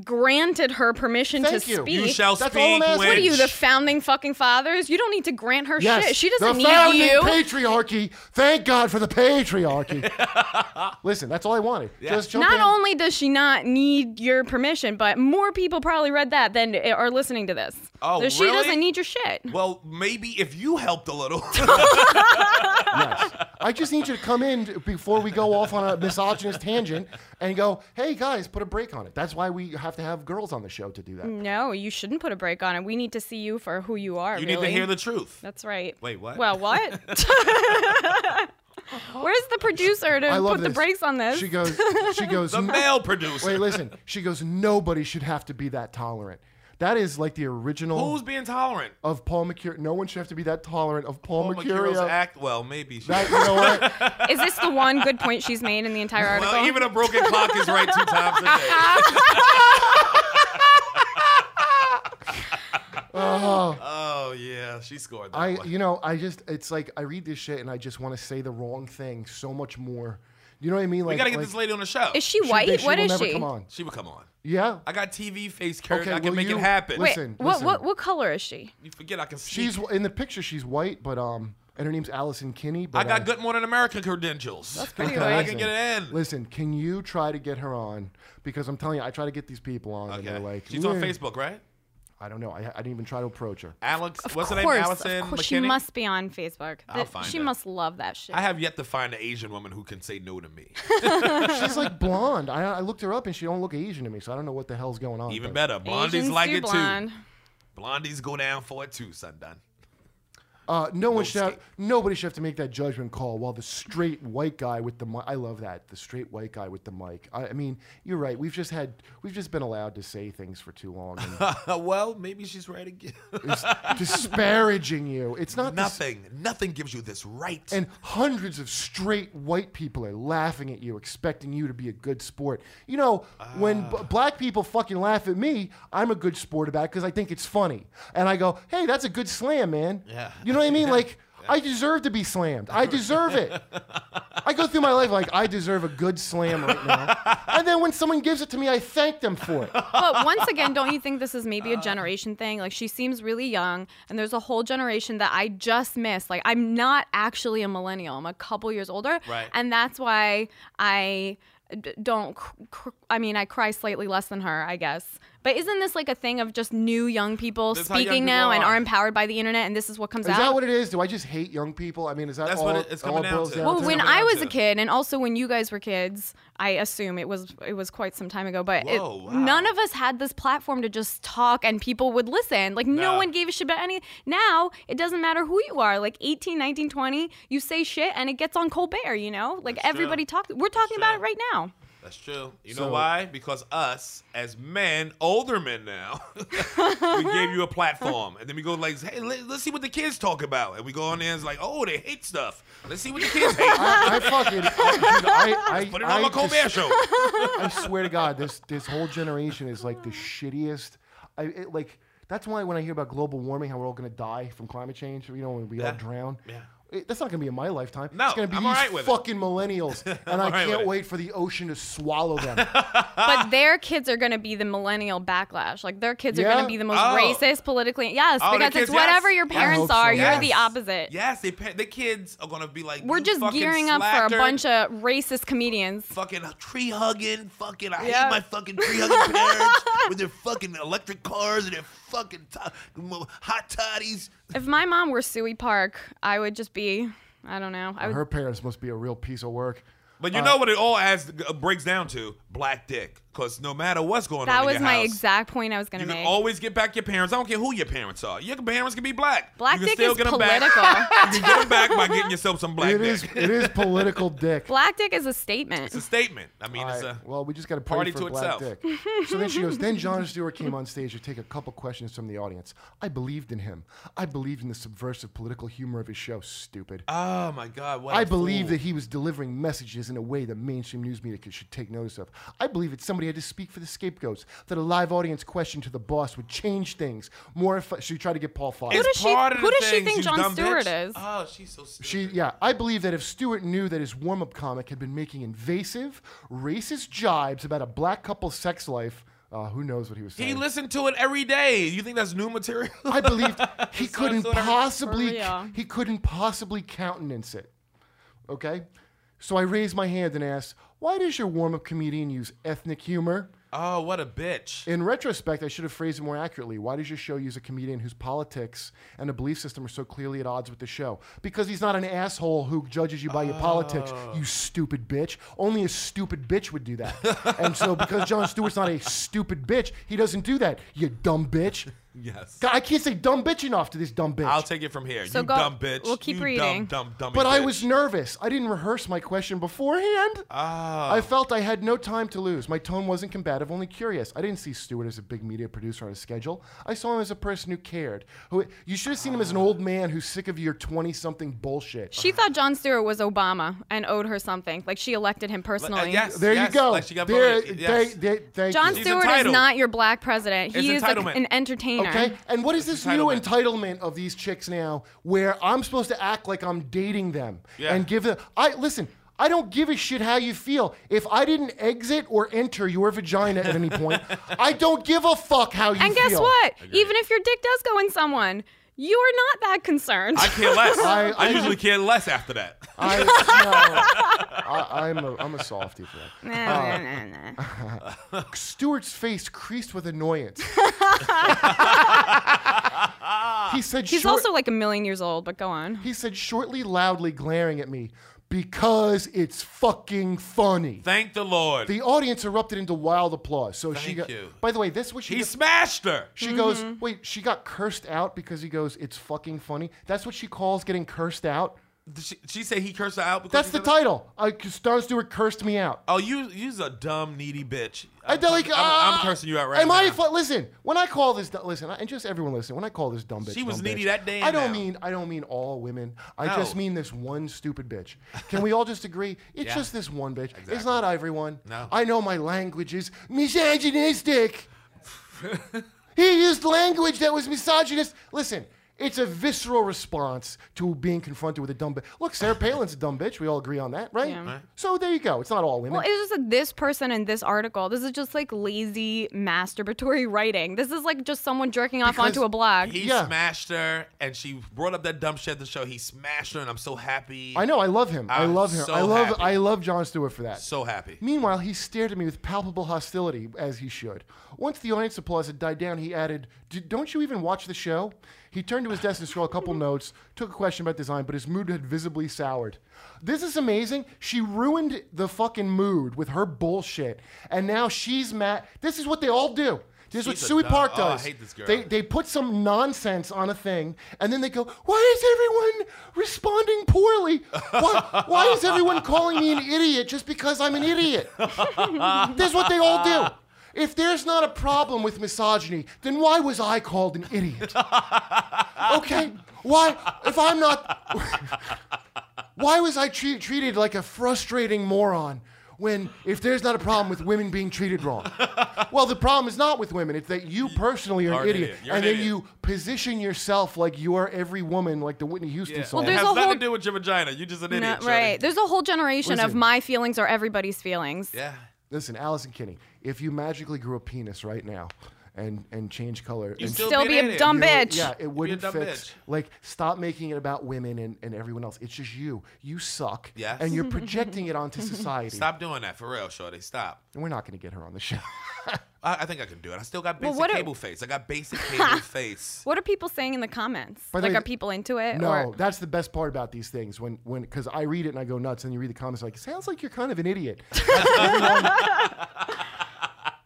[SPEAKER 5] granted her permission
[SPEAKER 3] Thank
[SPEAKER 5] to
[SPEAKER 3] you.
[SPEAKER 5] speak.
[SPEAKER 4] You shall
[SPEAKER 3] That's all I'm
[SPEAKER 4] speak.
[SPEAKER 3] asking.
[SPEAKER 5] what are you, the
[SPEAKER 4] wench.
[SPEAKER 5] founding fucking fathers? You don't need to grant her
[SPEAKER 3] Yes,
[SPEAKER 5] shit. She
[SPEAKER 3] the
[SPEAKER 5] doesn't need
[SPEAKER 3] founding
[SPEAKER 5] you.
[SPEAKER 3] patriarchy. Thank God for the
[SPEAKER 4] [laughs]
[SPEAKER 3] patriarchy. Listen, that's all I wanted. Just jump
[SPEAKER 5] not
[SPEAKER 3] in.
[SPEAKER 5] only does she not need your permission, but more people probably read that than are listening to this.
[SPEAKER 4] Oh,
[SPEAKER 5] so she
[SPEAKER 4] really?
[SPEAKER 5] doesn't need your shit.
[SPEAKER 4] Well, maybe if you helped a
[SPEAKER 5] [laughs]
[SPEAKER 4] little.
[SPEAKER 3] yes. I just need you to come in before we go off on a misogynist tangent and go, hey guys, put a break on it. That's why we have to have girls on the show to do that.
[SPEAKER 5] No, you shouldn't put a break on it. We need to see you for who you are.
[SPEAKER 4] you need
[SPEAKER 5] really.
[SPEAKER 4] to hear the truth.
[SPEAKER 5] That's right.
[SPEAKER 4] Wait, what?
[SPEAKER 5] Well,
[SPEAKER 4] [laughs]
[SPEAKER 5] what? [laughs] Where's the producer to
[SPEAKER 3] I love
[SPEAKER 5] put the
[SPEAKER 3] this.
[SPEAKER 5] brakes on this?
[SPEAKER 3] She
[SPEAKER 5] [laughs]
[SPEAKER 3] goes, she goes,
[SPEAKER 4] The male producer.
[SPEAKER 3] wait, listen. She goes, nobody should have to be that tolerant. That is like the original.
[SPEAKER 4] Who's being tolerant?
[SPEAKER 3] of Paul Mercurio? No one should have to be that tolerant of Paul,
[SPEAKER 4] Paul Mercurio's
[SPEAKER 3] Mercurio.
[SPEAKER 4] act well, maybe. She
[SPEAKER 3] That- you know what?
[SPEAKER 4] [laughs]
[SPEAKER 5] Is this the one good point she's made [laughs] in the entire article?
[SPEAKER 4] well, even a broken clock is right two times a
[SPEAKER 5] [laughs]
[SPEAKER 4] day.
[SPEAKER 3] Oh.
[SPEAKER 4] Oh yeah, she scored. That
[SPEAKER 3] I
[SPEAKER 4] one.
[SPEAKER 3] you know I just it's like I read this shit and I just want to say the wrong thing so much more. You know what I mean? Like
[SPEAKER 4] we gotta get
[SPEAKER 3] like-
[SPEAKER 4] this lady on the show.
[SPEAKER 5] Is she
[SPEAKER 3] they-
[SPEAKER 5] white?
[SPEAKER 3] she
[SPEAKER 5] What
[SPEAKER 3] will
[SPEAKER 5] is
[SPEAKER 3] never
[SPEAKER 5] she?
[SPEAKER 3] Come on.
[SPEAKER 4] She would come on.
[SPEAKER 3] Yeah.
[SPEAKER 4] I got TV face curve.
[SPEAKER 3] Okay,
[SPEAKER 4] I
[SPEAKER 3] will
[SPEAKER 4] can make
[SPEAKER 3] you-
[SPEAKER 4] it happen.
[SPEAKER 3] Wait.
[SPEAKER 5] Wait,
[SPEAKER 3] Listen,
[SPEAKER 5] what,
[SPEAKER 3] listen.
[SPEAKER 5] what what color is she?
[SPEAKER 4] You forget I can see.
[SPEAKER 3] She's in the picture. She's white, but um, and her name's Allison Kinney. But
[SPEAKER 4] I got
[SPEAKER 3] uh,
[SPEAKER 4] Good Morning America credentials. That's pretty I can
[SPEAKER 3] listen.
[SPEAKER 4] get it in.
[SPEAKER 3] Listen, can you try to get her on? Because I'm telling you, I try to get these people on, and
[SPEAKER 4] Okay.
[SPEAKER 3] they're like,
[SPEAKER 4] She's on
[SPEAKER 3] "Meh."
[SPEAKER 4] Facebook, right?
[SPEAKER 3] I don't know. I, I didn't even try to approach her.
[SPEAKER 4] Alex, what's
[SPEAKER 5] of
[SPEAKER 4] her name?
[SPEAKER 5] course,
[SPEAKER 4] Allison
[SPEAKER 5] of course, she
[SPEAKER 4] McKinney.
[SPEAKER 5] must be on Facebook.
[SPEAKER 4] I'll
[SPEAKER 5] That-
[SPEAKER 4] find
[SPEAKER 5] she
[SPEAKER 4] her.
[SPEAKER 5] must love that shit.
[SPEAKER 4] I have yet to find an Asian woman who can say no
[SPEAKER 3] [laughs]
[SPEAKER 4] to me.
[SPEAKER 3] She's like [laughs] blonde. I, I looked her up, and she don't look Asian to me, so I don't know what the hell's going on.
[SPEAKER 4] Even
[SPEAKER 3] but-
[SPEAKER 4] better, blondies
[SPEAKER 5] Asians
[SPEAKER 4] like
[SPEAKER 5] do
[SPEAKER 4] it
[SPEAKER 5] blonde.
[SPEAKER 4] too. Blondies go down for it too, son. Done.
[SPEAKER 3] Uh, no one
[SPEAKER 4] Don't
[SPEAKER 3] should have,
[SPEAKER 4] skate.
[SPEAKER 3] nobody should have to make that judgment call while the straight white guy with the mic. I love that the straight white guy with the mic. I, I mean, you're right. We've just had we've just been allowed to say things for too long, and
[SPEAKER 4] Uh, well, maybe she's right again. [laughs]
[SPEAKER 3] it's disparaging you. It's not dis-
[SPEAKER 4] nothing, nothing gives you this right.
[SPEAKER 3] and hundreds of straight white people are laughing at you, expecting you to be a good sport. You know, when
[SPEAKER 4] Ah.
[SPEAKER 3] b- black people fucking laugh at me, I'm a good sport about it because I think it's funny. And I go, hey, that's a good slam, man.
[SPEAKER 4] Yeah.
[SPEAKER 3] You know what I
[SPEAKER 4] [laughs]
[SPEAKER 3] mean? Like, I deserve to be slammed. I deserve it. I go through my life like, I deserve a good slam right
[SPEAKER 4] [laughs]
[SPEAKER 3] now. and then when someone gives it to me, I thank them for it.
[SPEAKER 5] but once again, don't you think this is maybe a generation thing? Like she seems really young, and there's a whole generation that I just missed. Like I'm not actually a millennial; I'm a couple years older,
[SPEAKER 4] Right.
[SPEAKER 5] and that's why I d- don't. Cr- cr- I mean, I cry slightly less than her, I guess. But isn't this like a thing of just new young people
[SPEAKER 4] That's how young
[SPEAKER 5] speaking
[SPEAKER 4] people
[SPEAKER 5] now and
[SPEAKER 4] are.
[SPEAKER 5] are empowered by the internet, and this is what comes
[SPEAKER 3] Is
[SPEAKER 5] out?
[SPEAKER 3] that what it is? Do I just hate young people? I mean, is that
[SPEAKER 4] That's
[SPEAKER 3] all,
[SPEAKER 4] what it- it's
[SPEAKER 3] all
[SPEAKER 4] coming down
[SPEAKER 3] boils
[SPEAKER 4] to.
[SPEAKER 3] down
[SPEAKER 5] Well,
[SPEAKER 4] That's
[SPEAKER 5] when
[SPEAKER 4] what it
[SPEAKER 5] I was
[SPEAKER 4] is.
[SPEAKER 5] a kid, and also when you guys were kids, I assume it was it was quite some time ago. But it-
[SPEAKER 4] Whoa, wow.
[SPEAKER 5] none of us had this platform to just talk and people would listen. Like no
[SPEAKER 4] Nah.
[SPEAKER 5] one gave a shit about any. Now it doesn't matter who you are. Like 18, 19, 20, you say shit and it gets on Colbert. You know, like
[SPEAKER 4] That's
[SPEAKER 5] everybody
[SPEAKER 4] true.
[SPEAKER 5] talks. We're talking about
[SPEAKER 4] true.
[SPEAKER 5] it right
[SPEAKER 4] [laughs]
[SPEAKER 5] now.
[SPEAKER 4] That's true. You know
[SPEAKER 3] So-
[SPEAKER 4] why? Because us, as men, older men now, [laughs] we gave you a platform, and then we go like, "Hey, let, us see what the kids talk about," and we go on there and it's like, "Oh, they hate stuff. Let's see what the kids
[SPEAKER 3] [laughs]
[SPEAKER 4] hate."
[SPEAKER 3] I, I fucking dude, I, I,
[SPEAKER 4] Put it
[SPEAKER 3] I
[SPEAKER 4] on the Colbert
[SPEAKER 3] just-
[SPEAKER 4] show.
[SPEAKER 3] I swear to God, this this whole generation is like the shittiest. I it, like that's why when I hear about global warming, how we're all gonna die from climate change, you know, when we
[SPEAKER 4] Yeah.
[SPEAKER 3] all drown.
[SPEAKER 4] Yeah.
[SPEAKER 3] It- that's not gonna be in my lifetime.
[SPEAKER 4] No,
[SPEAKER 3] it's gonna be
[SPEAKER 4] I'm
[SPEAKER 3] these
[SPEAKER 4] all right with it.
[SPEAKER 3] fucking millennials,
[SPEAKER 4] [laughs]
[SPEAKER 3] and I
[SPEAKER 4] all right with
[SPEAKER 3] can't
[SPEAKER 4] it.
[SPEAKER 3] wait for the ocean to swallow them.
[SPEAKER 4] [laughs]
[SPEAKER 5] but their kids are going to be the millennial backlash. Like their kids
[SPEAKER 3] Yeah?
[SPEAKER 5] are going to be the most
[SPEAKER 4] Oh.
[SPEAKER 5] racist politically. Yes,
[SPEAKER 4] Oh, their
[SPEAKER 5] because it's
[SPEAKER 4] kids,
[SPEAKER 5] whatever
[SPEAKER 4] yes.
[SPEAKER 5] your
[SPEAKER 4] Yeah, I
[SPEAKER 5] parents
[SPEAKER 3] hope so.
[SPEAKER 5] are,
[SPEAKER 4] Yes.
[SPEAKER 5] you're the opposite.
[SPEAKER 4] yes, they pa- the kids are gonna be like,
[SPEAKER 5] We're
[SPEAKER 4] "You
[SPEAKER 5] just
[SPEAKER 4] fucking
[SPEAKER 5] gearing up for
[SPEAKER 4] slacker,
[SPEAKER 5] a bunch of racist comedians.
[SPEAKER 4] fucking tree hugging, fucking I
[SPEAKER 5] Yeah.
[SPEAKER 4] hate my fucking tree hugging
[SPEAKER 5] [laughs]
[SPEAKER 4] parents with their fucking electric cars and their fucking to- hot toddies."
[SPEAKER 5] If my mom were Suey Park, I would just be, I don't know. I would,
[SPEAKER 3] Her parents must be a real piece of work.
[SPEAKER 4] But you know what it all as uh, breaks down to black dick. Because no matter what's going on,
[SPEAKER 5] that
[SPEAKER 4] in
[SPEAKER 5] was
[SPEAKER 4] your
[SPEAKER 5] my
[SPEAKER 4] house,
[SPEAKER 5] exact point I was going
[SPEAKER 4] You
[SPEAKER 5] to
[SPEAKER 4] can
[SPEAKER 5] make.
[SPEAKER 4] always get back your parents. I don't care who your parents are. Your parents can be black.
[SPEAKER 5] Black
[SPEAKER 4] you can
[SPEAKER 5] dick
[SPEAKER 4] still
[SPEAKER 5] is
[SPEAKER 4] get 'em
[SPEAKER 5] political.
[SPEAKER 4] Back. [laughs] You can get them back by getting yourself some black
[SPEAKER 3] It
[SPEAKER 4] dick.
[SPEAKER 3] is it is political
[SPEAKER 4] [laughs]
[SPEAKER 3] dick.
[SPEAKER 5] Black dick is a statement.
[SPEAKER 4] It's a statement. I mean, it's
[SPEAKER 3] All right,
[SPEAKER 4] a
[SPEAKER 3] well, we just got to
[SPEAKER 4] party
[SPEAKER 3] for
[SPEAKER 4] to
[SPEAKER 3] Black
[SPEAKER 4] itself.
[SPEAKER 3] Dick.
[SPEAKER 4] [laughs]
[SPEAKER 3] so then she goes. Then John Stewart came on stage to take a couple questions from the audience. I believed in him. I believed in the subversive political humor of his show. Stupid.
[SPEAKER 4] oh my god. What
[SPEAKER 3] I
[SPEAKER 4] a
[SPEAKER 3] believe
[SPEAKER 4] fool.
[SPEAKER 3] that he was delivering messages in a way that mainstream news media could, should take notice of. I believe that somebody had to speak for the scapegoats. That a live audience question to the boss would change things. More. If, she tried to get Paul Fox.
[SPEAKER 5] Who
[SPEAKER 4] It's
[SPEAKER 5] does she-
[SPEAKER 4] part of
[SPEAKER 5] who
[SPEAKER 4] the
[SPEAKER 5] does she
[SPEAKER 4] things,
[SPEAKER 5] think
[SPEAKER 4] you
[SPEAKER 5] Jon
[SPEAKER 4] dumb bitch.
[SPEAKER 5] Stewart is?
[SPEAKER 4] Oh, she's so stupid.
[SPEAKER 3] She, yeah, I believe that if Stewart knew that his warm up comic had been making invasive, racist jibes about a black couple's sex life, uh, who knows what he was saying.
[SPEAKER 4] he listened to it every day. You think that's new material? [laughs]
[SPEAKER 3] I believed he
[SPEAKER 4] So I
[SPEAKER 3] couldn't
[SPEAKER 4] thought I-
[SPEAKER 5] For
[SPEAKER 3] possibly
[SPEAKER 5] real.
[SPEAKER 3] he couldn't possibly countenance it. Okay? So I raised my hand and asked, "Why does your warm-up comedian use ethnic humor?"
[SPEAKER 4] oh, what a bitch.
[SPEAKER 3] In retrospect, I should have phrased it more accurately. Why does your show use a comedian whose politics and a belief system are so clearly at odds with the show? Because he's not an asshole who judges you by your politics,
[SPEAKER 4] Oh.
[SPEAKER 3] you stupid bitch. Only a stupid bitch would do that. and so, because John Stewart's not a stupid bitch, he doesn't do that, you dumb bitch.
[SPEAKER 4] [laughs] Yes.
[SPEAKER 3] God, I can't say dumb bitch enough to this dumb bitch.
[SPEAKER 4] I'll take it from here.
[SPEAKER 5] So
[SPEAKER 4] you
[SPEAKER 5] go-
[SPEAKER 4] dumb bitch.
[SPEAKER 5] we'll keep
[SPEAKER 4] You
[SPEAKER 5] reading.
[SPEAKER 4] Dumb, dumb, dumb.
[SPEAKER 3] But I was nervous. I didn't rehearse my question beforehand.
[SPEAKER 4] Ah.
[SPEAKER 3] I felt I had no time to lose. My tone wasn't combative, only curious. I didn't see Stewart as a big media producer on a schedule. I saw him as a person who cared. Who you should have seen him as an old man who's sick of your twenty-something bullshit.
[SPEAKER 5] She thought John Stewart was Obama and owed her something. Like she elected him personally.
[SPEAKER 4] uh, yes.
[SPEAKER 3] there you go.
[SPEAKER 4] like she got
[SPEAKER 3] there,
[SPEAKER 4] voted, yes.
[SPEAKER 3] they- they- thank
[SPEAKER 5] John
[SPEAKER 3] you.
[SPEAKER 5] Stewart is
[SPEAKER 4] entitled.
[SPEAKER 5] not your black president. He
[SPEAKER 4] It's
[SPEAKER 5] is a,
[SPEAKER 4] entitlement.
[SPEAKER 5] an entertainer.
[SPEAKER 3] Okay, and what is this new entitlement of these chicks now, where I'm supposed to act like I'm dating them
[SPEAKER 4] Yeah.
[SPEAKER 3] and give them? I listen. I don't give a shit how you feel. If I didn't exit or enter your vagina at any point, I don't give a fuck how you
[SPEAKER 5] And
[SPEAKER 3] feel.
[SPEAKER 5] guess what? Even if your dick does go in someone, you are not that concerned.
[SPEAKER 4] I care less. I,
[SPEAKER 3] [laughs] I- I-
[SPEAKER 4] usually care less after that.
[SPEAKER 3] I,
[SPEAKER 5] [laughs]
[SPEAKER 3] no, I, I'm a, I'm a softie for that.
[SPEAKER 5] [laughs] Nah, nah,
[SPEAKER 4] [laughs]
[SPEAKER 5] nah, nah.
[SPEAKER 3] Stewart's face creased with
[SPEAKER 5] [laughs]
[SPEAKER 3] annoyance. he said,
[SPEAKER 5] He's
[SPEAKER 3] "Sure-
[SPEAKER 5] also like a million years old, but go on.
[SPEAKER 3] He said shortly, loudly glaring at me, because it's fucking funny.
[SPEAKER 4] Thank the Lord.
[SPEAKER 3] The audience erupted into wild applause. So she
[SPEAKER 4] Thank
[SPEAKER 3] got.
[SPEAKER 4] you. mm-hmm.
[SPEAKER 3] By the way, this was she.
[SPEAKER 4] he
[SPEAKER 3] got-
[SPEAKER 4] smashed her.
[SPEAKER 3] she goes, wait, she got cursed out because he goes, it's fucking funny. That's what she calls getting cursed out.
[SPEAKER 4] She, she said he cursed her out. Because
[SPEAKER 3] That's
[SPEAKER 4] she
[SPEAKER 3] the
[SPEAKER 4] said that?
[SPEAKER 3] title. I, Star Stewart cursed me out.
[SPEAKER 4] Oh, you, you's a dumb, needy bitch.
[SPEAKER 3] I
[SPEAKER 4] I'm,
[SPEAKER 3] feel like
[SPEAKER 4] I'm, I'm
[SPEAKER 3] ah,
[SPEAKER 4] cursing you out right
[SPEAKER 3] am
[SPEAKER 4] now.
[SPEAKER 3] I? fu- listen, when I call this, listen, and just everyone listen. When I call this dumb bitch,
[SPEAKER 4] She was
[SPEAKER 3] dumb
[SPEAKER 4] needy
[SPEAKER 3] bitch,
[SPEAKER 4] that day and
[SPEAKER 3] I don't
[SPEAKER 4] now.
[SPEAKER 3] mean I don't mean all women. I
[SPEAKER 4] No.
[SPEAKER 3] just mean this one stupid bitch. Can we all just agree? It's
[SPEAKER 4] Yeah.
[SPEAKER 3] just this one bitch. It's not everyone.
[SPEAKER 4] No.
[SPEAKER 3] I know my language is
[SPEAKER 4] [laughs]
[SPEAKER 3] misogynistic. he used language that was misogynist. Listen. It's a visceral response to being confronted with a dumb bitch. Look, Sarah Palin's a dumb bitch. We all agree on that, right?
[SPEAKER 5] Yeah. Right.
[SPEAKER 3] So there you go. It's not all women.
[SPEAKER 5] Well, it's just that this person in this article, this is just like lazy masturbatory [laughs] writing. This is like just someone jerking off
[SPEAKER 3] Because
[SPEAKER 5] onto a blog.
[SPEAKER 4] He
[SPEAKER 3] Yeah.
[SPEAKER 4] smashed her, and she brought up that dumb shit at the show. He smashed her, and I'm so happy.
[SPEAKER 3] I know. I love him. i
[SPEAKER 4] I'm
[SPEAKER 3] love him.
[SPEAKER 4] so
[SPEAKER 3] I love.
[SPEAKER 4] happy.
[SPEAKER 3] I love John Stewart for that.
[SPEAKER 4] So happy.
[SPEAKER 3] Meanwhile, he stared at me with palpable hostility, as he should. Once the audience applause had died down, he added, D- "Don't you even watch the show?" He turned to his desk and scrawled a
[SPEAKER 4] [laughs]
[SPEAKER 3] couple notes, took a question about design, but his mood had visibly soured. This is amazing. She ruined the fucking mood with her bullshit, and now she's mad. This is what they all do. This is what
[SPEAKER 4] She's a
[SPEAKER 3] Suey
[SPEAKER 4] dumb-
[SPEAKER 3] Park
[SPEAKER 4] oh, I
[SPEAKER 3] does.
[SPEAKER 4] hate this girl.
[SPEAKER 3] They, they put some nonsense on a thing and then they go, Why is everyone responding poorly? Why, why is everyone calling me an idiot just because I'm an
[SPEAKER 4] [laughs]
[SPEAKER 3] idiot? That's what they all do. If there's not a problem with misogyny, then why was I called an idiot? Okay? Why, if I'm not, why was I treat, treated like a frustrating moron when if there's not a problem with women being treated wrong? well, the problem is not with women. It's that you personally are,
[SPEAKER 4] are
[SPEAKER 3] an
[SPEAKER 4] an
[SPEAKER 3] idiot.
[SPEAKER 4] idiot. You're
[SPEAKER 3] And
[SPEAKER 4] an
[SPEAKER 3] then
[SPEAKER 4] idiot.
[SPEAKER 3] you position yourself like you are every woman, like the Whitney Houston
[SPEAKER 4] Yeah.
[SPEAKER 3] song.
[SPEAKER 5] Well,
[SPEAKER 4] it
[SPEAKER 5] there's
[SPEAKER 4] has
[SPEAKER 5] a
[SPEAKER 4] nothing
[SPEAKER 5] whole-
[SPEAKER 4] to do with your vagina. You just an
[SPEAKER 5] No,
[SPEAKER 4] idiot.
[SPEAKER 5] right.
[SPEAKER 4] Shorty.
[SPEAKER 5] There's a whole generation of
[SPEAKER 3] Listen.
[SPEAKER 5] my feelings are everybody's feelings.
[SPEAKER 4] Yeah.
[SPEAKER 3] Listen, Allison Kinney, if you magically grew a penis right now and and change color
[SPEAKER 4] You
[SPEAKER 3] and
[SPEAKER 4] still
[SPEAKER 5] Still
[SPEAKER 4] be
[SPEAKER 5] be
[SPEAKER 4] an
[SPEAKER 5] a
[SPEAKER 4] idiot.
[SPEAKER 5] dumb
[SPEAKER 4] You-
[SPEAKER 5] bitch.
[SPEAKER 3] Yeah, it wouldn't
[SPEAKER 4] dumb
[SPEAKER 3] fix.
[SPEAKER 4] bitch.
[SPEAKER 3] Like, stop making it about women and, and everyone else. It's just you. You suck.
[SPEAKER 4] Yes.
[SPEAKER 3] And you're
[SPEAKER 5] [laughs]
[SPEAKER 3] projecting it onto society.
[SPEAKER 4] Stop doing that for real, Shorty. Stop.
[SPEAKER 3] And we're not going to get her on the show.
[SPEAKER 4] I, I think I can do it. I still got
[SPEAKER 5] Well,
[SPEAKER 4] basic
[SPEAKER 5] what do-
[SPEAKER 4] cable face. I got basic
[SPEAKER 5] [laughs]
[SPEAKER 4] cable face.
[SPEAKER 5] What are people saying in the comments?
[SPEAKER 3] By the
[SPEAKER 5] like,
[SPEAKER 3] way,
[SPEAKER 5] are people into it?
[SPEAKER 3] No,
[SPEAKER 5] [laughs] or
[SPEAKER 3] that's the best part about these things. When when because I read it and I go nuts, and you read the comments like, sounds like you're kind of an
[SPEAKER 4] [laughs]
[SPEAKER 3] idiot. That's everyone.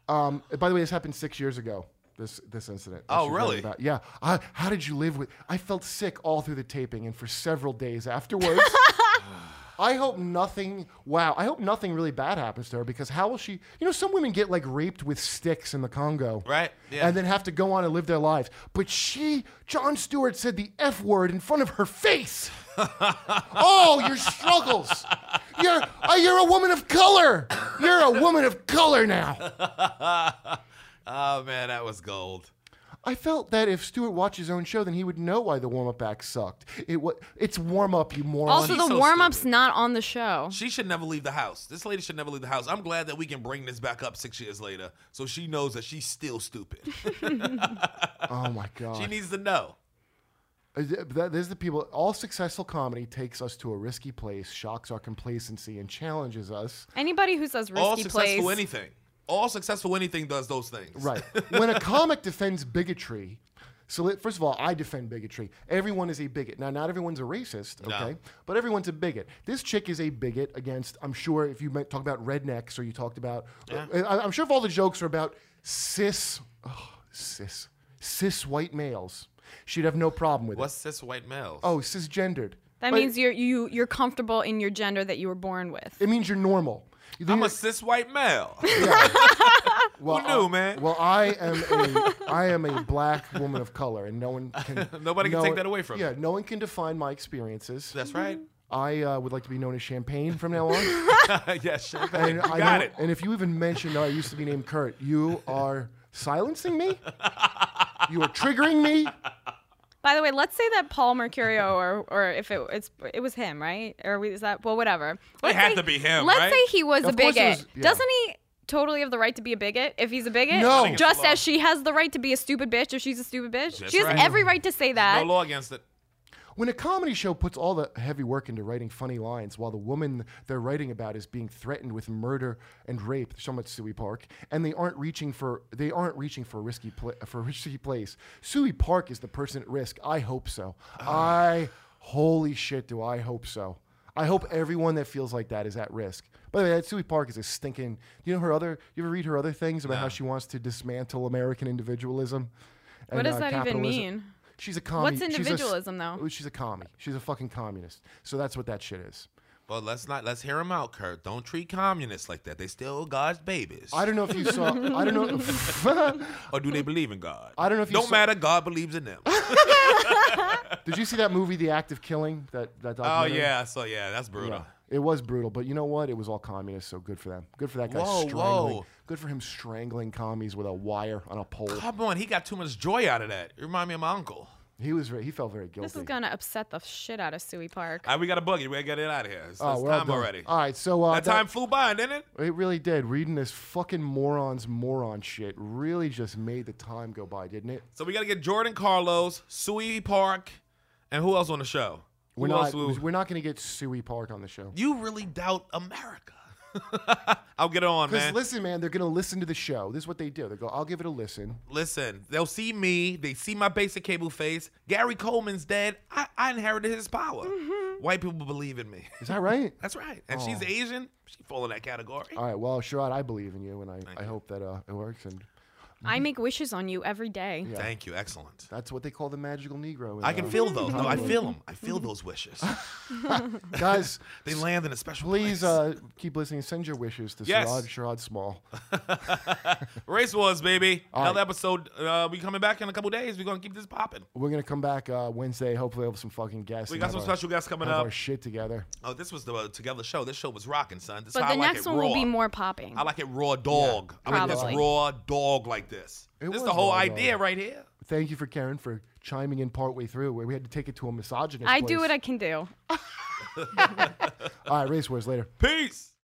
[SPEAKER 3] um, by the way, this happened six years ago. This this incident. that
[SPEAKER 4] Oh,
[SPEAKER 3] she's writing
[SPEAKER 4] really?
[SPEAKER 3] About. Yeah. I, how did you live with? I felt sick all through the taping and for several days
[SPEAKER 5] [laughs]
[SPEAKER 3] afterwards. I hope nothing. Wow. I hope nothing really bad happens to her because how will she? You know, some women get like raped with sticks in the Congo,
[SPEAKER 4] Right, yeah.
[SPEAKER 3] And then have to go on and live their lives. But she, John Stewart, said the F word in front of her face.
[SPEAKER 4] [laughs]
[SPEAKER 3] oh, your struggles. You're uh, you're a woman of color. You're a woman of color now.
[SPEAKER 4] [laughs] Oh man, that was gold.
[SPEAKER 3] I felt that if Stewart watched his own show, then he would know why the warm up act sucked. It wa it's warm up, you moron.
[SPEAKER 5] also,
[SPEAKER 4] She's
[SPEAKER 5] the
[SPEAKER 4] Oh, so
[SPEAKER 5] warm up's
[SPEAKER 4] stupid.
[SPEAKER 5] not on the show.
[SPEAKER 4] She should never leave the house. This lady should never leave the house. I'm glad that we can bring this back up six years later, so she knows that she's still stupid. [laughs]
[SPEAKER 3] oh my god.
[SPEAKER 4] she needs to know.
[SPEAKER 3] Uh, th- that- There's the people. All successful comedy takes us to a risky place, shocks our complacency, and challenges us.
[SPEAKER 5] Anybody who says
[SPEAKER 4] All
[SPEAKER 5] risky
[SPEAKER 4] successful
[SPEAKER 5] place.
[SPEAKER 4] anything. All successful anything does those things.
[SPEAKER 3] Right. [laughs] when a comic defends bigotry, so let, first of all, I defend bigotry. Everyone is a bigot. Now, not everyone's a racist, okay? But everyone's a bigot. This chick is a bigot against. I'm sure if you meant talk about rednecks or you talked about, I, I'm sure if all the jokes are about cis, oh, cis, cis white males. She'd have no problem with
[SPEAKER 4] What's cis white male?
[SPEAKER 3] it. Oh, cisgendered.
[SPEAKER 5] That
[SPEAKER 3] Like,
[SPEAKER 5] means you're you you're comfortable in your gender that you were born with.
[SPEAKER 3] it means you're normal.
[SPEAKER 13] I'm a cis white
[SPEAKER 3] [laughs]
[SPEAKER 13] male.
[SPEAKER 3] Well,
[SPEAKER 13] Who knew,
[SPEAKER 3] I-
[SPEAKER 13] man?
[SPEAKER 3] Well,
[SPEAKER 13] [laughs]
[SPEAKER 3] I am a I am a black woman of color, and no one can
[SPEAKER 13] [laughs] Nobody can
[SPEAKER 3] no
[SPEAKER 13] take
[SPEAKER 3] one-
[SPEAKER 13] that away from
[SPEAKER 3] Yeah,
[SPEAKER 13] you.
[SPEAKER 3] no one can define my experiences.
[SPEAKER 13] That's
[SPEAKER 4] [laughs]
[SPEAKER 13] right.
[SPEAKER 3] I uh, would like to be known as Champagne from now on.
[SPEAKER 13] [laughs] yes, sure.
[SPEAKER 3] and
[SPEAKER 13] you
[SPEAKER 3] I
[SPEAKER 13] got
[SPEAKER 3] know-
[SPEAKER 13] it.
[SPEAKER 3] And if you even mention, no, I used to be named Kurt, you are
[SPEAKER 13] [laughs]
[SPEAKER 3] silencing me. You are triggering me.
[SPEAKER 5] By the way, let's say that Paul Mercurio, or or if it it's it was him, right? Or we, is that well, whatever. Let's
[SPEAKER 13] had
[SPEAKER 5] say-
[SPEAKER 13] to be him,
[SPEAKER 5] Let's
[SPEAKER 13] right?
[SPEAKER 5] say he was
[SPEAKER 3] Of
[SPEAKER 5] a
[SPEAKER 3] course it
[SPEAKER 5] bigot.
[SPEAKER 3] was- yeah.
[SPEAKER 5] Doesn't he totally have the right to be a bigot if he's a bigot?
[SPEAKER 3] No. I think it's
[SPEAKER 5] Just
[SPEAKER 13] the law.
[SPEAKER 5] as she has the right to be a stupid bitch if she's a stupid bitch.
[SPEAKER 13] That's
[SPEAKER 5] she has
[SPEAKER 13] right.
[SPEAKER 5] every right to say that.
[SPEAKER 13] No law against it.
[SPEAKER 3] When a comedy show puts all the heavy work into writing funny lines while the woman they're writing about is being threatened with murder and rape, so much Suey Park, and they aren't reaching for they aren't reaching for a risky pla- for a risky place. Suey Park is the person at risk. I hope so. I holy shit do I hope so. I hope everyone that feels like that is at risk. By the way, that Suey Park is a stinking. You know her other. You ever read her other things about how she wants to dismantle American individualism? uh,
[SPEAKER 5] What does that even mean?
[SPEAKER 3] She's a commie.
[SPEAKER 5] What's
[SPEAKER 3] She's a s-
[SPEAKER 5] individualism, though?
[SPEAKER 3] Oh, She's a commie. She's a fucking communist. So that's what that shit is.
[SPEAKER 4] Well, let's not let's hear him out, Kurt. Don't treat communists like that. They still God's babies.
[SPEAKER 3] I don't know if you saw. I don't know. [laughs]
[SPEAKER 4] Or do they believe in God?
[SPEAKER 3] I don't know if you
[SPEAKER 4] Don't
[SPEAKER 3] saw-
[SPEAKER 4] matter. God believes in
[SPEAKER 3] [laughs]
[SPEAKER 4] them.
[SPEAKER 3] Did you see that movie, The Act of Killing? That that.
[SPEAKER 4] oh
[SPEAKER 3] documentary?
[SPEAKER 4] yeah. So yeah, that's brutal.
[SPEAKER 3] Yeah. It was brutal, but you know what? It was all communist, so good for them. Good for that guy
[SPEAKER 4] Whoa,
[SPEAKER 3] strangling.
[SPEAKER 4] whoa.
[SPEAKER 3] Good for him strangling commies with a wire on a pole.
[SPEAKER 4] Come on, he got too much joy out of that. You remind me of my uncle.
[SPEAKER 3] He was. Very, he felt very guilty.
[SPEAKER 5] This is gonna upset the shit out of Suey Park.
[SPEAKER 4] All right, we got a buggy. We gotta get it out of here. It's,
[SPEAKER 3] Oh,
[SPEAKER 4] it's
[SPEAKER 3] we're all
[SPEAKER 4] time
[SPEAKER 3] done.
[SPEAKER 4] already.
[SPEAKER 3] All right, so uh,
[SPEAKER 4] that, time flew by, didn't it?
[SPEAKER 3] It really did. Reading this fucking morons moron shit really just made the time go by, didn't it?
[SPEAKER 4] So we gotta get Jordan Carlos, Sui Park, and who else on the show?
[SPEAKER 3] We're
[SPEAKER 4] who
[SPEAKER 3] not.
[SPEAKER 4] else will-
[SPEAKER 3] We're not going to get Suey Park on the show.
[SPEAKER 4] You really doubt America? [laughs] I'll get it on,
[SPEAKER 3] Because
[SPEAKER 4] man.
[SPEAKER 3] listen, man, they're gonna listen to the show. This is what they do. They go, I'll give it a listen.
[SPEAKER 4] Listen, they'll see me. They see my basic cable face. Gary Coleman's dead. I, I inherited his power.
[SPEAKER 3] Mm-hmm.
[SPEAKER 4] White people believe in me. [laughs]
[SPEAKER 3] Is that right? [laughs]
[SPEAKER 4] That's right. And
[SPEAKER 3] Oh.
[SPEAKER 4] she's Asian. She fall in that category.
[SPEAKER 3] All right. Well, Sherrod, I believe in you, and I, I hope that uh, it works. And
[SPEAKER 5] I make wishes on you every day.
[SPEAKER 3] Mm-hmm. yeah,
[SPEAKER 4] Thank you. Excellent.
[SPEAKER 3] that's what they call the magical Negro. in,
[SPEAKER 4] I can
[SPEAKER 3] uh,
[SPEAKER 4] feel [laughs] those. No, I
[SPEAKER 3] Hollywood.
[SPEAKER 4] feel them. I feel those wishes.
[SPEAKER 3] Guys, [laughs]
[SPEAKER 4] They land in a special
[SPEAKER 3] please
[SPEAKER 4] place.
[SPEAKER 3] uh, keep listening. Send your wishes to
[SPEAKER 4] Yes.
[SPEAKER 3] Sherrod, Sherrod Small.
[SPEAKER 4] Race Wars, baby.
[SPEAKER 3] All
[SPEAKER 4] Another
[SPEAKER 3] right.
[SPEAKER 4] episode. Uh, we coming back in a couple days. We're gonna keep this popping.
[SPEAKER 3] We're gonna come back uh, Wednesday. Hopefully, we'll have some fucking guests.
[SPEAKER 4] We
[SPEAKER 3] and
[SPEAKER 4] got
[SPEAKER 3] have
[SPEAKER 4] some
[SPEAKER 3] our-
[SPEAKER 4] special guests coming
[SPEAKER 3] have
[SPEAKER 4] up.
[SPEAKER 3] Our shit together.
[SPEAKER 4] Oh, this was the uh, Together show. This show was rocking, son. This is
[SPEAKER 5] But
[SPEAKER 4] how
[SPEAKER 5] the
[SPEAKER 4] I like
[SPEAKER 5] next
[SPEAKER 4] it
[SPEAKER 5] one
[SPEAKER 4] raw.
[SPEAKER 5] will be more popping.
[SPEAKER 4] I like it raw dog. I like this
[SPEAKER 5] Probably.
[SPEAKER 4] raw dog like this.
[SPEAKER 3] It
[SPEAKER 4] this is
[SPEAKER 3] was
[SPEAKER 4] the whole
[SPEAKER 3] raw
[SPEAKER 4] idea
[SPEAKER 3] dog.
[SPEAKER 4] right here.
[SPEAKER 3] Thank you for Karen for chiming in partway through where we had to take it to a misogynist.
[SPEAKER 5] I do
[SPEAKER 3] place.
[SPEAKER 5] what I can do.
[SPEAKER 3] All right, race wars later.
[SPEAKER 4] Peace.